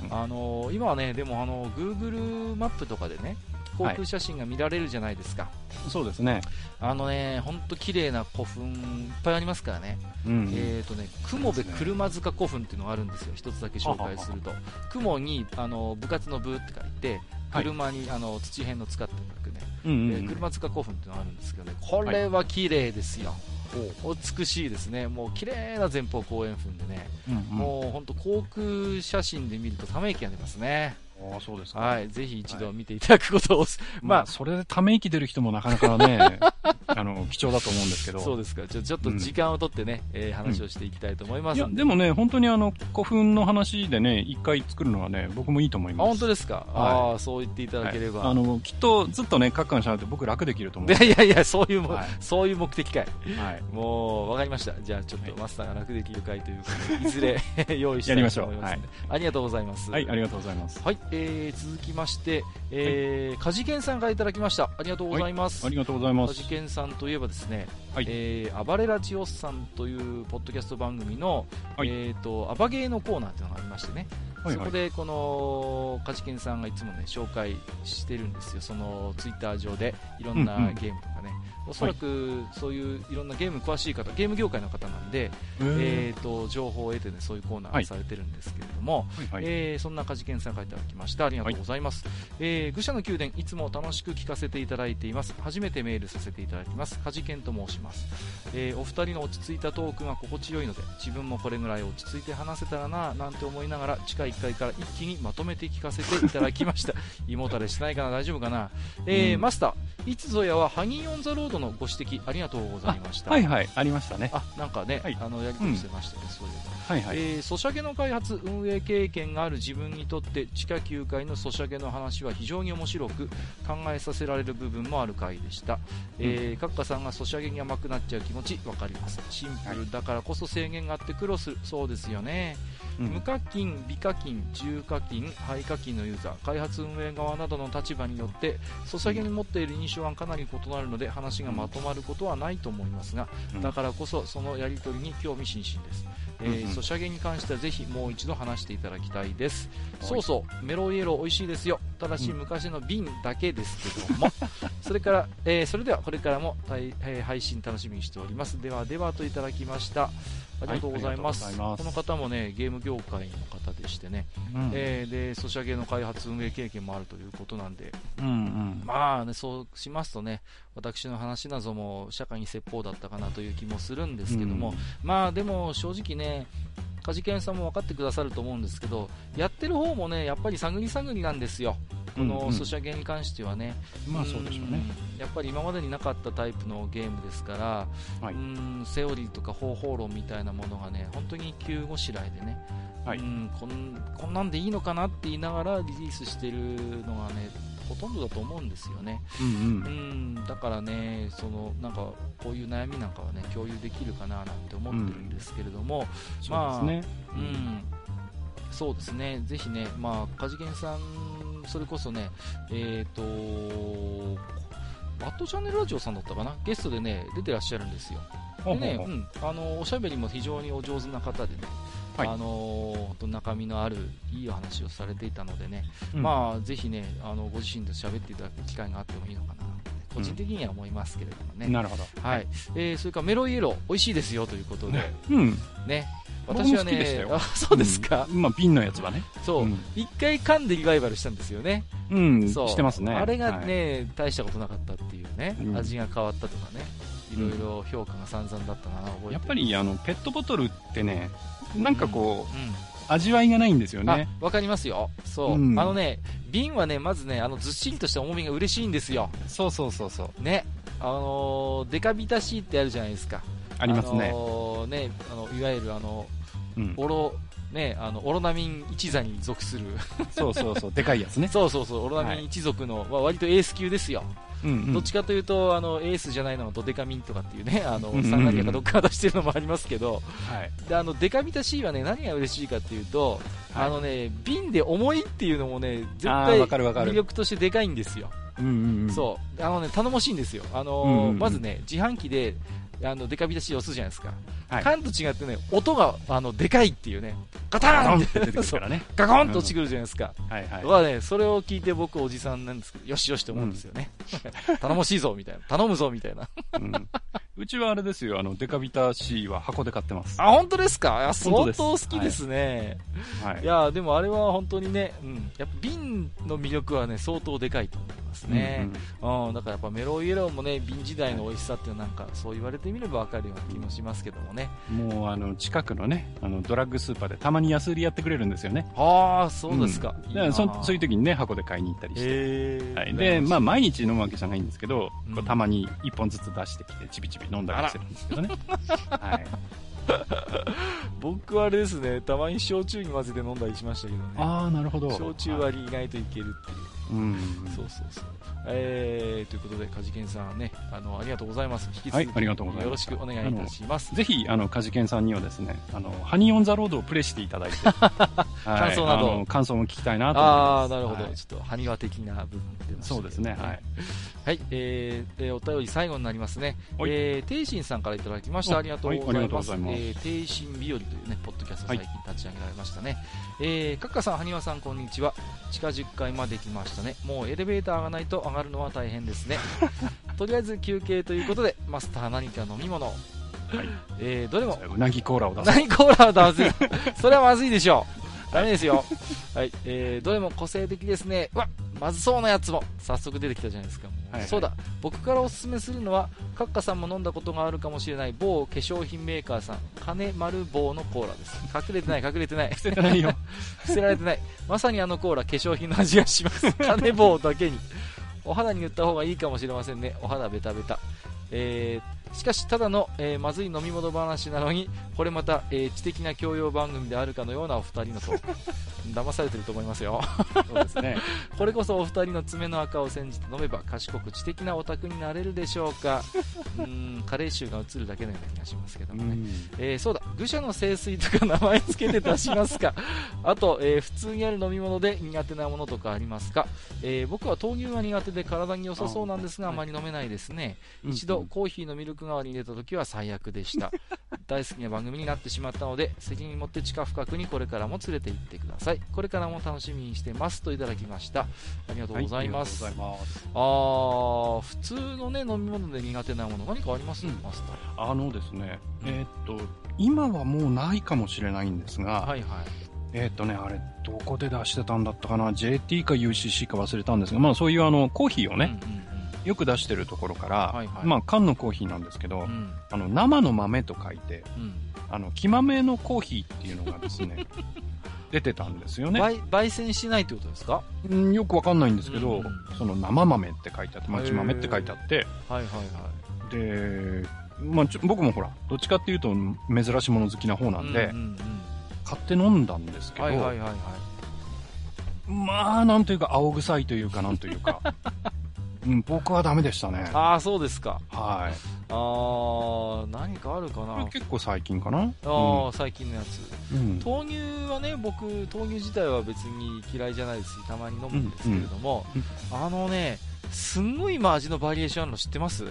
Speaker 2: ね、
Speaker 1: は
Speaker 2: あのー今はねでもあの Google マップとかでね航空写真が見られるじゃないですか、
Speaker 1: そうですね。
Speaker 2: あのね、本当綺麗な古墳いっぱいありますからね。
Speaker 1: うん。
Speaker 2: えっ、とね、雲部車塚古墳っていうのがあるんですよ。一つだけ紹介すると、雲にあの部活の部って書いて、
Speaker 1: はい
Speaker 2: 車に、あの土辺の使って書くね、
Speaker 1: うん
Speaker 2: え
Speaker 1: うんう
Speaker 2: ー
Speaker 1: ん
Speaker 2: 車塚古墳っていうのがあるんですけどね、これは綺麗ですよ。美しいですね。もう綺麗な前方後円墳でね、
Speaker 1: うんうん
Speaker 2: もう本当航空写真で見るとため息が出ますね。
Speaker 1: ああ、そうですか。
Speaker 2: はい、ぜひ一度見ていただくことを、
Speaker 1: ま
Speaker 2: ま
Speaker 1: あ、
Speaker 2: あ
Speaker 1: それでため息出る人もなかな
Speaker 2: *laughs*
Speaker 1: かね、あの、貴重だと思うんですけど。
Speaker 2: そうですか。じゃあちょっと時間を取ってね、えー話をしていきたいと思いま
Speaker 1: い
Speaker 2: す
Speaker 1: や、
Speaker 2: んで。
Speaker 1: でもね、本当にあの、古墳の話でね、一回作るのはね、僕もいいと思い
Speaker 2: あ
Speaker 1: ます。
Speaker 2: 本当ですか、ああそう言っていただければ、
Speaker 1: はいあの、きっとずっとね、カッカンしないと僕楽できると思
Speaker 2: *laughs*
Speaker 1: う。
Speaker 2: いやいやいやそういうも、
Speaker 1: はい
Speaker 2: そういう目的かい
Speaker 1: はい。
Speaker 2: もう分かりましたじゃあちょっと
Speaker 1: はい
Speaker 2: マスターが楽できる回ということでいずれ *laughs* 用意した
Speaker 1: やり
Speaker 2: い
Speaker 1: まし
Speaker 2: と
Speaker 1: ょう
Speaker 2: 思いますのでありがとうございます
Speaker 1: はい、ありがとうございます。
Speaker 2: はいえー続きまして、えー、梶健さんからいただきましたありがとうございます、
Speaker 1: ありがとうございます。
Speaker 2: 梶健さんといえばですね、
Speaker 1: はい
Speaker 2: えー暴れラジオスさんというポッドキャスト番組の、
Speaker 1: はい
Speaker 2: えっ、と、アバゲーのコーナーっていうのがありましてね、
Speaker 1: はい
Speaker 2: そ
Speaker 1: は
Speaker 2: こ
Speaker 1: い。
Speaker 2: でこのカチケンさんがいつもね紹介してるんですよ、そのツイッター上でいろんな
Speaker 1: うんうん
Speaker 2: ゲームとかね、おそらくそういういろんなゲーム詳しい方、ゲーム業界の方なんで、
Speaker 1: え
Speaker 2: えー、と情報を得て、ね、そういうコーナーをされてるんですけれども、
Speaker 1: ーはいはい
Speaker 2: えーそんなカジケンさんからいただきましたありがとうございます、えー愚者の宮殿いつも楽しく聞かせていただいています初めてメールさせていただきますカジケンと申します、えーお二人の落ち着いたトークが心地よいので自分もこれぐらい落ち着いて話せたらななんて思いながら地下1階から一気にまとめて聞かせていただき
Speaker 1: *laughs*
Speaker 2: ました胃もたれしないかな大丈夫かな、えー
Speaker 1: うん
Speaker 2: マスターいつぞやはハニー・オン・ザ・ロードのご指摘ありがとうございました
Speaker 1: はいはい、ありましたね。
Speaker 2: あなんかね、
Speaker 1: はい
Speaker 2: あのやり取りしてましたね、そういえば
Speaker 1: はいはい。
Speaker 2: えーソシャゲの開発運営経験がある自分にとって地下9階のソシャゲの話は非常に面白く考えさせられる部分もある回でした、えー、閣下さんがソシャゲに甘くなっちゃう気持ち分かりますシンプルだからこそ制限があって苦労するそうですよね、
Speaker 1: うん
Speaker 2: 無課金、美課金、重課金、廃課金のユーザー開発運営側などの立場によってソシャゲに持っている印手腕かなり異なるので話がまとまることはないと思いますが、
Speaker 1: うん
Speaker 2: だからこそそのやり取りに興味津々です、えー
Speaker 1: うんうん
Speaker 2: ソシャゲに関してはぜひもう一度話していただきたいです、
Speaker 1: はい
Speaker 2: そうそうメロイエロ美味しいですよただし
Speaker 1: うん
Speaker 2: 昔の瓶だけですけど
Speaker 1: *laughs*
Speaker 2: もそれから、えーそれではこれからも大、えー配信楽しみにしておりますではではといただきましたありがとうございます,、
Speaker 1: はいありがとうござい
Speaker 2: この
Speaker 1: ます
Speaker 2: 方もねゲーム業界の方でしてね、
Speaker 1: うん
Speaker 2: えーでソシャゲの開発運営経験もあるということなんで
Speaker 1: うんうん
Speaker 2: まあね、そうしますとね、私の話なども社会に説法だったかなという気もするんですけども、まあでも正直ね、梶健さんも分かってくださると思うんですけど、やってる方もね、やっぱり探り探りなんですよ、
Speaker 1: う
Speaker 2: こ
Speaker 1: んうん
Speaker 2: のソシャゲに関してはね、
Speaker 1: まあそうでしょうね。
Speaker 2: うんやっぱり今までになかったタイプのゲームですから、
Speaker 1: はい
Speaker 2: うんセオリーとか方法論みたいなものがね本当に急ごしらえでね、
Speaker 1: はい
Speaker 2: うんこんこんなんでいいのかなって言いながらリリースしてるのがねほとんどだと思うんですよね、
Speaker 1: うんうん
Speaker 2: うん、だからねそのなんかこういう悩みなんかはね共有できるかななんて思ってるんですけれども、
Speaker 1: そうですね。
Speaker 2: うんそうですね、ぜひね、まあ、カジケンさん、それこそね、えっ、と、バットチャンネルラジオさんだったかな、ゲストでね、出てらっしゃるんですよ。
Speaker 1: ほ
Speaker 2: で
Speaker 1: う
Speaker 2: ね、
Speaker 1: ほうほう
Speaker 2: うん、あの、おしゃべりも非常にお上手な方でね、
Speaker 1: はい
Speaker 2: あの、ほんと中身のあるいいお話をされていたのでね、
Speaker 1: うん
Speaker 2: まあ、ぜひね、あの、ご自身で喋っていただく機会があってもいいのかな、個人的には思いますけれどもね。
Speaker 1: なるほど。
Speaker 2: はい。えーそれからメロイエロ、美味しいですよということで、
Speaker 1: うん。
Speaker 2: ね。
Speaker 1: 僕も
Speaker 2: 私は
Speaker 1: 好きでした
Speaker 2: ね、
Speaker 1: よ
Speaker 2: あそうですか。
Speaker 1: うんまあ、瓶のやつはね。
Speaker 2: そうう。
Speaker 1: ん
Speaker 2: 一回噛んでリバイバルしたんですよね。
Speaker 1: うん。
Speaker 2: そう。
Speaker 1: してますね。
Speaker 2: あれが
Speaker 1: はい。
Speaker 2: ね、大したことなかったっていうね、
Speaker 1: うん
Speaker 2: 味が変わったとかね、い
Speaker 1: うん
Speaker 2: ろいろ評価が散々だったな、覚えてる
Speaker 1: やっぱ、り、あの、ペットボトルってね、なんかこう、
Speaker 2: うん。
Speaker 1: 味わいがないんですよ
Speaker 2: あ
Speaker 1: ね。、
Speaker 2: わかりますよ。そう。
Speaker 1: うん
Speaker 2: あのね、瓶はね、まずね、あの、ずっしりとした重みが嬉しいんですよ。
Speaker 1: そうそうそうそう。
Speaker 2: ね。あのーデカビタシーってあるじゃないですか。
Speaker 1: あります
Speaker 2: あ
Speaker 1: ね。
Speaker 2: のーね、あの、いわゆるあの、
Speaker 1: うん。
Speaker 2: オロ、ね、あの、オロナミン一座に属
Speaker 1: *laughs*
Speaker 2: する、
Speaker 1: そうそうそう。でかいやつね。
Speaker 2: そうそうそう、オロナミン一族の、まあ割とエース級ですよ。
Speaker 1: *laughs* うんうん。
Speaker 2: どっちかというと、あの、エースじゃないのはドデカミンとかっていうね、あの
Speaker 1: うんうんう、ん
Speaker 2: サンガリアかどっかが出してるのもありますけど、
Speaker 1: はい。
Speaker 2: で、あの、デカビタ C はね、何が嬉しいかっていうと、
Speaker 1: はい
Speaker 2: あのね、瓶で重いっていうのもね、絶
Speaker 1: あ
Speaker 2: 対
Speaker 1: ーわかるわかる
Speaker 2: 魅力としてでかいんですよ。
Speaker 1: うんうんうん。
Speaker 2: そう。あのね、頼もしいんですよ。あ
Speaker 1: うんうん
Speaker 2: の
Speaker 1: う
Speaker 2: ー、
Speaker 1: ん
Speaker 2: まずね、自販機で、あの、デカビタ C を押すじゃないですか。
Speaker 1: はい
Speaker 2: 缶と違ってね、音が、あの、でかいっていうね、ガタ
Speaker 1: ガ
Speaker 2: ー
Speaker 1: ロ
Speaker 2: ン
Speaker 1: ン
Speaker 2: っ
Speaker 1: ってて出てくるからね。
Speaker 2: ガコンと落ちてくるじゃないですか。
Speaker 1: はいはい。
Speaker 2: はね、それを聞いて僕おじさんなんですけど、よしよしって思うんですよ
Speaker 1: *laughs*
Speaker 2: ね。頼もしいぞ、みたいな。頼むぞ、みたいな。
Speaker 1: うんうちはあれですよ、あの、デカビタ C は箱で買ってます。
Speaker 2: あ、本当ですかいや相
Speaker 1: 本当
Speaker 2: 当
Speaker 1: です
Speaker 2: 好きですね。、
Speaker 1: はいい。
Speaker 2: や、でもあれは本当にね、うん。やっぱ瓶の魅力はね、相当でかいと思いますね。うん、だからやっぱメロイエローもね、瓶時代の美味しさっていうのはなんか、そう言われてみればわかるような気もしますけどもね。
Speaker 1: うんうんもう、あの、近くのね、あの、ドラッグスーパーでたまに安売りやってくれるんですよね。
Speaker 2: ああ、そうですか。
Speaker 1: う
Speaker 2: い
Speaker 1: ん
Speaker 2: い
Speaker 1: だ
Speaker 2: な
Speaker 1: からそそういう時にね、箱で買いに行ったりして。
Speaker 2: へー
Speaker 1: はい、で、まあ、、毎日飲むわけじゃないんですけど、
Speaker 2: うん
Speaker 1: こうたまに1本ずつ出してきて、ちびちび飲んだりしてるんですけどね。
Speaker 2: *laughs*
Speaker 1: はい、
Speaker 2: 僕はあれですね、たまに焼酎に混ぜて飲んだりしましたけどね。
Speaker 1: ああ、なるほど。
Speaker 2: 焼酎
Speaker 1: はい、
Speaker 2: 割り意外といけるっていう。
Speaker 1: うん。
Speaker 2: そうそうそう。えー、ということで、カジケンさんね、あの、ありがとうございます。引き
Speaker 1: は
Speaker 2: 続
Speaker 1: い
Speaker 2: き、、
Speaker 1: ありがとうござい
Speaker 2: よろ
Speaker 1: ま
Speaker 2: し
Speaker 1: す
Speaker 2: く。お願いいたします。
Speaker 1: ぜひ、あの、カジケンさんにはですね、あの、ハニーオンザロードをプレイしていた
Speaker 2: *laughs*
Speaker 1: だいて、はい
Speaker 2: 感想など
Speaker 1: あの感想も聞きたいなと思います。
Speaker 2: ああー、なるほど。
Speaker 1: はい
Speaker 2: ちょっと、埴輪的な部分出ました
Speaker 1: そうですね、はい。。
Speaker 2: はい、えーえーお便り最後になりますね。
Speaker 1: はい
Speaker 2: えー、ていしんさんからいただきました。
Speaker 1: お
Speaker 2: ありがとうござ
Speaker 1: はいあり
Speaker 2: い
Speaker 1: がとう
Speaker 2: ま
Speaker 1: ご
Speaker 2: す。
Speaker 1: ざいます
Speaker 2: えー、ていしん日和というね、ポッドキャスト
Speaker 1: はい
Speaker 2: 最近立ち上げられましたね。えー、かっかさん、はにわさん、こんにちは。地下10階まで来ましたね。もうエレベーターがないと上がるのは大変
Speaker 1: *laughs*
Speaker 2: ですね。とりあえず休憩ということで、マスター何か飲み物を。えー、どれも
Speaker 1: うなぎコーラを出す。
Speaker 2: *laughs* 何コーラはまずい。 *laughs* それはまずいでしょう。ダメですよ。はい。えー、どれも個性的ですね。うわ、まずそうなやつも。早速出てきたじゃないですか。もう
Speaker 1: はいはい
Speaker 2: そうだ。僕からおすすめするのは、カッカさんも飲んだことがあるかもしれない某化粧品メーカーさん、金丸棒のコーラです。隠れてない、隠れてない。
Speaker 1: 捨ててないよ。
Speaker 2: 捨てられてない。まさにあのコーラ、化粧品の味がします。金棒だけに。お肌に塗った方がいいかもしれませんね。お肌ベタベタ。えーしかしただの、えーまずい飲み物話なのにこれまた、えー知的な教養番組であるかのようなお二人のトーク *laughs* 騙されてると思いますよ
Speaker 1: そうですね。
Speaker 2: これこそお二人の爪の赤を煎じて飲めば賢く知的なオタクになれるでしょうかうーんカレー臭が映るだけのような気がしますけど
Speaker 1: う
Speaker 2: もね
Speaker 1: ん。
Speaker 2: えーそうだ愚者の聖水とか名前つけて出しますか *laughs* あと、えー普通にある飲み物で苦手なものとかありますか、えー僕は豆乳が苦手で体に良さそうなんですが
Speaker 1: あ
Speaker 2: あまり飲めないですね、
Speaker 1: うん
Speaker 2: 一度コーヒーのミルク代わりに入れた時は最悪でした *laughs* 大好きな番組になってしまったので責任持って地下深くにこれからも連れて行ってくださいこれからも楽しみにしてますといただきましたありがとうございます、
Speaker 1: はいありがとうございます。
Speaker 2: あー普通のね飲み物で苦手なもの何かあります、
Speaker 1: うん
Speaker 2: マスター
Speaker 1: あのですね、
Speaker 2: うん
Speaker 1: えーっと、今はもうないかもしれないんですが、
Speaker 2: はいはい
Speaker 1: えーっとね、あれ、どこで出してたんだったかな、JT か UCC か忘れたんですが、まあそういうあの、コーヒーをね、
Speaker 2: うんうんうん
Speaker 1: よく出してるところから、
Speaker 2: はいはい
Speaker 1: まあ缶のコーヒーなんですけど、
Speaker 2: うん
Speaker 1: あの、生の豆と書いて、
Speaker 2: うん
Speaker 1: あの、木豆のコーヒーっていうのがで
Speaker 2: *laughs*
Speaker 1: すね、出てたんですよね。
Speaker 2: 焙焙煎しないってことですか
Speaker 1: うんよくわかんないんですけど、
Speaker 2: うん
Speaker 1: その生豆って書いてあって、まあ木豆って書いてあって、
Speaker 2: はいはいはい
Speaker 1: で、まあ、ちょ僕もほら、どっちかっていうと珍しいもの好きな方なんで、
Speaker 2: うんうん
Speaker 1: 買って飲んだんですけ
Speaker 2: うん、
Speaker 1: ど、
Speaker 2: はいはいはいはい
Speaker 1: まあ、なんというか青臭いというか、なんとい
Speaker 2: *laughs*
Speaker 1: うか、うん、僕はダメでしたね。
Speaker 2: ああそうですか
Speaker 1: はい。
Speaker 2: ああ何かあるか
Speaker 1: これ
Speaker 2: な
Speaker 1: 結構最近かな
Speaker 2: あー、最近のやつ
Speaker 1: うんうん
Speaker 2: 豆乳はね僕豆乳自体は別に嫌いじゃないですしたまに飲むんですけれども、
Speaker 1: うん
Speaker 2: あのねすんごい今味のバリエーションあるの知ってます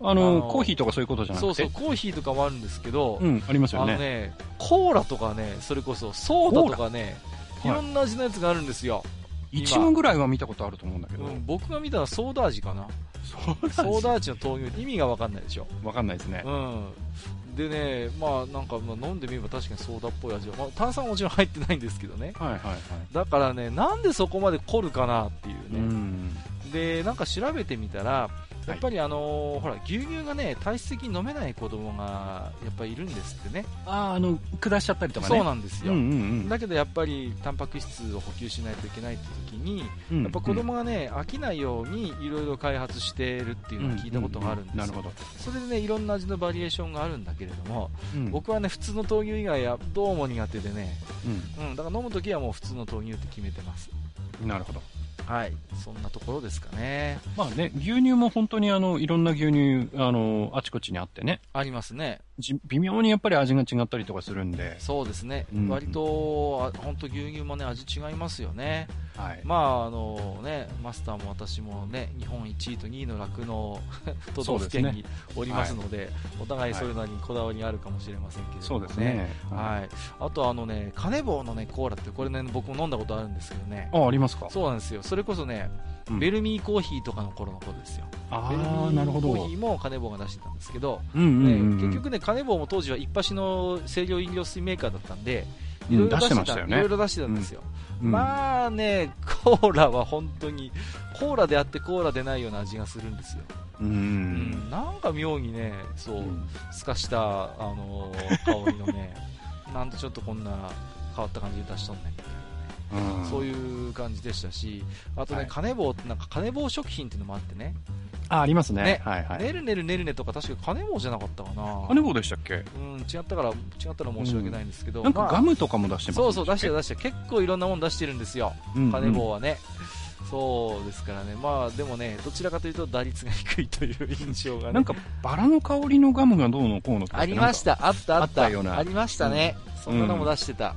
Speaker 1: あの、
Speaker 2: あの
Speaker 1: コーヒーとかそういうことじゃなく
Speaker 2: そ
Speaker 1: て。
Speaker 2: うそうコーヒーとかもあるんですけど、
Speaker 1: うん、あります
Speaker 2: あ
Speaker 1: よ
Speaker 2: の
Speaker 1: ね。
Speaker 2: ねコーラとかねそれこそソーダとかね
Speaker 1: コ
Speaker 2: い
Speaker 1: ーラ
Speaker 2: ろんな味のやつがあるんですよ、
Speaker 1: 一問ぐらいは見たことあると思うんだけど。
Speaker 2: うん、僕が見たのはソーダ味かな
Speaker 1: そう
Speaker 2: ソーダ味の豆乳って意味が分かんないでしょ、
Speaker 1: わかんないですね。
Speaker 2: うん、でねまあなんかまあ飲んでみれば確かにソーダっぽい味は、まあ、炭酸はもちろん入ってないんですけどね
Speaker 1: はいはいはい。
Speaker 2: だからねなんでそこまで凝るかなっていう
Speaker 1: う
Speaker 2: ね、
Speaker 1: ん。
Speaker 2: でなんか調べてみたらやっぱりあのーほら牛乳がね体質的に飲めない子供がやっぱりいるんですってね
Speaker 1: ああ、あの、下しちゃったりとかね。
Speaker 2: そうなんですよ、
Speaker 1: うんうんうん。
Speaker 2: だけどやっぱりタンパク質を補給しないといけないって時にやっぱ子供がね飽きないようにいろいろ開発してるっていうのを聞いたことがあるんですよ、
Speaker 1: なるほど。
Speaker 2: それでねいろんな味のバリエーションがあるんだけれども、
Speaker 1: うん
Speaker 2: 僕はね普通の豆乳以外はどうも苦手でね、
Speaker 1: う
Speaker 2: うん、だから飲む時はもう普通の豆乳って決めてます
Speaker 1: ん、なるほど。
Speaker 2: はいそんなところですかね
Speaker 1: まあね、牛乳も本当にあの、いろんな牛乳、あの、あちこちにあってね、
Speaker 2: ありますね
Speaker 1: じ微妙にやっぱり味が違ったりとかするんで、
Speaker 2: そうですね、
Speaker 1: うん
Speaker 2: 割とあ本当牛乳もね味違いますよね
Speaker 1: はい。
Speaker 2: まああのねマスターも私もね日本1位と2位の酪農 *laughs* 都道府県
Speaker 1: そうです
Speaker 2: におりますのでお互いそれなりにこだわりがあるかもしれませんけれども、
Speaker 1: そうですね。は
Speaker 2: はい、あとあのね、カネボウのね、コーラって、これね、僕も飲んだことあるんですけどね
Speaker 1: い。、あ、ありますか
Speaker 2: そうなんですよ、それこそね、
Speaker 1: うん
Speaker 2: ベルミーコーヒーとかの頃のことですよ、
Speaker 1: あ
Speaker 2: ベルミ
Speaker 1: あ、なるほ
Speaker 2: ー
Speaker 1: ど。
Speaker 2: コ
Speaker 1: う
Speaker 2: ーヒ
Speaker 1: ん
Speaker 2: ーもカネボウが出してたんですけど、
Speaker 1: うん
Speaker 2: ね
Speaker 1: うん。
Speaker 2: 結局ね、カネボウも当時は一発の清涼飲料水メーカーだったんで、
Speaker 1: うん
Speaker 2: いろいろ
Speaker 1: 出してましたよね
Speaker 2: いろいろ出してたんですよ、
Speaker 1: うん、
Speaker 2: まあね、コーラは本当に、コーラであってコーラでないような味がするんですよ、
Speaker 1: うん。
Speaker 2: うんなんか妙にね、そう。
Speaker 1: うん
Speaker 2: すかした、あのー香りのね、 *laughs* なんとちょっとこんな変わった感じで出しとんねんみたいな、
Speaker 1: うん
Speaker 2: そういう感じでしたし、あとね、
Speaker 1: はい
Speaker 2: カネボウって、なんかカネボウ食品っていうのもあってね、
Speaker 1: あ、ありますね。
Speaker 2: ね
Speaker 1: はいはい。
Speaker 2: ねるねるねるねとか、確かカネボウじゃなかったかな
Speaker 1: あ、ネボでしたっけ
Speaker 2: うん、違ったから、違ったら申し訳ないんですけど、
Speaker 1: なんか
Speaker 2: まあ
Speaker 1: ガムとかも出してます
Speaker 2: そうそう、出してる出してる、結構いろんなもの出してるんですよ、
Speaker 1: うん
Speaker 2: カネボウはね。そうですからね、まあでもね、どちらかというと打率が低いという印象が
Speaker 1: う
Speaker 2: ね、
Speaker 1: んなんか、バラの香りのガムがどうのこうのとか
Speaker 2: ありました、あったあった
Speaker 1: あったような
Speaker 2: ありましたね、そんなのも出してた、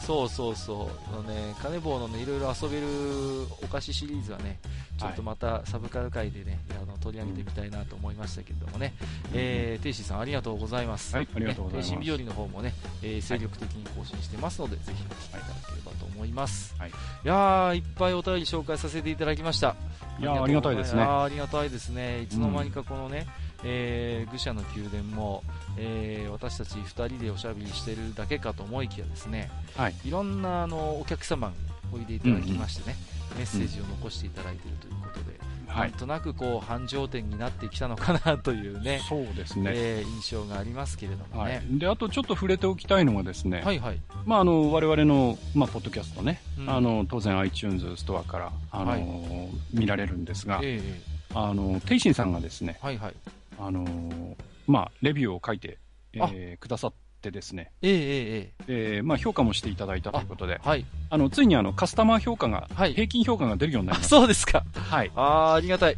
Speaker 2: そうそうそう、あのね、カネボウのね、いろいろ遊べるお菓子シリーズはね、ちょっとまたサブカル界でね、あの取り上げてみたいなと思いましたけれどもね、えー、テイシーさんありがとうございます。
Speaker 1: はいありがとうございます
Speaker 2: ねテイシー日和の方もね、えー精力的に更新してますので、ぜひお聞きいただければと思います。
Speaker 1: はい
Speaker 2: いやー、いっぱいお便り紹介させていただきました。
Speaker 1: いやーありがたいですね
Speaker 2: やーありがたいですね。いつの間にかこのね、えー愚者の宮殿も、えー私たち2人でおしゃべりしてるだけかと思いきやですね、
Speaker 1: はい、
Speaker 2: ろんなあのお客様においでいただきましてね、メッセージを残していただいているということで、
Speaker 1: は
Speaker 2: ないん。となくこう繁盛店になってきたのかなというね
Speaker 1: そうですね。
Speaker 2: えー印象がありますけれども
Speaker 1: は
Speaker 2: ね
Speaker 1: い。。で、あとちょっと触れておきたいのがですね、
Speaker 2: はいはい。
Speaker 1: まあ、あの我々の、まあ、ポッドキャストね、
Speaker 2: うん
Speaker 1: あの当然 iTunes ストアからあの、
Speaker 2: は
Speaker 1: 見られるんですが、
Speaker 2: えええ
Speaker 1: あのテイシンさんがですね
Speaker 2: えはいはい。
Speaker 1: ああのーまあ、レビューを書いて、えーくださってですね、
Speaker 2: ええええ
Speaker 1: えーまあ、評価もしていただいたということで
Speaker 2: え、えはい。
Speaker 1: あのついにあのカスタマー評価が、
Speaker 2: はい
Speaker 1: 平均評価が出るようにな
Speaker 2: あ、
Speaker 1: りました。
Speaker 2: そうですか。
Speaker 1: はい
Speaker 2: あー、ありがたい。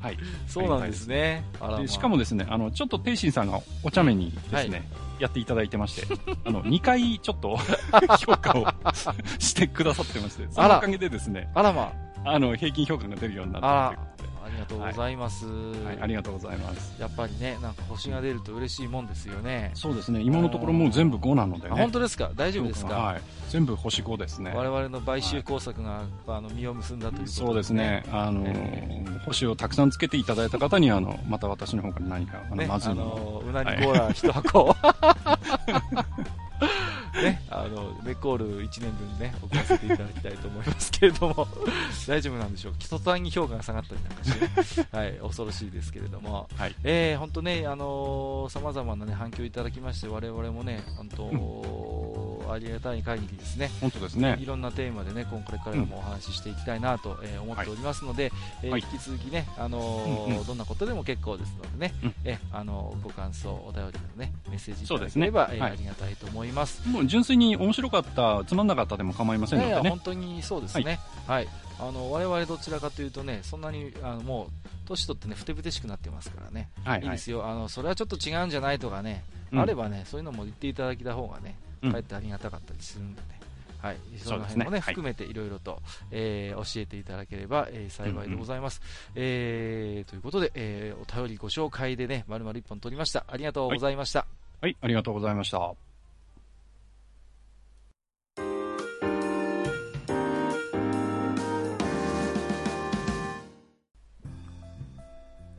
Speaker 1: はい
Speaker 2: そうなんですね。あら、まあ
Speaker 1: でしか、もですね、あの、ちょっと天心さんがお茶目にですね、やっていただいてまして、 *laughs* あの、2回ちょ
Speaker 2: *laughs*
Speaker 1: っと評価を *laughs* してくださってまして、そ
Speaker 2: あ
Speaker 1: の
Speaker 2: ら
Speaker 1: おかげでですね、
Speaker 2: あらま
Speaker 1: あの、平均評価が出るようになったというこ
Speaker 2: あ、ありがとうございます。
Speaker 1: とで、はい、ありがとうございます。
Speaker 2: やっぱりね、なんか星が出ると嬉しいもんですよね。
Speaker 1: そうですね、今のところもう全部5なので
Speaker 2: あ、本
Speaker 1: ね。
Speaker 2: 当ですか大丈夫ですか、
Speaker 1: はい。全部星5ですね。
Speaker 2: 我々の買収工作が、あの実を結んだということ
Speaker 1: そうですね。。あの、
Speaker 2: え
Speaker 1: 星をたくさんつけていただいた方に、あの、また私の方から何か、あの、
Speaker 2: ね、
Speaker 1: まずい
Speaker 2: あ
Speaker 1: ものを
Speaker 2: のうなぎコーラ一箱
Speaker 1: *laughs*
Speaker 2: をね、あのレコール1年分ね送らせていただきたいと思いますけれども *laughs* 大丈夫なんでしょう基礎に評価が下がったりなんかして
Speaker 1: *laughs*
Speaker 2: ね、はい、恐ろしいですけれども、
Speaker 1: はい
Speaker 2: えー本当ねあのさまざまな、ね、反響いただきまして我々もね本当ありがたい限りですね
Speaker 1: 本当ですね
Speaker 2: い。ろんなテーマでね、今これからもお話ししていきたいなと、えー思っておりますので、えー
Speaker 1: はい
Speaker 2: 引き続きね、あのー
Speaker 1: うんうん
Speaker 2: どんなことでも結構ですのでね、
Speaker 1: うん
Speaker 2: えーあのーご感想、お便りのね、メッセージいた
Speaker 1: そう
Speaker 2: だ
Speaker 1: です
Speaker 2: け
Speaker 1: ね
Speaker 2: れば、えー
Speaker 1: はい
Speaker 2: ありがたいと思います。
Speaker 1: もう純粋に面白かった、つまんなかったでも構いません
Speaker 2: い
Speaker 1: の
Speaker 2: やい
Speaker 1: で
Speaker 2: や
Speaker 1: ね
Speaker 2: 本。当にそうですね。はい。あの、我々どちらかというとね、そんなに、あの、もう、年取ってね、ふてぶてしくなってますからね。
Speaker 1: はい
Speaker 2: いですよ。あの、それはちょっと違うんじゃないとかね、
Speaker 1: うん
Speaker 2: あればね、そういうのも言っていただけた方がね、
Speaker 1: うん
Speaker 2: かえってありがたかったりするんでね。はい、
Speaker 1: そ
Speaker 2: そうの
Speaker 1: です
Speaker 2: 辺
Speaker 1: ね
Speaker 2: もね
Speaker 1: はい
Speaker 2: 含めていろいろと、えー教えていただければ、えー幸いでございます、えーということで、えーお便りご紹介でね丸々一本取りましたありがとうございました、
Speaker 1: はい、ありがとうございました。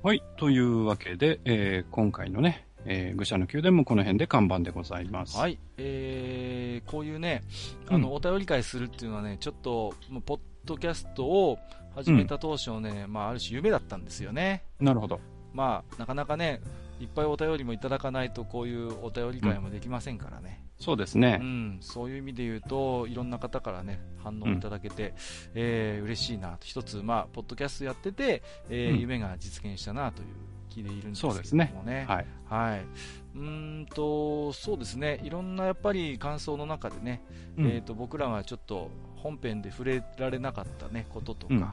Speaker 1: はい、というわけで、えー今回のね、えー愚者の宮殿もこの辺で看板でございます。
Speaker 2: はい、えーこういうね、あの、
Speaker 1: うん
Speaker 2: お便り会するっていうのはね、ちょっと、もうポッドキャストを始めた当初ね、まあ、ある種夢だったんですよね。
Speaker 1: なるほど。
Speaker 2: まあ、なかなかね、いっぱいお便りもいただかないと、こういうお便り会もできませんからね。
Speaker 1: そうです
Speaker 2: うん、
Speaker 1: ね。
Speaker 2: そういう意味で言うと、いろんな方からね、反応いただけて、えー嬉しいなと。一つ、まあ、ポッドキャストやってて、えー
Speaker 1: うん
Speaker 2: 夢が実現したなという気でいるんですけど
Speaker 1: そう
Speaker 2: もね。
Speaker 1: ですねはい。
Speaker 2: はい、うーんとそうですねいろんなやっぱり感想の中でね、
Speaker 1: うん
Speaker 2: えー、と僕らがちょっと本編で触れられなかった、ね、こととか、
Speaker 1: うん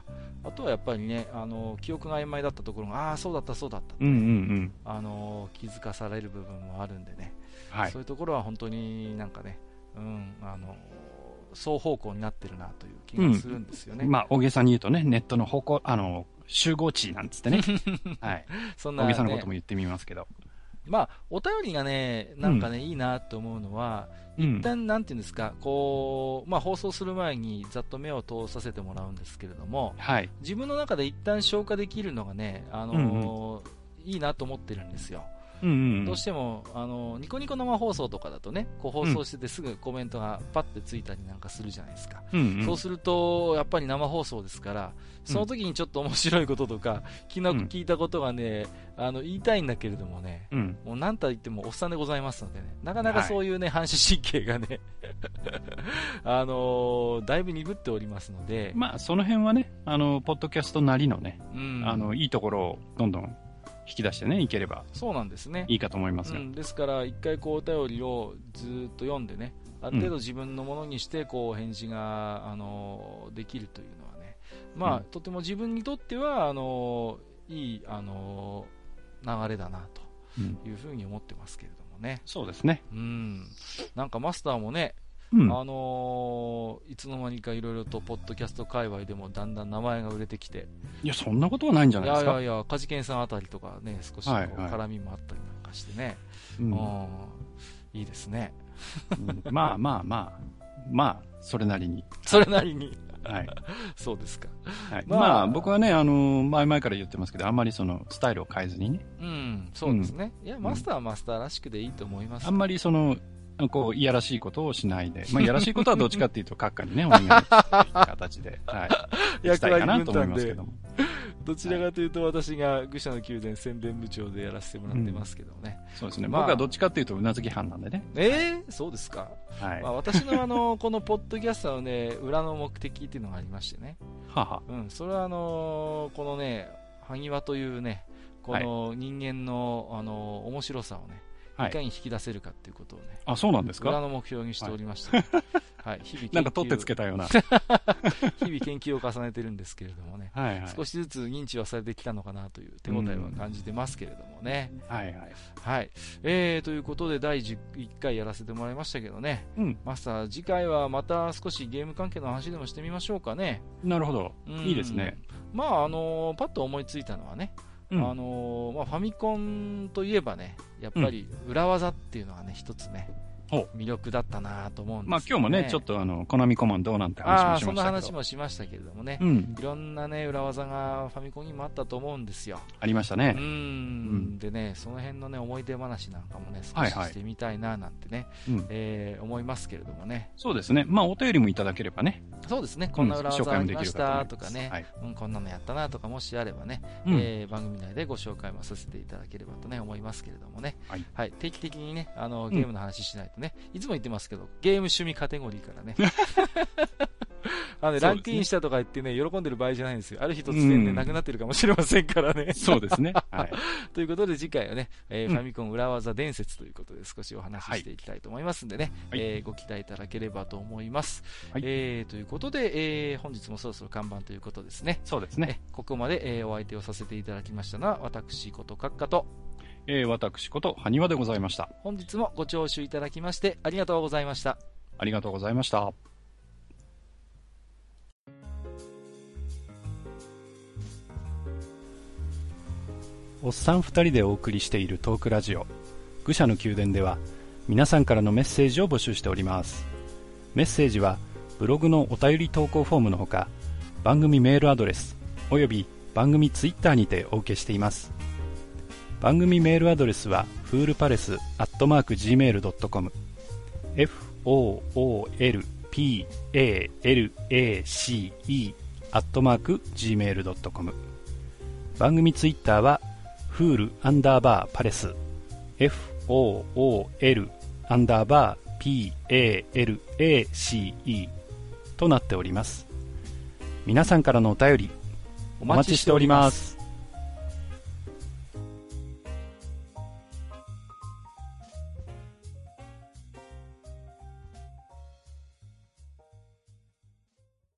Speaker 2: あとはやっぱりねあの記憶が曖昧だったところがああー、そうだった、そうだった、
Speaker 1: うんうんうん。
Speaker 2: あの気づかされる部分もあるんでね、
Speaker 1: はい
Speaker 2: そう。いうところは本当になんかね、うん、あの双方向になってるなという気がするんですよね、
Speaker 1: まあ、大げさに言うとね、ネットの方向、あの、集合地なん
Speaker 2: *laughs*
Speaker 1: つってね。はい。
Speaker 2: そんな、
Speaker 1: 大げ
Speaker 2: ね
Speaker 1: さなことも言ってみますけど。
Speaker 2: まあ、お便りがねなんかね、いいなと思うのは、
Speaker 1: うん
Speaker 2: 一旦なんていうんですか、こう、まあ放送する前にざっと目を通させてもらうんですけれども、
Speaker 1: はい。
Speaker 2: 自分の中で一旦消化できるのがね、あのーいいなと思ってるんですよ。
Speaker 1: うんうんうん
Speaker 2: どうしても、あのーニコニコ生放送とかだとね、こう放送しててすぐコメントがパッてついたりなんかするじゃないですか。
Speaker 1: うんうん
Speaker 2: そうすると、やっぱり生放送ですから、その時にちょっと面白いこととか、昨日聞いたことがね、あの、言いたいんだけれどもね、
Speaker 1: うん。
Speaker 2: もう何た言ってもおっさんでございますのでね、なかなか
Speaker 1: はい
Speaker 2: そういうね、反射神経がね、 *laughs* あのーだいぶ鈍っておりますので、
Speaker 1: まあ、その辺はね、あの、ポッドキャストなりのね、
Speaker 2: うん、
Speaker 1: あの、いいところをどんどん引き出してね、いければ
Speaker 2: そうなんですね。
Speaker 1: いいかと思います
Speaker 2: う
Speaker 1: が。
Speaker 2: ん、ですから、一回こうお便りをずーっと読んでね、ある程度自分のものにして、こう、返事が、あのーできるというのはね、まあ、
Speaker 1: うん
Speaker 2: とても自分にとっては、あのーいい、あのー流れだな、
Speaker 1: うん
Speaker 2: というふうに思ってますけれどもね。
Speaker 1: そうですね。
Speaker 2: うん。なんかマスターもね、
Speaker 1: うん。
Speaker 2: あのーいつの間にかいろいろとポッドキャスト界隈でもだんだん名前が売れてきて、
Speaker 1: いや、そんなことはないんじゃ
Speaker 2: い
Speaker 1: ないで
Speaker 2: や
Speaker 1: す
Speaker 2: い
Speaker 1: か。
Speaker 2: やいや、カジケンさんあたりとかね、少しこう
Speaker 1: はいはい
Speaker 2: 絡みもあったりなんかしてね、
Speaker 1: うん
Speaker 2: うん、いいですね、
Speaker 1: *laughs* うんまあまあまあ、まあ、それなりに。
Speaker 2: *laughs* それなりに、
Speaker 1: はい。
Speaker 2: そうですか、
Speaker 1: はい、
Speaker 2: まあ
Speaker 1: まあ、僕はね、あの、前々から言ってますけど、あんまりその、スタイルを変えずにね、
Speaker 2: うん、そうですね、いや、マスターはマスターらしくでいいと思います
Speaker 1: あん、まりその、こう、いやらしいことをしないで、まあ、いやらしいことはどっちかっていうと、閣下にね、お願いっていう形で、 *laughs* はい。したいかなと思いますけども。
Speaker 2: どちらかというと、私が愚者の宮殿宣伝部長でやらせてもらってますけどね、
Speaker 1: そうですね。
Speaker 2: まあ
Speaker 1: 僕はどっちかっていうと、うなずき班なんでね。
Speaker 2: えー、そうですか、
Speaker 1: はい。
Speaker 2: まあ、
Speaker 1: は
Speaker 2: 私のあの *laughs* このポッドキャストのね、裏の目的っていうのがありましてね。
Speaker 1: は。
Speaker 2: うん、それはあのーこのね、萩和というね、この人間の、あの面白さをね、
Speaker 1: はい
Speaker 2: い、かに引き出せるかっていうことをね、
Speaker 1: あ、そうなんです
Speaker 2: 裏
Speaker 1: か
Speaker 2: の目標にしておりま *laughs* して、はい、日々研究
Speaker 1: なんか取ってつけたよう
Speaker 2: *laughs*
Speaker 1: な。
Speaker 2: 日々研究を重ねてるんですけれどもね、
Speaker 1: はいはい。
Speaker 2: 少しずつ認知はされてきたのかなという手応えは感じてますけれどもね。
Speaker 1: はいはい。
Speaker 2: はい、えーということで第11回やらせてもらいましたけどね、
Speaker 1: うん。
Speaker 2: マスター、次回はまた少しゲーム関係の話でもしてみましょうかね。
Speaker 1: なるほど。
Speaker 2: うん
Speaker 1: いいですね。
Speaker 2: まあ、あのーパッと思いついたのはね、
Speaker 1: うん。
Speaker 2: あのーまあ、ファミコンといえばね、やっぱり裏技っていうのはね、一つね
Speaker 1: ほう、
Speaker 2: 魅力だったなと思うんです
Speaker 1: まあ今日もね、ちょっとあの、コナミコマンどうなんて
Speaker 2: ああ
Speaker 1: 話
Speaker 2: ー、そ
Speaker 1: もしました
Speaker 2: んな話。もしましたけれ
Speaker 1: けど。
Speaker 2: どもね、
Speaker 1: うん。
Speaker 2: いろんなね、裏技がファミコンにもあったと思うんですよ。
Speaker 1: ありました
Speaker 2: う
Speaker 1: ね。
Speaker 2: ん。でね、その辺のね、思い出話なんかもね、少
Speaker 1: はい
Speaker 2: し
Speaker 1: はい
Speaker 2: してみたいななんてね、
Speaker 1: うん。
Speaker 2: えー思いますけれどもね。
Speaker 1: そうですね。まあお便りもいただければね。
Speaker 2: そうですね、こんな裏技ありましたと
Speaker 1: と
Speaker 2: か
Speaker 1: 思います
Speaker 2: ね、
Speaker 1: はい。
Speaker 2: うん、こんなのやったなとかもしあればね、
Speaker 1: うん。
Speaker 2: えー番組内でご紹介もさせていただければとね、思いますけれどもね。
Speaker 1: はい
Speaker 2: 定期的にね、あ
Speaker 1: ん
Speaker 2: の、ゲームの話しないとね、いつも言ってますけど、ゲーム趣味カテゴリーから
Speaker 1: *laughs*
Speaker 2: ね。あのね
Speaker 1: そうですね
Speaker 2: ランクインしたとか言ってね、喜んでる場合じゃないんですよ。ある日突然ね、
Speaker 1: うん
Speaker 2: なくなってるかもしれませんからね。
Speaker 1: そうですね。
Speaker 2: *laughs*
Speaker 1: はい。
Speaker 2: ということで次回はね、えー
Speaker 1: うん
Speaker 2: ファミコン裏技伝説ということで少しお話ししていきたいと思いますんでね、
Speaker 1: はい
Speaker 2: えーご期待いただければと思います。
Speaker 1: はい
Speaker 2: えーということで、えー本日もそろそろ看板ということですね。
Speaker 1: そうですね。
Speaker 2: えここまで、えーお相手をさせていただきましたのは私こと閣下と
Speaker 1: えー、私こと、埴輪でございました。
Speaker 2: 本日もご聴取いただきましてありがとうございました。
Speaker 1: ありがとうございました。おっさん二人でお送りしているトークラジオ「愚者の宮殿」では皆さんからのメッセージを募集しておりますメッセージはブログのお便り投稿フォームのほか番組メールアドレスおよび番組ツイッターにてお受けしています番組メールアドレスはフールパレスアットマーク Gmail.com foolpalace アットマーク gmail.com 番組ツイッターは fool アンダーバーパレス fool アンダーバー palace となっております皆さんからのお便りお待ちしております